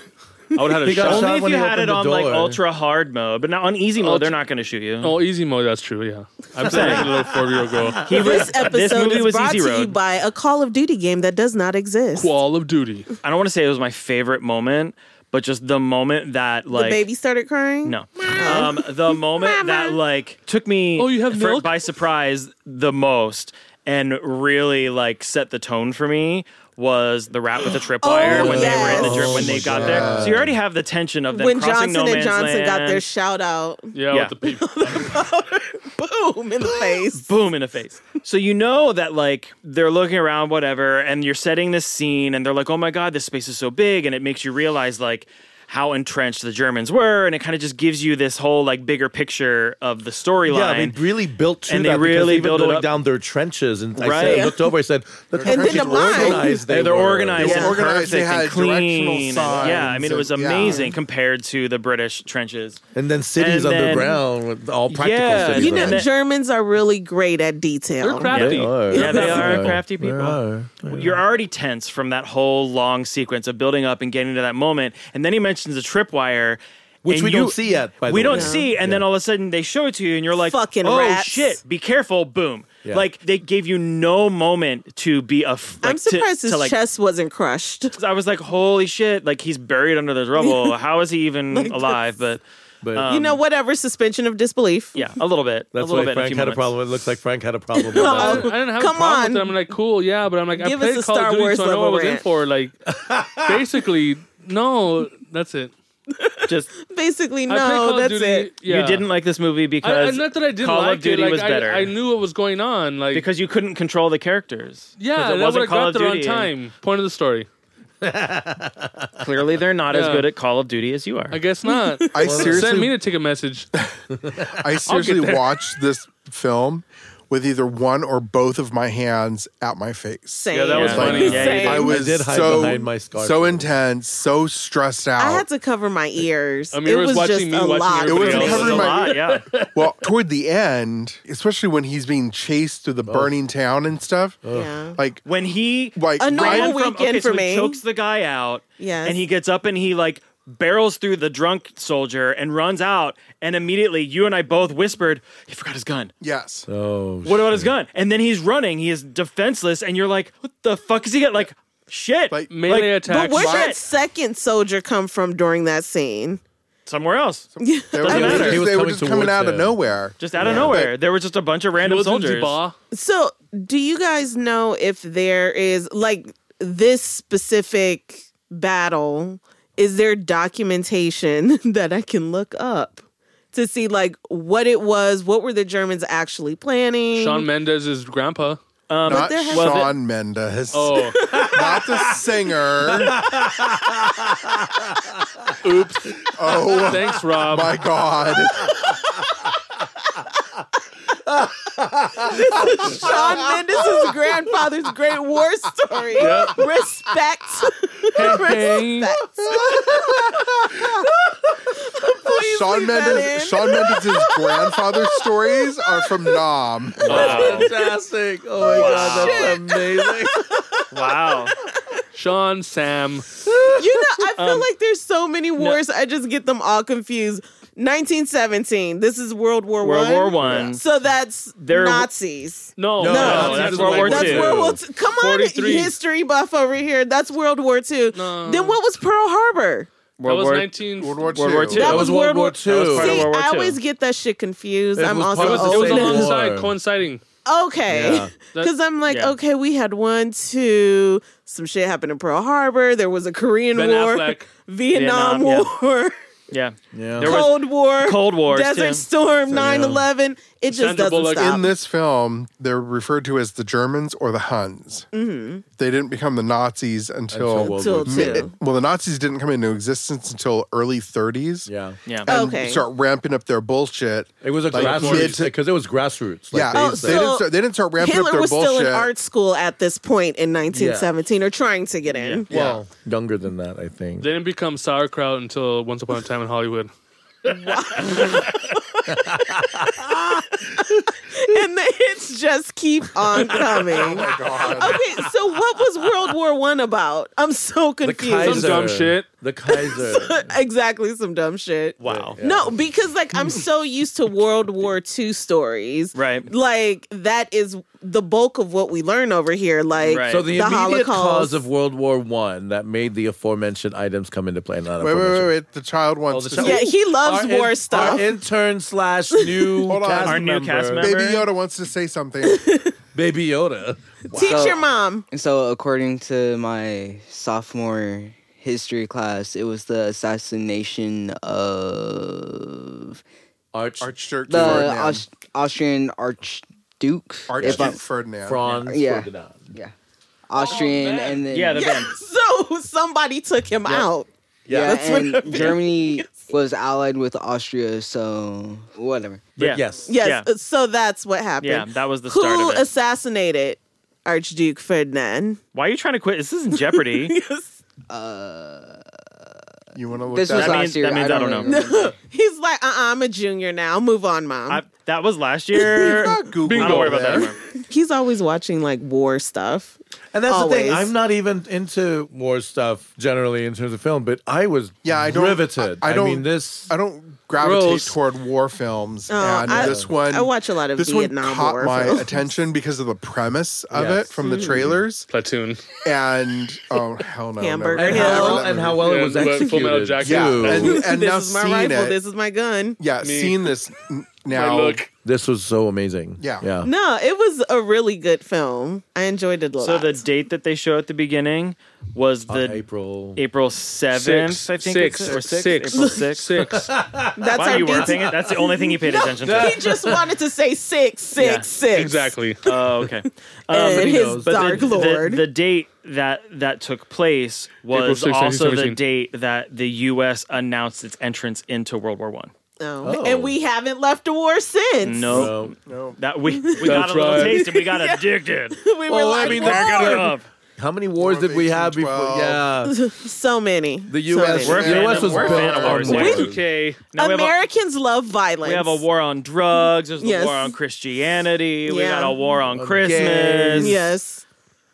Speaker 1: I would have had a
Speaker 5: He got
Speaker 1: shot.
Speaker 5: shot
Speaker 3: Only if
Speaker 5: when
Speaker 3: you
Speaker 5: he
Speaker 3: had
Speaker 5: opened
Speaker 3: it
Speaker 5: the
Speaker 3: on like
Speaker 5: door.
Speaker 3: ultra hard mode, but not on easy mode.
Speaker 1: Ultra-
Speaker 3: They're not going to shoot you.
Speaker 1: Oh, easy mode. That's true. Yeah, I'm saying a little four year old girl.
Speaker 3: He was-
Speaker 4: This episode
Speaker 3: movie
Speaker 4: is
Speaker 3: was
Speaker 4: brought
Speaker 3: Easy
Speaker 4: to you
Speaker 3: Road.
Speaker 4: by a Call of Duty game that does not exist.
Speaker 1: Call of Duty.
Speaker 3: I don't want to say it was my favorite moment, but just the moment that
Speaker 4: the
Speaker 3: like
Speaker 4: baby started crying. [LAUGHS]
Speaker 3: no, um, the moment that like took me
Speaker 1: Oh, you have
Speaker 3: for-
Speaker 1: milk?
Speaker 3: by surprise the most and really like set the tone for me was the rap with the tripwire
Speaker 4: Oh,
Speaker 3: when they were in the
Speaker 4: yes. Oh,
Speaker 3: ger- when they got there. So you already have the tension of them
Speaker 4: When
Speaker 3: crossing
Speaker 4: Johnson
Speaker 3: no
Speaker 4: and
Speaker 3: man's
Speaker 4: Johnson got their
Speaker 3: land.
Speaker 4: shout out, [LAUGHS]
Speaker 1: Yeah, with
Speaker 3: Yeah.
Speaker 1: the people.
Speaker 4: boom
Speaker 3: [GASPS]
Speaker 4: in the face.
Speaker 3: boom in the face. So you know that like they're looking around, whatever, and you're setting this scene, and they're like, "Oh my god, this space is so big," and it makes you realize like how entrenched the Germans were, and it kind of just gives you this whole like bigger picture of the storyline.
Speaker 5: Yeah, they really built to
Speaker 3: And they
Speaker 5: that because
Speaker 3: really
Speaker 5: even
Speaker 3: built it
Speaker 5: going
Speaker 3: up.
Speaker 5: down their trenches. And I, said,
Speaker 3: Right.
Speaker 5: I looked over. I said, "Look how
Speaker 4: And then the
Speaker 5: freaking
Speaker 4: mine.
Speaker 5: organized
Speaker 3: they
Speaker 5: they
Speaker 3: are
Speaker 5: were."
Speaker 3: organized,
Speaker 4: They
Speaker 3: and
Speaker 4: were
Speaker 2: organized,
Speaker 3: perfect,
Speaker 2: they
Speaker 3: and
Speaker 2: had directional
Speaker 3: clean.
Speaker 2: signs
Speaker 3: yeah, I mean it
Speaker 2: and-
Speaker 3: was
Speaker 2: yeah.
Speaker 3: amazing compared to the British trenches.
Speaker 5: And then cities
Speaker 3: And then-
Speaker 5: underground with all practical
Speaker 3: Yeah,
Speaker 5: cities.
Speaker 4: You know,
Speaker 3: And that-
Speaker 4: Germans are really great at detail.
Speaker 1: They're crafty.
Speaker 5: They are.
Speaker 3: Yeah, they are
Speaker 5: They
Speaker 3: crafty
Speaker 5: They
Speaker 3: people.
Speaker 5: are.
Speaker 3: You're already tense from that whole long sequence of building up and getting to that moment, and then he mentions the tripwire,
Speaker 5: Which
Speaker 3: and
Speaker 5: we
Speaker 3: you-
Speaker 5: don't see yet. By the
Speaker 3: we don't
Speaker 5: way.
Speaker 3: see, and then all of a sudden they show it to you, and you're like,
Speaker 4: Fucking
Speaker 3: "Oh
Speaker 4: rats."
Speaker 3: shit! Be careful!" Boom.
Speaker 5: Yeah.
Speaker 3: Like they gave you no moment to be a. F- like,
Speaker 4: I'm surprised
Speaker 3: to,
Speaker 4: his
Speaker 3: to, like,
Speaker 4: chest wasn't crushed.
Speaker 3: I was like, "Holy shit!" Like he's buried under this
Speaker 4: [LAUGHS]
Speaker 3: rubble. How is he even alive? But
Speaker 5: But
Speaker 4: you know, whatever suspension of disbelief.
Speaker 3: yeah, a little bit. Um, a
Speaker 5: that's why
Speaker 3: little bit. in a
Speaker 5: Frank
Speaker 3: few
Speaker 5: had a
Speaker 3: moments.
Speaker 5: problem. It looks like Frank had a problem.
Speaker 3: [LAUGHS]
Speaker 5: with that.
Speaker 1: I didn't, I didn't have
Speaker 4: Come
Speaker 1: a problem
Speaker 4: on.
Speaker 1: with it. I'm like, cool, yeah, but I'm like,
Speaker 4: Give
Speaker 1: I
Speaker 4: us
Speaker 1: played
Speaker 4: a
Speaker 1: Call
Speaker 4: Star
Speaker 1: of Duty,
Speaker 4: Wars
Speaker 1: so I know what I was
Speaker 4: level
Speaker 1: in
Speaker 4: rant.
Speaker 1: for.
Speaker 4: [LAUGHS]
Speaker 1: Like, basically, no, that's it.
Speaker 3: Just
Speaker 4: Basically,
Speaker 1: I played Call
Speaker 4: no,
Speaker 1: of
Speaker 4: that's
Speaker 1: Duty.
Speaker 4: it.
Speaker 1: Yeah.
Speaker 3: you didn't like this movie
Speaker 1: I, I,
Speaker 3: because
Speaker 1: not that I didn't
Speaker 3: Call
Speaker 1: like
Speaker 3: of Duty
Speaker 1: it. Like,
Speaker 3: was
Speaker 1: I,
Speaker 3: better.
Speaker 1: I knew what was going on. Like,
Speaker 3: because you couldn't control the characters.
Speaker 1: yeah,
Speaker 3: it
Speaker 1: that would
Speaker 3: wasn't
Speaker 1: have
Speaker 3: Call
Speaker 1: got
Speaker 3: of
Speaker 1: there on
Speaker 3: Duty.
Speaker 1: time. Point of the story.
Speaker 3: Clearly, they're not as
Speaker 1: Yeah.
Speaker 3: good at Call of Duty as you are.
Speaker 1: I guess not.
Speaker 2: I
Speaker 1: Send me
Speaker 2: seriously,
Speaker 1: to take a message.
Speaker 2: I seriously watched this film with either one or both of my hands at my face.
Speaker 4: Same.
Speaker 1: Yeah, that was
Speaker 3: Yeah.
Speaker 1: funny.
Speaker 3: Yeah, you did.
Speaker 2: I was
Speaker 5: did hide
Speaker 2: so
Speaker 5: behind my scarf.
Speaker 2: so intense, so stressed out.
Speaker 4: I had to cover my ears.
Speaker 1: Amir
Speaker 4: it
Speaker 1: was
Speaker 4: was
Speaker 1: watching
Speaker 4: just
Speaker 1: me
Speaker 4: a
Speaker 1: watching
Speaker 4: lot.
Speaker 1: everybody
Speaker 2: It was
Speaker 1: else.
Speaker 2: covered
Speaker 3: a
Speaker 2: my-
Speaker 3: lot, yeah.
Speaker 2: [LAUGHS] well, toward the end, especially when he's being chased through the burning town and stuff,
Speaker 4: Yeah.
Speaker 2: like
Speaker 3: When he
Speaker 2: like
Speaker 4: A normal
Speaker 2: Ryan-
Speaker 3: ran from,
Speaker 4: weekend
Speaker 3: okay, so
Speaker 4: for
Speaker 3: he
Speaker 4: me.
Speaker 3: chokes the guy out,
Speaker 4: Yes.
Speaker 3: and he gets up and he like barrels through the drunk soldier and runs out, and immediately you and I both whispered, "He forgot his gun."
Speaker 2: yes,
Speaker 5: oh,
Speaker 3: What about his gun? And then he's running. He is defenseless, and you're like, "What the fuck is he got?" Like, shit,
Speaker 2: Like,
Speaker 1: Melee
Speaker 3: Like,
Speaker 1: attack.
Speaker 4: But where'd
Speaker 2: My-
Speaker 4: that second soldier come from during that scene?
Speaker 3: somewhere else,
Speaker 2: they were,
Speaker 3: Doesn't
Speaker 2: they were
Speaker 3: matter.
Speaker 2: just,
Speaker 5: He was
Speaker 2: they were
Speaker 5: coming
Speaker 2: just coming
Speaker 5: towards
Speaker 2: out of
Speaker 5: him.
Speaker 2: nowhere.
Speaker 3: just out of nowhere. there were just a bunch of random
Speaker 1: Wasn't
Speaker 3: soldiers.
Speaker 1: Deba-
Speaker 4: So, do you guys know if there is like this specific battle? Is there documentation [LAUGHS] that I can look up to see like what it was? What were the Germans actually planning? [LAUGHS]
Speaker 1: Sean Mendez's grandpa.
Speaker 2: Not
Speaker 4: there has-
Speaker 2: Sean
Speaker 4: Well,
Speaker 2: Mendes,
Speaker 1: Oh,
Speaker 2: not the
Speaker 5: [LAUGHS]
Speaker 2: singer.
Speaker 1: oops.
Speaker 2: Oh
Speaker 1: Thanks, Rob.
Speaker 2: my god.
Speaker 4: Sean Mendes' grandfather's great war story. Respect. [LAUGHS]
Speaker 1: Hey, hey.
Speaker 4: Respect. Please
Speaker 2: Sean
Speaker 4: leave that
Speaker 2: Mendes,
Speaker 4: in.
Speaker 2: Sean
Speaker 4: [LAUGHS]
Speaker 2: Mendes' grandfather's stories are from Nam.
Speaker 3: Wow.
Speaker 5: Fantastic! Oh my god, that's
Speaker 3: [LAUGHS]
Speaker 5: amazing.
Speaker 3: wow.
Speaker 1: Sean, Sam.
Speaker 4: You know, I feel like there's so many wars. I just get them all confused. 1917. This is World War
Speaker 3: World
Speaker 4: One.
Speaker 3: War One.
Speaker 4: So that's
Speaker 3: There-
Speaker 4: Nazis.
Speaker 1: No, no,
Speaker 5: No,
Speaker 4: that's
Speaker 1: that's
Speaker 5: just
Speaker 1: World
Speaker 5: like-
Speaker 1: War
Speaker 5: That's
Speaker 1: II.
Speaker 4: That's World War II. Come on,
Speaker 1: 43.
Speaker 4: history buff over here. That's World War II.
Speaker 1: No.
Speaker 4: Then what was Pearl Harbor?
Speaker 1: That was
Speaker 3: War-
Speaker 1: 19.
Speaker 2: World War II.
Speaker 3: World War II.
Speaker 4: That
Speaker 5: That was
Speaker 4: was
Speaker 5: World
Speaker 4: World
Speaker 5: War
Speaker 3: War- that was part
Speaker 5: II.
Speaker 3: of-
Speaker 4: See,
Speaker 3: World War
Speaker 4: I
Speaker 3: II.
Speaker 4: always get that shit confused.
Speaker 5: It
Speaker 4: I'm
Speaker 5: was
Speaker 4: also
Speaker 5: part
Speaker 1: It
Speaker 5: of
Speaker 1: was,
Speaker 5: the
Speaker 1: it was
Speaker 5: same
Speaker 4: old.
Speaker 5: war.
Speaker 1: alongside, coinciding.
Speaker 4: Okay.
Speaker 5: Yeah.
Speaker 1: That-
Speaker 4: Because I'm like,
Speaker 3: yeah.
Speaker 4: okay, we had one, two, some shit happened in Pearl Harbor. There was a Korean
Speaker 1: Ben
Speaker 4: War,
Speaker 1: Affleck.
Speaker 4: Vietnam,
Speaker 3: Vietnam,
Speaker 4: War,
Speaker 3: Yeah.
Speaker 5: Yeah.
Speaker 3: There was-
Speaker 4: Cold War,
Speaker 3: Cold Wars,
Speaker 4: Desert
Speaker 3: too.
Speaker 4: Storm, 9 11. It just
Speaker 1: Sandra
Speaker 4: doesn't
Speaker 1: Bullock
Speaker 4: stop.
Speaker 2: In this film, they're referred to as the Germans or the Huns.
Speaker 4: Mm-hmm.
Speaker 2: They didn't become the Nazis until,
Speaker 5: Until World
Speaker 4: Till
Speaker 5: War
Speaker 4: two.
Speaker 2: well, the Nazis didn't come into existence until early 30s.
Speaker 5: yeah.
Speaker 3: Yeah.
Speaker 2: and
Speaker 4: Mm-hmm. Okay.
Speaker 2: start ramping up their bullshit.
Speaker 5: It was a
Speaker 2: Like,
Speaker 5: grassroots
Speaker 2: mid-
Speaker 5: because it was grassroots. Like,
Speaker 2: yeah,
Speaker 5: they
Speaker 4: Oh,
Speaker 5: said.
Speaker 2: they,
Speaker 4: so-
Speaker 2: didn't start, they didn't start ramping up
Speaker 4: Hitler
Speaker 2: their
Speaker 4: was
Speaker 2: bullshit.
Speaker 4: still in art school at this point in 1917 or trying to get in.
Speaker 5: Yeah. younger than that, I think.
Speaker 1: They didn't become sauerkraut until Once Upon a Time in Hollywood.
Speaker 4: and the hits just keep on coming.
Speaker 2: God.
Speaker 4: Okay, so what was World War One about? I'm so confused.
Speaker 1: Kaiser. dumb shit.
Speaker 5: The
Speaker 3: [LAUGHS]
Speaker 5: Kaiser.
Speaker 4: exactly, some dumb shit.
Speaker 3: Wow.
Speaker 4: No, because like I'm so used to World War II stories.
Speaker 3: Right.
Speaker 4: Like that is the bulk of what we learn over here. Like
Speaker 3: Right.
Speaker 5: so the,
Speaker 4: The
Speaker 5: immediate
Speaker 4: Holocaust.
Speaker 5: cause of World War One that made the aforementioned items come into play. Not
Speaker 2: Wait, wait, wait,
Speaker 5: aforementioned.
Speaker 2: wait. The child wants
Speaker 5: Oh, the
Speaker 2: to
Speaker 5: child-
Speaker 4: Yeah, he loves
Speaker 5: Our in-
Speaker 4: war stuff.
Speaker 5: Our intern slash new
Speaker 2: Hold on.
Speaker 5: cast
Speaker 2: Our
Speaker 3: new
Speaker 5: member,
Speaker 3: cast member.
Speaker 2: say,
Speaker 3: remember?
Speaker 2: Baby Yoda wants to say
Speaker 4: [LAUGHS]
Speaker 2: something.
Speaker 5: Baby Yoda.
Speaker 4: Teach
Speaker 6: Wow.
Speaker 4: your mom.
Speaker 6: And so, according to my sophomore history class, it was the assassination of
Speaker 5: Arch,
Speaker 2: Archduke
Speaker 6: the
Speaker 2: Ferdinand.
Speaker 6: Aus- Austrian Archduke. if
Speaker 2: Archduke
Speaker 6: I'm-
Speaker 2: Ferdinand.
Speaker 5: Franz
Speaker 6: Yeah.
Speaker 5: Ferdinand.
Speaker 6: yeah, Austrian, and then
Speaker 3: Yeah, the band.
Speaker 4: [LAUGHS] So somebody took him out.
Speaker 6: yeah,
Speaker 4: that's what
Speaker 6: and
Speaker 4: I mean.
Speaker 6: Germany was allied with Austria, so whatever.
Speaker 3: Yeah.
Speaker 5: Yes.
Speaker 4: Yes. uh,
Speaker 3: Yeah.
Speaker 4: So that's what happened.
Speaker 3: Yeah, that was the
Speaker 4: Who
Speaker 3: start of it.
Speaker 4: assassinated Archduke Ferdinand?
Speaker 3: Why are you trying to quit? This isn't Jeopardy.
Speaker 2: You want to look
Speaker 6: This was
Speaker 2: that
Speaker 3: That
Speaker 2: up?
Speaker 3: means-
Speaker 6: last year.
Speaker 3: that means I don't know.
Speaker 6: remember.
Speaker 4: He's like, uh, uh-uh, I'm a junior now. Move on, mom.
Speaker 3: [LAUGHS] I, that was last year. I
Speaker 2: Ah, Google
Speaker 3: don't worry about that
Speaker 2: there.
Speaker 3: anymore.
Speaker 4: He's always watching like war stuff.
Speaker 5: And that's the thing.
Speaker 4: Always.
Speaker 5: I'm not even into war stuff generally in terms of film, but I was
Speaker 2: Yeah, I don't-
Speaker 5: riveted.
Speaker 2: I- I don't-
Speaker 5: mean, this.
Speaker 2: I don't gravitate
Speaker 5: Gross.
Speaker 2: toward war films,
Speaker 4: Oh,
Speaker 2: and
Speaker 4: I-
Speaker 2: this one
Speaker 4: I watch a lot of
Speaker 2: this one
Speaker 4: Vietnam
Speaker 2: caught
Speaker 4: War Hmm.
Speaker 2: my
Speaker 4: films. [LAUGHS]
Speaker 2: attention because of the premise of
Speaker 5: Yes.
Speaker 2: it from the trailers,
Speaker 1: Platoon.
Speaker 2: and
Speaker 4: [LAUGHS]
Speaker 2: oh hell no, never-
Speaker 4: Hamburger
Speaker 5: and
Speaker 4: Yeah.
Speaker 5: how
Speaker 4: Yeah.
Speaker 5: well, and how well
Speaker 1: Yeah,
Speaker 5: it was
Speaker 1: but Full
Speaker 5: executed.
Speaker 1: Metal Jacket.
Speaker 2: yeah,
Speaker 5: too.
Speaker 2: and, and
Speaker 4: this
Speaker 2: now
Speaker 4: is my
Speaker 2: seeing
Speaker 4: rifle.
Speaker 2: it,
Speaker 4: This is my gun.
Speaker 2: yeah,
Speaker 1: Me.
Speaker 2: seeing this n-
Speaker 1: I
Speaker 2: now,
Speaker 1: look.
Speaker 5: This was so amazing.
Speaker 2: Yeah.
Speaker 5: Yeah.
Speaker 4: No, it was a really good film. I enjoyed it a lot.
Speaker 3: So the date that they show at the beginning was the
Speaker 5: April.
Speaker 3: April seventh,
Speaker 1: Six.
Speaker 3: I think,
Speaker 1: Six.
Speaker 3: it's, or sixth,
Speaker 1: Six.
Speaker 3: April sixth.
Speaker 1: Six.
Speaker 4: [LAUGHS] that's
Speaker 3: Why
Speaker 4: our
Speaker 3: you
Speaker 4: duty.
Speaker 3: weren't paying it? That's the only thing
Speaker 4: [LAUGHS]
Speaker 3: he paid attention to.
Speaker 4: He just wanted to say six, six,
Speaker 3: Yeah,
Speaker 4: six.
Speaker 1: exactly.
Speaker 3: Oh, okay.
Speaker 4: And
Speaker 3: Um,
Speaker 4: his
Speaker 5: knows.
Speaker 3: but
Speaker 4: dark
Speaker 3: the, the-
Speaker 4: lord.
Speaker 3: The, date that that took place was
Speaker 1: 6th,
Speaker 3: also the
Speaker 1: 1917.
Speaker 3: date that the U.S. announced its entrance into World War One.
Speaker 4: Oh.
Speaker 5: Oh.
Speaker 4: And we haven't left a war since.
Speaker 3: No,
Speaker 5: So-
Speaker 3: that we we got a little
Speaker 1: right.
Speaker 3: taste and we got addicted.
Speaker 4: [LAUGHS] we were
Speaker 5: Well, I
Speaker 4: like,
Speaker 5: mean,
Speaker 4: "Whoa."
Speaker 5: they're
Speaker 3: Got it up.
Speaker 5: how many wars did we have before?
Speaker 2: 1812.
Speaker 5: Yeah.
Speaker 4: so many.
Speaker 5: The U.S.
Speaker 4: So
Speaker 3: We're
Speaker 4: many.
Speaker 3: a fan
Speaker 5: US
Speaker 3: of-
Speaker 5: was
Speaker 3: we're a fan
Speaker 5: built
Speaker 3: of ours.
Speaker 5: on
Speaker 3: yeah.
Speaker 5: wars.
Speaker 3: Now we have a-
Speaker 4: Americans love violence.
Speaker 3: We have a war on drugs. There's a
Speaker 4: Yes.
Speaker 3: war on Christianity. We
Speaker 4: Yeah.
Speaker 3: got a war on Christmas.
Speaker 5: gays.
Speaker 4: Yes.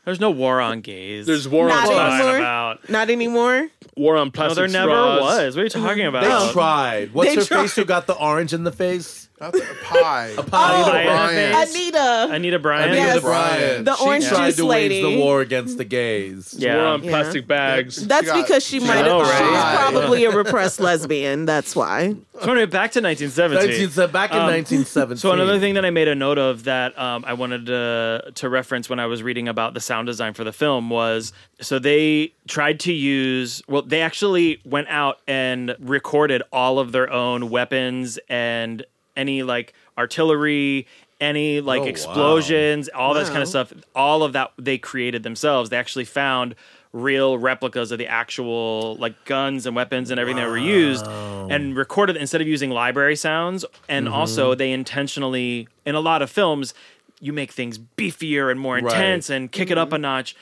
Speaker 3: There's no war on gays.
Speaker 1: There's war on
Speaker 4: Not
Speaker 1: plastic.
Speaker 4: anymore.
Speaker 3: about.
Speaker 4: Not anymore.
Speaker 1: War on
Speaker 3: No,
Speaker 1: plastic.
Speaker 3: there never
Speaker 1: straws.
Speaker 3: was. What are you talking
Speaker 5: They
Speaker 3: about?
Speaker 5: tried. What's
Speaker 4: They
Speaker 5: her
Speaker 4: tried.
Speaker 5: face who got the orange in the face?
Speaker 2: That's a pie. a
Speaker 5: pie.
Speaker 4: Oh,
Speaker 3: Diana
Speaker 2: Bryant.
Speaker 3: Yes.
Speaker 4: Anita.
Speaker 3: Anita Bryan.
Speaker 5: Anita
Speaker 4: Yes.
Speaker 5: Bryant.
Speaker 4: The
Speaker 5: she
Speaker 4: orange
Speaker 5: tried
Speaker 4: juice
Speaker 5: to wage
Speaker 4: lady.
Speaker 5: the war against the gays.
Speaker 3: Yeah.
Speaker 1: War on
Speaker 4: Yeah.
Speaker 1: plastic bags.
Speaker 4: That's
Speaker 2: She got-
Speaker 4: because she
Speaker 2: she
Speaker 4: might have.
Speaker 3: got
Speaker 2: pie.
Speaker 4: She's probably a repressed lesbian. That's why.
Speaker 3: So anyway, back to 1917.
Speaker 5: 19, so back in
Speaker 3: Um,
Speaker 5: 1917.
Speaker 3: So another thing that I made a note of that um, I wanted to to reference when I was reading about the sound design for the film was so they tried to use well they actually went out and recorded all of their own weapons and any like artillery any like
Speaker 5: wow.
Speaker 3: explosions all this kind
Speaker 4: Wow.
Speaker 3: of stuff all of that they created themselves they actually found real replicas of the actual like guns and weapons and everything that were used and recorded instead of using library sounds and
Speaker 4: Mm-hmm.
Speaker 3: also they intentionally in a lot of films you make things beefier and more
Speaker 5: Right.
Speaker 3: intense and kick it up a notch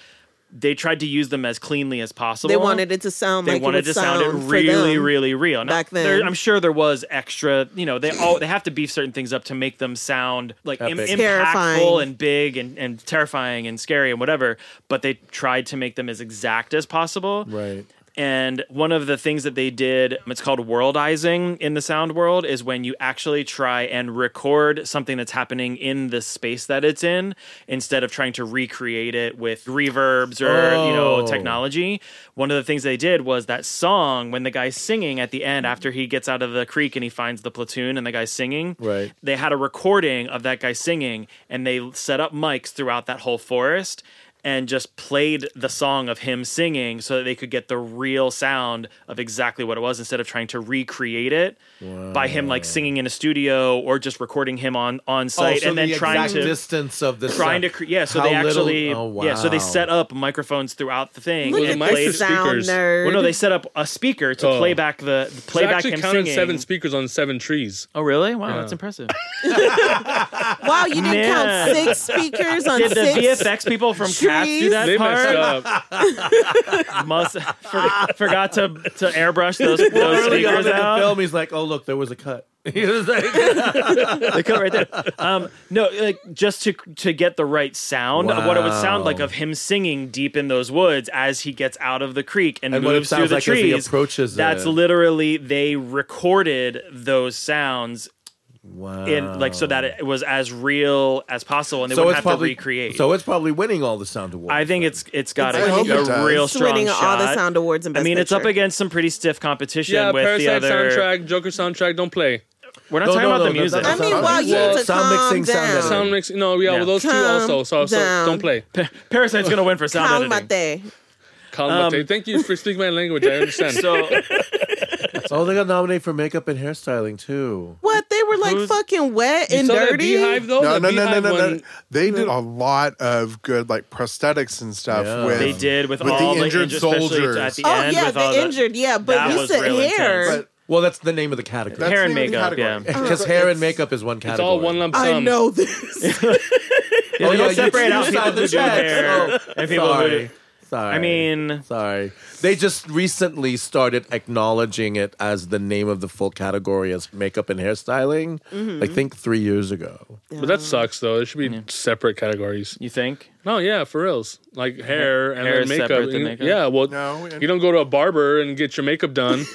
Speaker 3: they tried to use them as cleanly as possible.
Speaker 4: Mm-hmm. They wanted it to sound
Speaker 3: They
Speaker 4: like
Speaker 3: wanted
Speaker 4: it would
Speaker 3: to sound, it
Speaker 4: for
Speaker 3: really,
Speaker 4: them.
Speaker 3: really real. Now,
Speaker 4: back then.
Speaker 3: there- I'm sure there was extra. You know, they all they have to beef certain things up to make them sound like im-
Speaker 5: Epic.
Speaker 3: impactful
Speaker 4: Terrifying.
Speaker 3: and big and, and terrifying and scary and whatever. But they tried to make them as exact as possible.
Speaker 5: Right.
Speaker 3: And one of the things that they did, it's called worldizing in the sound world, is when you actually try and record something that's happening in the space that it's in instead of trying to recreate it with reverbs or, you know,
Speaker 5: Oh.
Speaker 3: technology. One of the things they did was that song when the guy's singing at the end after he gets out of the creek and he finds the platoon and the guy's singing.
Speaker 5: Right.
Speaker 3: They had a recording of that guy singing and they set up mics throughout that whole forest and just played the song of him singing so that they could get the real sound of exactly what it was instead of trying to recreate it by him like singing in a studio or just recording him on on site
Speaker 5: Oh, so
Speaker 3: and then
Speaker 5: the
Speaker 3: trying
Speaker 5: exact
Speaker 3: to
Speaker 5: distance of the
Speaker 3: trying to
Speaker 5: sound.
Speaker 3: cre- yeah so
Speaker 5: How
Speaker 3: they
Speaker 5: little-
Speaker 3: actually
Speaker 5: oh,
Speaker 3: yeah so they
Speaker 5: wow.
Speaker 3: set up microphones throughout the thing
Speaker 4: Look
Speaker 1: Well,
Speaker 4: at
Speaker 1: the
Speaker 3: and
Speaker 1: mics
Speaker 3: played
Speaker 1: are
Speaker 4: this sound
Speaker 1: speakers.
Speaker 4: nerd.
Speaker 3: well no they set up a speaker to
Speaker 1: Oh.
Speaker 3: play back the
Speaker 1: They
Speaker 3: play back
Speaker 1: actually
Speaker 3: him
Speaker 1: counted
Speaker 3: singing
Speaker 1: seven speakers on seven trees.
Speaker 3: oh really wow that's impressive
Speaker 4: wow, you didn't
Speaker 3: Man.
Speaker 4: count six speakers on
Speaker 3: did the
Speaker 4: six.
Speaker 3: VFX people from Cats do
Speaker 4: trees?
Speaker 3: that
Speaker 1: They
Speaker 3: part
Speaker 1: messed up.
Speaker 3: must [LAUGHS] for, forgot to to airbrush those, those
Speaker 5: Early on in
Speaker 3: speakers
Speaker 5: the
Speaker 3: out
Speaker 5: film, he's like, "Oh look, there was a cut." [LAUGHS] He was
Speaker 3: [LAUGHS]
Speaker 5: like,
Speaker 3: They cut right there. Um, no, like just to to get the right sound of what it would sound
Speaker 5: Wow.
Speaker 3: like of him singing deep in those woods as he gets out of the creek and,
Speaker 5: And what it
Speaker 3: moves through
Speaker 5: sounds
Speaker 3: the
Speaker 5: like as he
Speaker 3: trees.
Speaker 5: approaches
Speaker 3: That's
Speaker 5: it.
Speaker 3: literally they recorded those sounds
Speaker 5: "Wow."
Speaker 3: in like so that it was as real as possible, and they
Speaker 5: Oh. so
Speaker 3: wouldn't
Speaker 5: it's
Speaker 3: have
Speaker 5: probably
Speaker 3: to recreate.
Speaker 5: So it's probably winning all the sound awards.
Speaker 3: I think it's it's got
Speaker 4: It's
Speaker 3: a,
Speaker 2: winning- I hope it
Speaker 3: a
Speaker 2: does.
Speaker 3: real
Speaker 4: It's
Speaker 3: strong
Speaker 4: winning
Speaker 3: shot.
Speaker 4: all the sound awards and
Speaker 3: I
Speaker 4: Best
Speaker 3: mean, it's up
Speaker 4: Picture.
Speaker 3: against some pretty stiff competition
Speaker 1: Yeah,
Speaker 3: with the
Speaker 1: Parasite
Speaker 3: other.
Speaker 1: soundtrack, Joker soundtrack. Don't play.
Speaker 3: We're not
Speaker 5: No,
Speaker 3: talking
Speaker 5: no,
Speaker 3: about
Speaker 5: no,
Speaker 3: the
Speaker 5: no,
Speaker 3: music.
Speaker 5: that's-
Speaker 4: I mean, while you
Speaker 5: Well,
Speaker 4: to
Speaker 5: sound
Speaker 4: calm
Speaker 5: mixing, sound
Speaker 4: down.
Speaker 5: editing.
Speaker 1: Sound mix. No, yeah,
Speaker 3: Yeah.
Speaker 1: well, those two
Speaker 4: Calm
Speaker 1: also. So, so
Speaker 4: down.
Speaker 1: don't play.
Speaker 3: Parasite's gonna win for sound
Speaker 4: Calm
Speaker 3: editing.
Speaker 4: mate.
Speaker 1: Calm um, Thank you for speaking my language. I understand.
Speaker 3: [LAUGHS] So
Speaker 5: Oh, they got nominated for makeup and hairstyling too.
Speaker 4: What they were like
Speaker 3: Who's-
Speaker 4: fucking wet
Speaker 1: you
Speaker 4: and
Speaker 1: saw that
Speaker 4: dirty.
Speaker 1: beehive though.
Speaker 2: No,
Speaker 1: That
Speaker 2: no, no, no,
Speaker 1: beehive
Speaker 2: no, no.
Speaker 1: one-
Speaker 2: They did a lot of good, like prosthetics and stuff.
Speaker 5: Yeah.
Speaker 2: With
Speaker 3: they did with,
Speaker 2: With the
Speaker 3: all
Speaker 2: injured
Speaker 3: the injured soldiers
Speaker 2: soldiers.
Speaker 3: at the
Speaker 4: oh
Speaker 3: end.
Speaker 4: yeah,
Speaker 3: with all
Speaker 4: the injured. Yeah, but
Speaker 3: That
Speaker 4: you
Speaker 3: was
Speaker 4: said
Speaker 3: real
Speaker 4: hair.
Speaker 3: intense.
Speaker 2: But
Speaker 5: Well, that's the name of the category.
Speaker 2: that's
Speaker 3: Hair and
Speaker 2: the name of the
Speaker 3: makeup,
Speaker 2: category.
Speaker 5: [LAUGHS]
Speaker 3: yeah.
Speaker 5: Because hair and makeup is one
Speaker 1: It's
Speaker 5: category.
Speaker 1: all one lump sum.
Speaker 4: I
Speaker 5: [LAUGHS]
Speaker 4: know this.
Speaker 3: [LAUGHS] Yeah,
Speaker 5: Oh,
Speaker 3: they
Speaker 5: yeah,
Speaker 3: don't
Speaker 5: you-
Speaker 3: separate
Speaker 5: you
Speaker 3: out
Speaker 5: signed
Speaker 3: people who
Speaker 5: the
Speaker 3: do
Speaker 5: checks.
Speaker 3: hair
Speaker 5: Oh,
Speaker 3: and people who
Speaker 5: sorry.
Speaker 3: do.
Speaker 5: Sorry.
Speaker 3: I mean,
Speaker 5: sorry. They just recently started acknowledging it as the name of the full category as makeup and hairstyling.
Speaker 2: Mm-hmm.
Speaker 5: I think three years ago.
Speaker 1: But that sucks though. It should be separate categories.
Speaker 3: you think?
Speaker 1: No, yeah, for reals. Like hair and
Speaker 3: Hair
Speaker 1: then
Speaker 3: is
Speaker 1: makeup.
Speaker 3: separate than
Speaker 1: And-
Speaker 3: makeup?
Speaker 1: Yeah, well,
Speaker 2: No, and-
Speaker 1: you don't go to a barber and get your makeup
Speaker 2: [LAUGHS]
Speaker 1: done.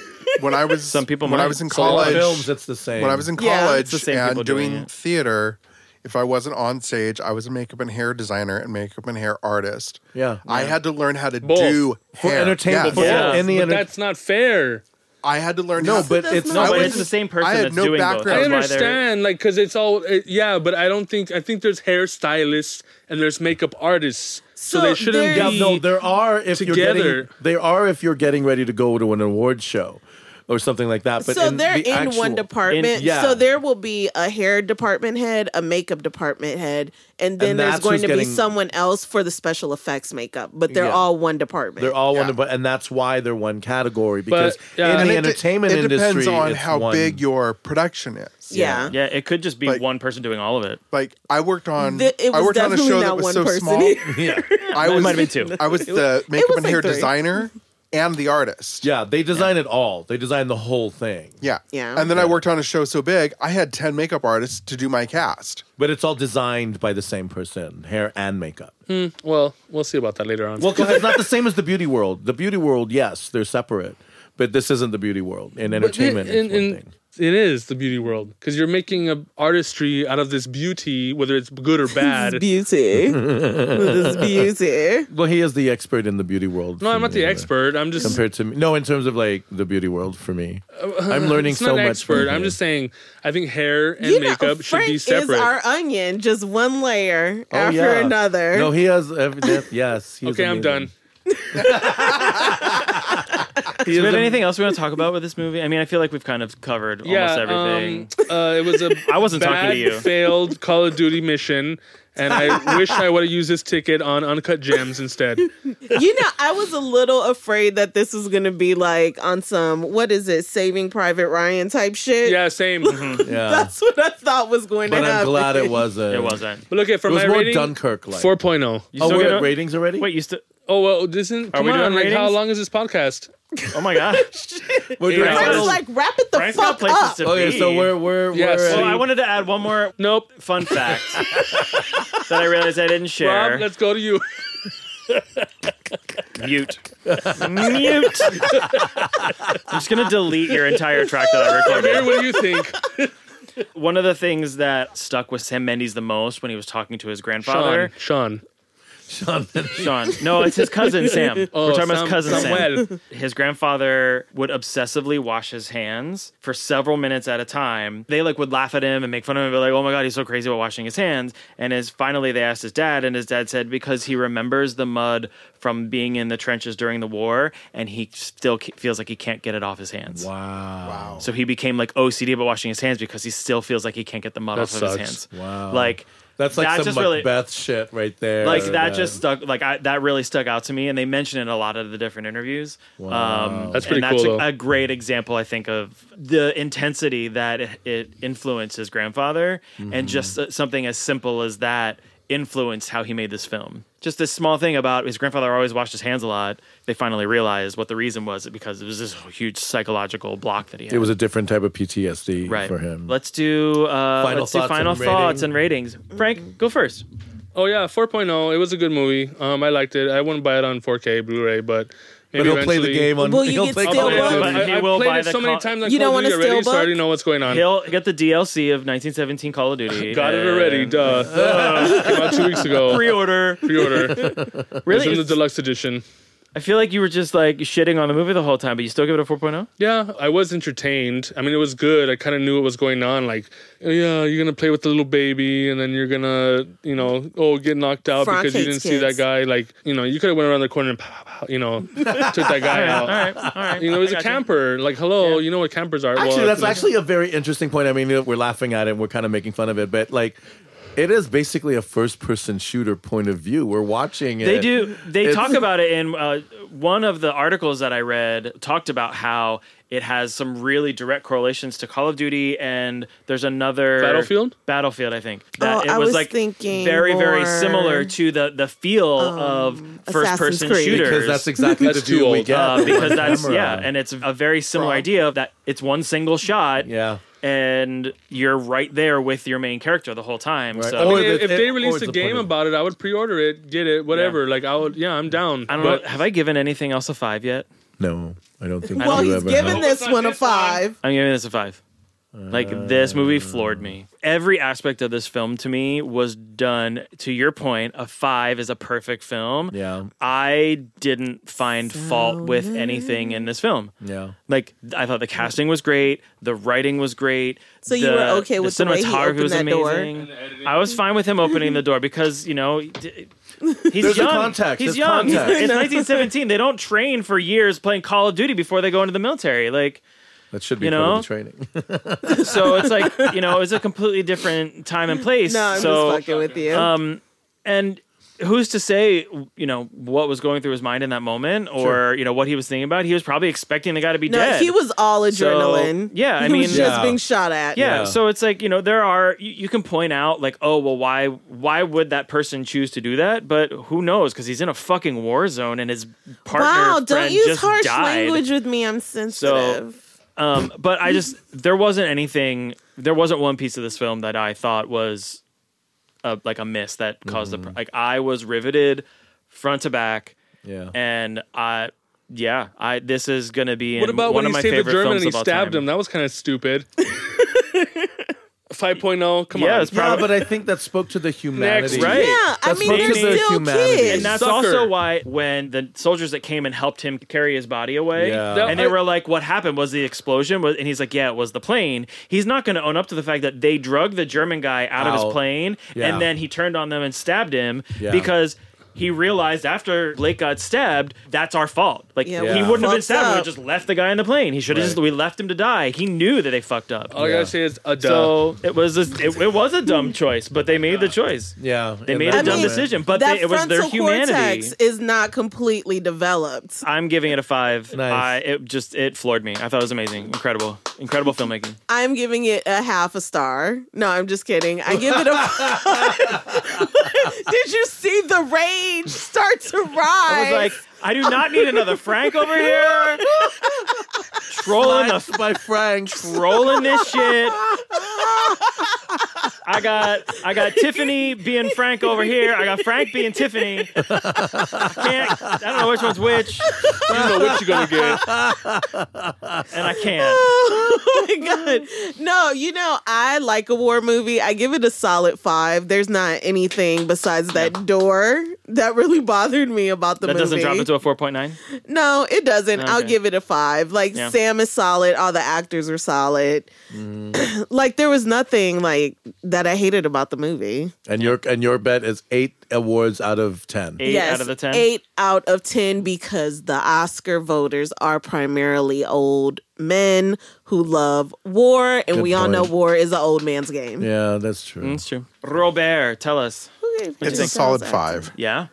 Speaker 2: when I was
Speaker 3: Some people
Speaker 2: when
Speaker 3: might.
Speaker 2: I was in
Speaker 3: So a lot
Speaker 5: All
Speaker 2: college,
Speaker 5: films, it's the same.
Speaker 2: when I was in
Speaker 4: Yeah,
Speaker 2: college
Speaker 3: it's the same people
Speaker 2: and
Speaker 3: doing
Speaker 2: doing
Speaker 3: it.
Speaker 2: theater, if I wasn't on stage, I was a makeup and hair designer and makeup and hair artist.
Speaker 5: Yeah.
Speaker 2: I had to learn how to
Speaker 1: Both.
Speaker 2: do
Speaker 5: For
Speaker 2: hair.
Speaker 5: entertainment.
Speaker 2: Yes.
Speaker 5: Yeah.
Speaker 1: but
Speaker 5: In the inter-
Speaker 1: that's not fair.
Speaker 2: I had to learn.
Speaker 5: no,
Speaker 2: how
Speaker 5: but
Speaker 4: that's
Speaker 5: it's
Speaker 4: not-
Speaker 3: No,
Speaker 2: I
Speaker 3: but
Speaker 2: wouldn't-
Speaker 3: it's the same person
Speaker 2: I had
Speaker 3: that's
Speaker 2: no
Speaker 3: doing both.
Speaker 2: background.
Speaker 3: That's
Speaker 1: I
Speaker 2: That's
Speaker 3: why they're-
Speaker 1: understand, like, because it's all, it, yeah, but I don't think, I think there's hairstylists and there's makeup artists. So,
Speaker 4: So
Speaker 1: they shouldn't
Speaker 4: there's-
Speaker 5: Yeah,
Speaker 1: be.
Speaker 5: no, there are if you're
Speaker 1: together.
Speaker 5: getting there are if you're getting ready to go to an award show or something like that. But
Speaker 4: so
Speaker 5: in
Speaker 4: they're
Speaker 5: the
Speaker 4: in
Speaker 5: actual,
Speaker 4: one department.
Speaker 5: In- yeah.
Speaker 4: So there will be a hair department head, a makeup department head, and then
Speaker 5: And
Speaker 4: there's
Speaker 5: that's
Speaker 4: going
Speaker 5: who's
Speaker 4: to be
Speaker 5: getting-
Speaker 4: someone else for the special effects makeup. But they're
Speaker 5: Yeah.
Speaker 4: all one department.
Speaker 5: They're all one,
Speaker 2: Yeah.
Speaker 5: dep- and that's why they're one category because
Speaker 1: yeah.
Speaker 5: in
Speaker 1: And
Speaker 5: the
Speaker 2: it de-
Speaker 5: entertainment
Speaker 2: it
Speaker 5: industry,
Speaker 2: depends on
Speaker 5: it's
Speaker 2: how
Speaker 5: one-
Speaker 2: big your production is.
Speaker 4: yeah.
Speaker 3: Yeah, it could just be
Speaker 2: Like-
Speaker 3: one person doing all of it.
Speaker 2: Like I worked on,
Speaker 4: The- it
Speaker 2: I
Speaker 4: was
Speaker 2: worked on a
Speaker 4: definitely
Speaker 2: show that
Speaker 4: not
Speaker 2: was
Speaker 4: one
Speaker 2: so
Speaker 4: person.
Speaker 2: small.
Speaker 5: [LAUGHS] Yeah,
Speaker 2: [LAUGHS] I
Speaker 3: It
Speaker 2: was,
Speaker 3: might have been two.
Speaker 2: I was the makeup
Speaker 4: was
Speaker 2: and
Speaker 4: like
Speaker 2: hair
Speaker 4: three.
Speaker 2: designer and the artist.
Speaker 5: yeah. They design it all. They design the whole thing,
Speaker 2: Yeah.
Speaker 4: Yeah.
Speaker 2: And then I worked on a show so big, I had 10 makeup artists to do my cast.
Speaker 5: but it's all designed by the same person, hair and makeup.
Speaker 1: well, we'll see about that later on.
Speaker 5: Well, because it's not the same as the beauty world. The beauty world, yes, they're separate, but this isn't the beauty world. In
Speaker 1: But it-
Speaker 5: entertainment,
Speaker 1: and-
Speaker 5: it's one
Speaker 1: and
Speaker 5: thing.
Speaker 1: it is the beauty world because you're making a artistry out of this beauty, whether it's good
Speaker 5: [LAUGHS]
Speaker 1: or
Speaker 4: It's
Speaker 1: bad.
Speaker 4: beauty. this is beauty.
Speaker 5: Well, he is the expert in the beauty world.
Speaker 1: No, I'm not the
Speaker 5: Yeah.
Speaker 1: expert. I'm just
Speaker 5: compared to me. No, in terms of like the beauty world for me, I'm learning
Speaker 1: it's
Speaker 5: so
Speaker 1: Uh, not
Speaker 5: much.
Speaker 1: expert.
Speaker 5: from
Speaker 1: I'm
Speaker 5: you.
Speaker 1: just saying. I think hair [LAUGHS] and
Speaker 4: You know,
Speaker 1: makeup should
Speaker 4: Frank
Speaker 1: be separate.
Speaker 4: is our onion, just one layer
Speaker 5: Oh,
Speaker 4: after
Speaker 5: yeah.
Speaker 4: another.
Speaker 5: No, he has
Speaker 4: [LAUGHS]
Speaker 5: every. that- Yes, he's
Speaker 1: okay, I'm done.
Speaker 5: [LAUGHS]
Speaker 3: Do we have anything else we want to talk about with this movie? I mean, I feel like we've kind of covered
Speaker 1: Yeah,
Speaker 3: almost everything.
Speaker 1: um, uh, it was a
Speaker 3: [LAUGHS] I wasn't
Speaker 1: bad,
Speaker 3: talking to you.
Speaker 1: Failed Call of Duty mission, and
Speaker 5: [LAUGHS]
Speaker 1: I wish I would have used this ticket on Uncut Gems instead.
Speaker 4: you know, I was a little afraid that this was going to be like on some, what is it, Saving Private Ryan type shit.
Speaker 1: Yeah, same. But
Speaker 5: Yeah,
Speaker 4: That's what I thought was going
Speaker 5: but
Speaker 4: to happen.
Speaker 5: I'm glad it wasn't.
Speaker 1: um,
Speaker 3: it wasn't.
Speaker 1: look at for
Speaker 5: It was
Speaker 1: my
Speaker 5: more
Speaker 1: rating,
Speaker 5: Dunkirk like.
Speaker 1: 4.0.
Speaker 5: Oh,
Speaker 3: So
Speaker 5: we're
Speaker 3: we
Speaker 5: at
Speaker 3: don't-
Speaker 5: ratings already.
Speaker 3: Wait, you still?
Speaker 1: Oh well, this isn't.
Speaker 3: Are
Speaker 1: come
Speaker 3: we doing
Speaker 1: on, like how
Speaker 3: ratings?
Speaker 1: long is this podcast?
Speaker 3: Oh my gosh.
Speaker 5: [LAUGHS] We're
Speaker 3: Yeah.
Speaker 5: doing
Speaker 3: Right.
Speaker 4: I was
Speaker 5: titles.
Speaker 4: like, wrap it the
Speaker 3: Brian's
Speaker 4: fuck
Speaker 3: got places
Speaker 4: up.
Speaker 3: to
Speaker 5: Okay,
Speaker 3: be.
Speaker 5: so we're we're
Speaker 1: Yes.
Speaker 5: we're.
Speaker 3: Well, I wanted to add one more
Speaker 1: Nope.
Speaker 3: fun fact that I realized I didn't share.
Speaker 1: Rob, let's go to
Speaker 3: [LAUGHS]
Speaker 1: you.
Speaker 3: Mute. Mute. I'm just gonna delete your entire track that
Speaker 1: [LAUGHS]
Speaker 3: I
Speaker 1: Mary,
Speaker 3: recorded.
Speaker 1: what do you
Speaker 3: [LAUGHS]
Speaker 1: think?
Speaker 3: One of the things that stuck with Sam Mendes the most when he was talking to his grandfather,
Speaker 1: Sean.
Speaker 3: Sean. No, it's his cousin Sam.
Speaker 1: Oh,
Speaker 3: We're talking about
Speaker 1: Sam-
Speaker 3: his cousin Sam.
Speaker 1: Samuel.
Speaker 3: His grandfather would obsessively wash his hands for several minutes at a time. They like would laugh at him and make fun of him, and be like, "Oh my god, he's so crazy about washing his hands." And as finally they asked his dad, and his dad said because he remembers the mud from being in the trenches during the war, and he still ca- feels like he can't get it off his hands.
Speaker 5: wow.
Speaker 3: So he became like OCD about washing his hands because he still feels like he can't get the mud
Speaker 1: That
Speaker 3: off of his
Speaker 1: sucks.
Speaker 3: hands.
Speaker 5: Wow.
Speaker 3: Like
Speaker 5: That's like
Speaker 3: that
Speaker 5: some
Speaker 3: just really-
Speaker 5: Macbeth shit right there.
Speaker 3: like that just stuck like I, that really stuck out to me and they mention it in a lot of the different interviews um
Speaker 1: That's pretty
Speaker 3: and that's
Speaker 1: cool,
Speaker 3: a,
Speaker 1: though.
Speaker 3: a great example i think of the intensity that it, it influenced his grandfather
Speaker 5: Mm-hmm.
Speaker 3: and just uh, something as simple as that influenced how he made this film just this small thing about his grandfather always washed his hands a lot they finally realized what the reason was because it was this huge psychological block that he had
Speaker 5: It was a different type of PTSD
Speaker 3: right
Speaker 5: for him.
Speaker 3: let's do uh
Speaker 5: Final
Speaker 3: let's do
Speaker 5: thoughts
Speaker 3: final
Speaker 5: and
Speaker 3: thoughts and ratings frank go first
Speaker 1: Oh yeah, 4.0. It was a good movie. Um, I liked it. I wouldn't buy it on 4K Blu-ray, but
Speaker 5: but
Speaker 1: maybe
Speaker 5: he'll play the
Speaker 1: eventually-
Speaker 5: game on.
Speaker 4: Will you
Speaker 5: he'll
Speaker 4: get
Speaker 5: play
Speaker 1: I'll
Speaker 4: Still
Speaker 1: play it,
Speaker 4: book?
Speaker 1: but
Speaker 3: He
Speaker 1: I,
Speaker 3: will
Speaker 1: have played
Speaker 3: buy
Speaker 1: it
Speaker 3: the
Speaker 1: so many
Speaker 3: con-
Speaker 1: times. on
Speaker 4: You don't
Speaker 1: Call of
Speaker 4: wanna
Speaker 1: Duty already,
Speaker 4: steal
Speaker 1: so I already
Speaker 4: book?
Speaker 1: know what's going on.
Speaker 3: He'll get the DLC of 1917 Call of Duty.
Speaker 1: [LAUGHS] Got it already.
Speaker 3: and-
Speaker 1: Duh. [LAUGHS] Came out two weeks ago.
Speaker 3: Pre-order.
Speaker 1: Pre-order. It's
Speaker 3: Really?
Speaker 1: in the deluxe edition.
Speaker 3: I feel like you were just like shitting on the movie the whole time, but you still give it a oh? 4.0?
Speaker 1: Yeah, I was entertained. I mean, it was good. I kind of knew what was going on. Like, oh, yeah, you're gonna play with the little baby, and then you're gonna, you know, oh, get knocked out
Speaker 4: Frank
Speaker 1: because you didn't
Speaker 4: hates
Speaker 1: see that
Speaker 4: kids.
Speaker 1: guy. Like, you know, you could have went around the corner and, pow, pow, pow, you [LAUGHS] know, took that guy out.
Speaker 3: All right. All right.
Speaker 1: Oh. [LAUGHS] You know, he's
Speaker 3: I
Speaker 1: a
Speaker 3: got
Speaker 1: camper. Like, hello, you know what campers are?
Speaker 5: Actually,
Speaker 1: Well,
Speaker 5: that's actually a very interesting point. I mean, we're laughing at it, and we're kind of making fun of it, but like, it is basically a first-person shooter point of view. We're watching it.
Speaker 3: They do. They
Speaker 5: It's-
Speaker 3: talk about it in uh, one of the articles that I read. Talked about how it has some really direct correlations to Call of Duty, and there's another
Speaker 1: Battlefield?
Speaker 3: Battlefield, I think.
Speaker 4: Oh, I was thinking
Speaker 3: very, very
Speaker 4: more- Um,
Speaker 3: similar to the the feel of first person
Speaker 4: Assassin's Creed.
Speaker 3: shooters
Speaker 5: because that's exactly
Speaker 1: That's
Speaker 5: the view
Speaker 1: too
Speaker 5: we
Speaker 1: old.
Speaker 5: get. [LAUGHS]
Speaker 3: uh, because that's
Speaker 5: Camera.
Speaker 3: yeah, and it's a very similar idea of that it's one single shot,
Speaker 5: yeah.
Speaker 3: and you're right there with your main character the whole time.
Speaker 5: Right.
Speaker 3: So
Speaker 5: Or
Speaker 1: if,
Speaker 5: the-
Speaker 1: if
Speaker 5: it-
Speaker 1: they
Speaker 5: or
Speaker 1: released
Speaker 5: it's
Speaker 1: a
Speaker 5: the
Speaker 1: game
Speaker 5: point of-
Speaker 1: about it, I would pre-order it, get it, whatever. Like, I would, yeah, I'm down.
Speaker 3: I don't
Speaker 1: But-
Speaker 3: know. Have I given anything else a five yet?
Speaker 5: No, I don't think.
Speaker 4: Well,
Speaker 5: you
Speaker 4: he's
Speaker 5: ever
Speaker 4: giving
Speaker 5: have.
Speaker 1: It's
Speaker 4: this
Speaker 1: not
Speaker 4: one a
Speaker 1: this one.
Speaker 4: five.
Speaker 3: I'm giving this a five. Like this movie floored me. Every aspect of this film to me was done. To your point, a five is a perfect film.
Speaker 5: Yeah.
Speaker 3: I didn't find fault with anything in this film.
Speaker 5: Yeah.
Speaker 3: Like I thought the casting was great, the writing was great.
Speaker 4: So you were okay with the way he opened that door?
Speaker 3: I was fine with him opening the door because you know d- he's
Speaker 5: There's a
Speaker 3: young.
Speaker 5: context,
Speaker 3: He's
Speaker 5: there's
Speaker 3: young.
Speaker 5: context.
Speaker 3: It's 1917. They don't train for years playing Call of Duty before they go into the military. Like
Speaker 5: That should be
Speaker 3: You
Speaker 5: part
Speaker 3: know?
Speaker 5: of the training. [LAUGHS]
Speaker 3: so it's like you know it's a completely different time and place.
Speaker 4: No, I'm
Speaker 3: so
Speaker 4: just fucking with you.
Speaker 3: um, and who's to say you know what was going through his mind in that moment or you know what he was thinking about? He was probably expecting the guy to be
Speaker 4: no,
Speaker 3: dead.
Speaker 4: he was all adrenaline.
Speaker 3: yeah, I
Speaker 4: he was
Speaker 3: mean-
Speaker 4: just
Speaker 5: Yeah.
Speaker 4: being shot at.
Speaker 3: Yeah,
Speaker 5: Yeah.
Speaker 3: so it's like you know there are you, you can point out like oh well why why would that person choose to do that? But who knows? Because he's in a fucking war zone and his partner
Speaker 4: Wow, don't
Speaker 3: friend
Speaker 4: use
Speaker 3: just
Speaker 4: harsh
Speaker 3: died.
Speaker 4: language with me. I'm sensitive.
Speaker 3: Um, but I just there wasn't anything. There wasn't one piece of this film that I thought was a, like a miss that caused
Speaker 1: Mm-hmm.
Speaker 3: the like I was riveted front to back,
Speaker 5: Yeah.
Speaker 3: and I yeah I this is gonna be in
Speaker 1: What about when
Speaker 3: one of
Speaker 1: he
Speaker 3: my
Speaker 1: saved the
Speaker 3: favorite
Speaker 1: German
Speaker 3: films
Speaker 1: and he
Speaker 3: of all
Speaker 1: stabbed
Speaker 3: time.
Speaker 1: him? That was kind of stupid.
Speaker 3: [LAUGHS]
Speaker 1: 5.0, come
Speaker 3: [LAUGHS] Yeah,
Speaker 1: on.
Speaker 3: it's
Speaker 5: yeah,
Speaker 3: Probably-
Speaker 5: but I think that spoke to the humanity.
Speaker 3: right.
Speaker 4: Yeah, I
Speaker 5: That's
Speaker 4: mean
Speaker 5: what
Speaker 4: they're
Speaker 5: gives it
Speaker 4: still
Speaker 5: humanity.
Speaker 4: kids.
Speaker 3: And that's
Speaker 1: Sucker.
Speaker 3: also why when the soldiers that came and helped him carry his body away,
Speaker 5: Yeah.
Speaker 1: That-
Speaker 3: and they were like, "What happened? Was the explosion?" Was and he's like, "Yeah, it was the plane." He's not going to own up to the fact that they drug the German guy out, of
Speaker 5: Out.
Speaker 3: his plane,
Speaker 5: Yeah.
Speaker 3: and then he turned on them and stabbed him
Speaker 5: Yeah.
Speaker 3: because. He realized after Blake got stabbed, that's our fault. Like
Speaker 4: Yeah,
Speaker 5: we
Speaker 3: he wouldn't have been
Speaker 4: fucked
Speaker 3: stabbed. We
Speaker 4: up.
Speaker 3: would've just left the guy in the plane. He should have
Speaker 5: Right. Oh,
Speaker 3: just we left him to die. He knew that they fucked up.
Speaker 1: All I gotta say is a duh.
Speaker 3: so it was a, it, it was a dumb choice, but they made the choice.
Speaker 5: Yeah.
Speaker 3: They
Speaker 5: in
Speaker 3: made
Speaker 5: that
Speaker 3: a dumb
Speaker 5: moment. [LAUGHS]
Speaker 3: decision, but
Speaker 4: that
Speaker 3: they, it was
Speaker 4: frontal
Speaker 3: their humanity.
Speaker 4: cortex is not completely developed.
Speaker 3: I'm giving it a five.
Speaker 5: Nice.
Speaker 3: I, it just it floored me. I thought it was amazing, incredible. Incredible filmmaking.
Speaker 4: I'm giving it a half a star. No, I'm just kidding. I give it a. [LAUGHS] Did you see the rage start to rise?
Speaker 3: I was like, I do not need another Frank over here. Trolling the
Speaker 5: by Franks.
Speaker 3: rolling this shit. I got I got Tiffany being Frank over here. I got Frank being Tiffany. I can't. I don't know which one's which,
Speaker 1: You know what you're gonna
Speaker 3: [LAUGHS]
Speaker 1: get.
Speaker 3: and I can't.
Speaker 4: [LAUGHS] oh my god. No, you know, I like a war movie. I give it a solid five. There's not anything besides that door that really bothered me about the
Speaker 3: That
Speaker 4: movie.
Speaker 3: doesn't drop into a four point nine.
Speaker 4: no, it doesn't. I'll
Speaker 3: Okay.
Speaker 4: give it a five. Like
Speaker 3: Yeah.
Speaker 4: Sam is solid. All the actors are solid.
Speaker 3: Mm.
Speaker 4: [CLEARS THROAT] like there was nothing like that I hated about the movie.
Speaker 5: And your and your bet is eight awards out of ten.
Speaker 3: Eight out of the ten.
Speaker 4: Eight out of ten because the Oscar voters are primarily old men who love war, and
Speaker 5: Good
Speaker 4: we all know
Speaker 5: point.
Speaker 4: war is an old man's game.
Speaker 5: Yeah, that's true.
Speaker 3: That's Mm, true. Robert, tell us.
Speaker 4: Okay, what
Speaker 2: It's
Speaker 4: you
Speaker 2: a
Speaker 4: think?
Speaker 2: solid five.
Speaker 3: Yeah.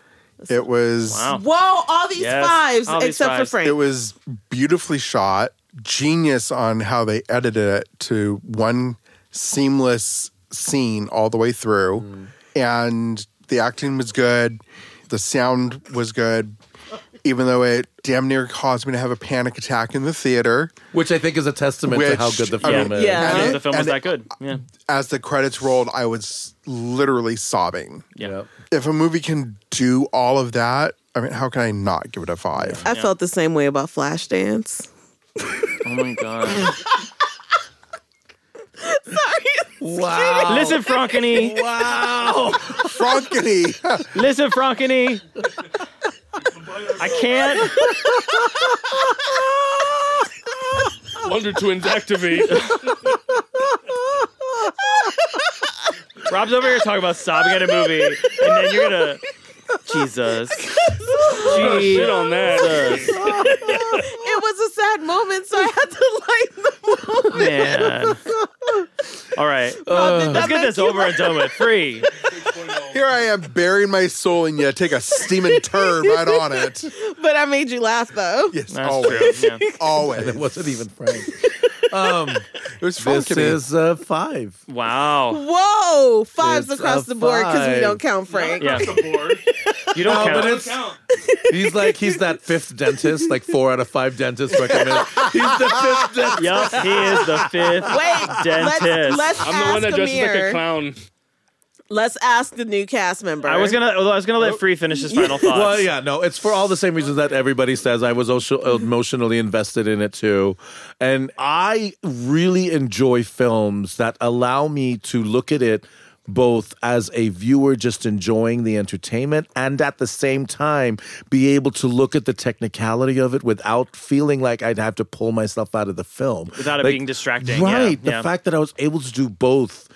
Speaker 2: It was
Speaker 3: Wow.
Speaker 4: Whoa, all these
Speaker 3: Yes,
Speaker 4: fives
Speaker 3: all these
Speaker 4: except
Speaker 3: fives.
Speaker 4: for Frank.
Speaker 2: it was beautifully shot, genius on how they edited it to one seamless scene all the way through. And the acting was good, the sound was good, even though it damn near caused me to have a panic attack in the theater.
Speaker 5: Which I think is a testament to
Speaker 2: Which-
Speaker 5: how good the
Speaker 2: I
Speaker 5: film
Speaker 3: mean,
Speaker 5: is.
Speaker 4: yeah.
Speaker 2: And
Speaker 3: Because
Speaker 2: it-
Speaker 3: the film was
Speaker 2: and
Speaker 3: that
Speaker 2: it-
Speaker 3: good. Yeah.
Speaker 2: As the credits rolled, I was literally sobbing.
Speaker 3: Yeah.
Speaker 5: Yep.
Speaker 2: If a movie can do all of that, I mean, how can I not give it a five?
Speaker 4: I felt the same way about
Speaker 3: [LAUGHS]
Speaker 4: Flashdance. [LAUGHS]
Speaker 3: Oh my god.
Speaker 5: Wow.
Speaker 3: Listen, Frankenny.
Speaker 5: Wow.
Speaker 2: Frankenny!
Speaker 3: Listen, Frankenny. I can't.
Speaker 1: Wonder to indactivate.
Speaker 3: Rob's over here talking about sobbing at a movie, and then you're gonna. Jesus.
Speaker 1: Shit on that.
Speaker 3: Jesus.
Speaker 4: It was a sad moment, so I had to [LAUGHS] like the movie.
Speaker 3: Man. All right. Uh, Let's get this over and done with. Free.
Speaker 2: Here I am burying my soul in you. Take a
Speaker 3: [LAUGHS]
Speaker 2: steaming turn right on it.
Speaker 4: But I made you laugh though.
Speaker 2: Yes,
Speaker 3: That's
Speaker 2: always.
Speaker 3: true. Yeah.
Speaker 5: [LAUGHS]
Speaker 2: Always.
Speaker 5: It wasn't even Frank. Um,
Speaker 2: It was
Speaker 5: This
Speaker 2: funky.
Speaker 5: is uh, five.
Speaker 3: Wow.
Speaker 4: Whoa, fives
Speaker 5: It's
Speaker 4: across
Speaker 5: a
Speaker 4: the board because we
Speaker 5: five.
Speaker 4: don't count Frank.
Speaker 3: Yeah. You
Speaker 5: No,
Speaker 3: don't count.
Speaker 5: but it's he's like he's that fifth dentist, like four out of five dentists recommend. He's the fifth dentist.
Speaker 3: Yup, he is the fifth.
Speaker 4: Wait, let's
Speaker 3: Dentist.
Speaker 4: let's
Speaker 1: I'm the one
Speaker 4: ask
Speaker 1: that dresses like a
Speaker 4: Amir.
Speaker 1: clown.
Speaker 4: let's ask the new cast member.
Speaker 3: I was gonna. although I was gonna let Free finish his final thoughts.
Speaker 5: Well, yeah, no, it's for all the same reasons that everybody says. I was also emotionally invested in it too. And I really enjoy films that allow me to look at it both as a viewer just enjoying the entertainment and at the same time be able to look at the technicality of it without feeling like I'd have to pull myself out of the film.
Speaker 3: Without it
Speaker 5: Like,
Speaker 3: being distracting. Yeah,
Speaker 5: Right. The
Speaker 3: yeah.
Speaker 5: fact that I was able to do both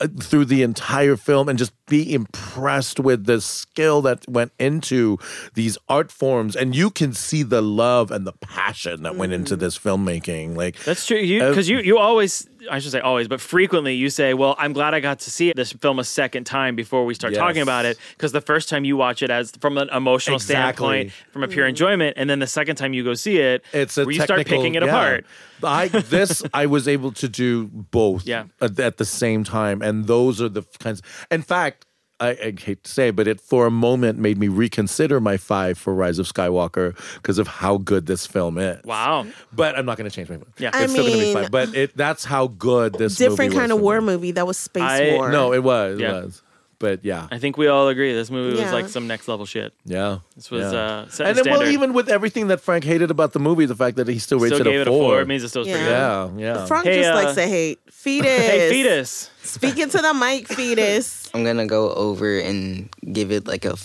Speaker 5: uh, through the entire film and just be impressed with the skill that went into these art forms and you can see the love and the passion that went into this filmmaking like
Speaker 3: Mm. That's true. You because you you always I should say always, but frequently you say, "Well, I'm glad I got to see this film a second time before we start
Speaker 5: Yes.
Speaker 3: talking about it." Because the first time you watch it as from an emotional
Speaker 5: Exactly.
Speaker 3: standpoint, from a
Speaker 4: Mm.
Speaker 3: pure enjoyment, and then the second time you go see it,
Speaker 5: it's a
Speaker 3: where you start
Speaker 5: technical-
Speaker 3: picking it
Speaker 5: yeah.
Speaker 3: apart.
Speaker 5: I
Speaker 3: [LAUGHS]
Speaker 5: this I was able to do both
Speaker 3: Yeah.
Speaker 5: at, at the same time, and those are the kinds. In fact, I, I hate to say, but it for a moment made me reconsider my five for Rise of Skywalker because of how good this film is.
Speaker 3: Wow.
Speaker 5: But I'm not going to change my mind.
Speaker 3: Yeah.
Speaker 5: it's
Speaker 4: I
Speaker 5: still going to be
Speaker 4: mean,
Speaker 5: five. But it that's how good this
Speaker 4: different
Speaker 5: movie
Speaker 4: kind
Speaker 5: was
Speaker 4: of
Speaker 5: for
Speaker 4: war
Speaker 5: me.
Speaker 4: movie that was space
Speaker 3: I-
Speaker 4: war.
Speaker 5: No, it was.
Speaker 3: Yeah.
Speaker 5: It was. But yeah,
Speaker 3: I think we all agree this movie
Speaker 4: Yeah.
Speaker 3: was like some next level shit.
Speaker 5: yeah.
Speaker 3: This was
Speaker 5: yeah.
Speaker 3: uh, set
Speaker 5: and
Speaker 3: the
Speaker 5: then, well,
Speaker 3: standard.
Speaker 5: even with everything that Frank hated about the movie, the fact that he still rates
Speaker 3: still gave
Speaker 5: it
Speaker 3: it a four. It means it still was pretty
Speaker 4: Yeah.
Speaker 3: good.
Speaker 5: yeah, yeah.
Speaker 4: Frank
Speaker 3: Hey,
Speaker 4: just
Speaker 3: uh,
Speaker 4: likes to hate. Fetus.
Speaker 3: Hey,
Speaker 4: [LAUGHS]
Speaker 3: fetus.
Speaker 4: Speaking to the mic, fetus.
Speaker 6: I'm gonna go over and give it like a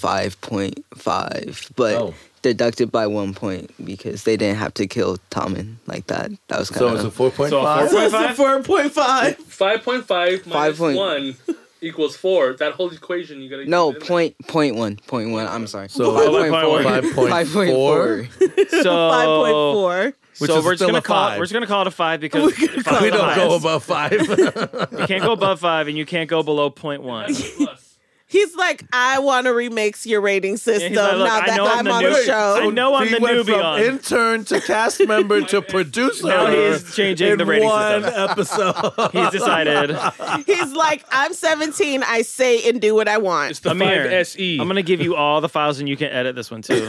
Speaker 6: 5.5, but
Speaker 5: Oh.
Speaker 6: deducted by one point because they didn't have to kill Tommen like that. That was
Speaker 5: So
Speaker 6: kind
Speaker 5: it's a
Speaker 6: of
Speaker 5: four point
Speaker 3: So a
Speaker 5: five.
Speaker 3: four- Point five?
Speaker 4: four point five.
Speaker 1: Five point five
Speaker 6: Five point-
Speaker 1: one equals four. That whole equation you gotta.
Speaker 6: no
Speaker 1: get in
Speaker 6: point point one point one. I'm sorry.
Speaker 5: So-
Speaker 6: five
Speaker 3: Oh,
Speaker 6: point four.
Speaker 5: 5.4.
Speaker 6: Five point four.
Speaker 3: So
Speaker 4: Five point four.
Speaker 5: Which
Speaker 3: so
Speaker 5: is
Speaker 3: we're just
Speaker 5: still
Speaker 3: gonna
Speaker 5: a
Speaker 3: call
Speaker 5: five.
Speaker 3: we're just gonna call it a five because
Speaker 5: [LAUGHS]
Speaker 3: five's
Speaker 5: we
Speaker 3: the
Speaker 5: don't
Speaker 3: highest.
Speaker 5: go above five.
Speaker 3: You can't go above five and you can't go below point one.
Speaker 1: there. Plus.
Speaker 4: He's like, I want to remix your rating system
Speaker 3: he's like, "Look,
Speaker 4: now
Speaker 3: I
Speaker 4: that
Speaker 3: know I'm
Speaker 4: I'm
Speaker 3: the
Speaker 4: on
Speaker 3: new-
Speaker 4: the
Speaker 3: [LAUGHS] I
Speaker 4: show.
Speaker 3: know I'm
Speaker 5: he
Speaker 3: the
Speaker 5: went
Speaker 3: newbie
Speaker 5: from
Speaker 3: on.
Speaker 5: intern to cast
Speaker 3: [LAUGHS]
Speaker 5: member to producer.
Speaker 3: Now he's changing
Speaker 5: in
Speaker 3: the rating
Speaker 5: one
Speaker 3: system.
Speaker 5: episode.
Speaker 3: He's
Speaker 5: [LAUGHS]
Speaker 3: decided.
Speaker 4: He's like, I'm 17. I say and do what I want.
Speaker 1: It's the E.
Speaker 3: Amir,
Speaker 1: 5SE.
Speaker 3: I'm gonna give you all the files and you can edit this
Speaker 5: [LAUGHS]
Speaker 3: one too.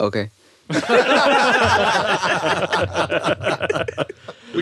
Speaker 6: Okay.
Speaker 1: we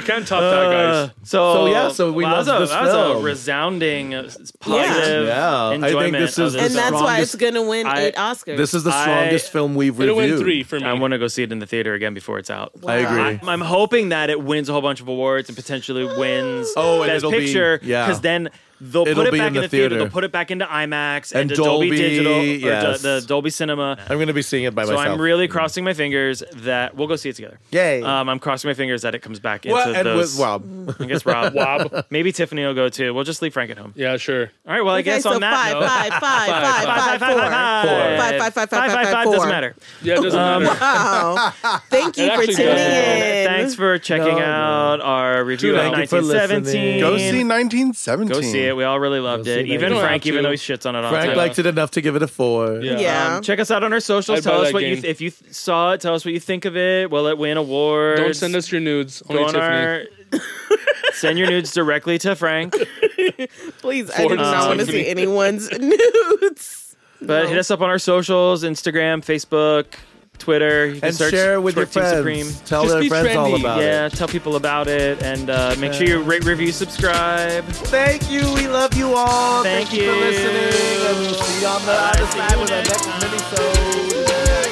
Speaker 1: can't top that, guys.
Speaker 5: Uh,
Speaker 3: So,
Speaker 5: So, yeah, so we
Speaker 3: wow,
Speaker 5: love
Speaker 3: that was
Speaker 5: this
Speaker 3: a, that was a
Speaker 5: film.
Speaker 3: resounding, uh, s- positive
Speaker 5: Yeah. I think
Speaker 3: enjoyment.
Speaker 5: this
Speaker 3: of
Speaker 5: is the
Speaker 4: And that's why it's
Speaker 5: strongest-
Speaker 4: going to win
Speaker 3: I-
Speaker 4: eight Oscars.
Speaker 5: this is the
Speaker 3: I-
Speaker 5: strongest film we've
Speaker 1: It'll
Speaker 5: reviewed.
Speaker 1: win three for me.
Speaker 3: I want to go see it in the theater again before it's out.
Speaker 5: I agree.
Speaker 3: I'm hoping that it wins a whole bunch of awards and potentially wins
Speaker 5: [GASPS] Oh, and
Speaker 3: best
Speaker 5: it'll be-
Speaker 3: picture.
Speaker 5: yeah.
Speaker 3: because then they'll
Speaker 5: It'll
Speaker 3: put it
Speaker 5: be in
Speaker 3: back in
Speaker 5: the
Speaker 3: the, theater.
Speaker 5: theater.
Speaker 3: They'll put it back into IMAX
Speaker 5: And
Speaker 3: and, to Dolby,
Speaker 5: Dolby,
Speaker 3: Digital or
Speaker 5: yes.
Speaker 3: to the Dolby Cinema.
Speaker 5: I'm going to be seeing it by
Speaker 3: So
Speaker 5: myself. Mm.
Speaker 3: I'm really crossing my fingers that we'll go see it together.
Speaker 5: Yay.
Speaker 3: Um, I'm crossing my fingers that it comes back into
Speaker 5: well, and
Speaker 3: those.
Speaker 5: with Rob.
Speaker 3: I
Speaker 5: [LAUGHS]
Speaker 3: guess Rob, Wob, maybe Tiffany will go too. We'll just leave Frank at home.
Speaker 1: Yeah, sure.
Speaker 3: All right. Well, I guess
Speaker 4: so
Speaker 3: on that
Speaker 4: five,
Speaker 3: note,
Speaker 4: five, five, five, five, four. Five, five, five, five, five, four.
Speaker 3: doesn't matter.
Speaker 1: Yeah, it doesn't
Speaker 3: Um,
Speaker 1: matter.
Speaker 4: Wow. Oh, Thank you
Speaker 1: It
Speaker 4: for
Speaker 1: actually
Speaker 4: tuning in.
Speaker 1: does.
Speaker 3: Thanks for checking
Speaker 5: No, no.
Speaker 3: out our review of
Speaker 5: Thank you for
Speaker 3: 1917.
Speaker 5: listening.
Speaker 2: Go see 1917.
Speaker 3: Go see it. We all really loved
Speaker 5: Go see
Speaker 3: it.
Speaker 5: that.
Speaker 3: Even
Speaker 5: You don't
Speaker 3: Frank,
Speaker 1: have to.
Speaker 3: even though he shits on it all the
Speaker 5: Frank
Speaker 3: time.
Speaker 5: liked it enough to give it a four.
Speaker 1: Yeah.
Speaker 4: Yeah.
Speaker 3: Um, check us out on our socials.
Speaker 1: I'd buy
Speaker 3: tell us
Speaker 1: that
Speaker 3: what you
Speaker 1: game.
Speaker 3: if you th- saw it. Tell us what you think of it. Will it win awards?
Speaker 1: Don't send us your nudes.
Speaker 3: Go
Speaker 1: Only
Speaker 3: on
Speaker 1: Tiffany. [LAUGHS]
Speaker 3: our. send your nudes directly to Frank.
Speaker 4: Please, I do not
Speaker 1: Um,
Speaker 4: want to see anyone's [LAUGHS] nudes.
Speaker 3: But hit us up on our socials: Instagram, Facebook, Twitter. You can
Speaker 5: And
Speaker 3: search
Speaker 5: share with your
Speaker 3: Twerk Team
Speaker 5: friends.
Speaker 3: Supreme.
Speaker 5: Tell
Speaker 1: Just
Speaker 5: their
Speaker 1: be
Speaker 5: friends all
Speaker 1: trendy.
Speaker 5: about
Speaker 3: yeah,
Speaker 5: it.
Speaker 3: tell people about it, and uh, make sure you rate, review, subscribe.
Speaker 5: Thank you. We love you all.
Speaker 3: Thank
Speaker 5: for
Speaker 3: you.
Speaker 5: listening. And we'll see you on the other side with our next mini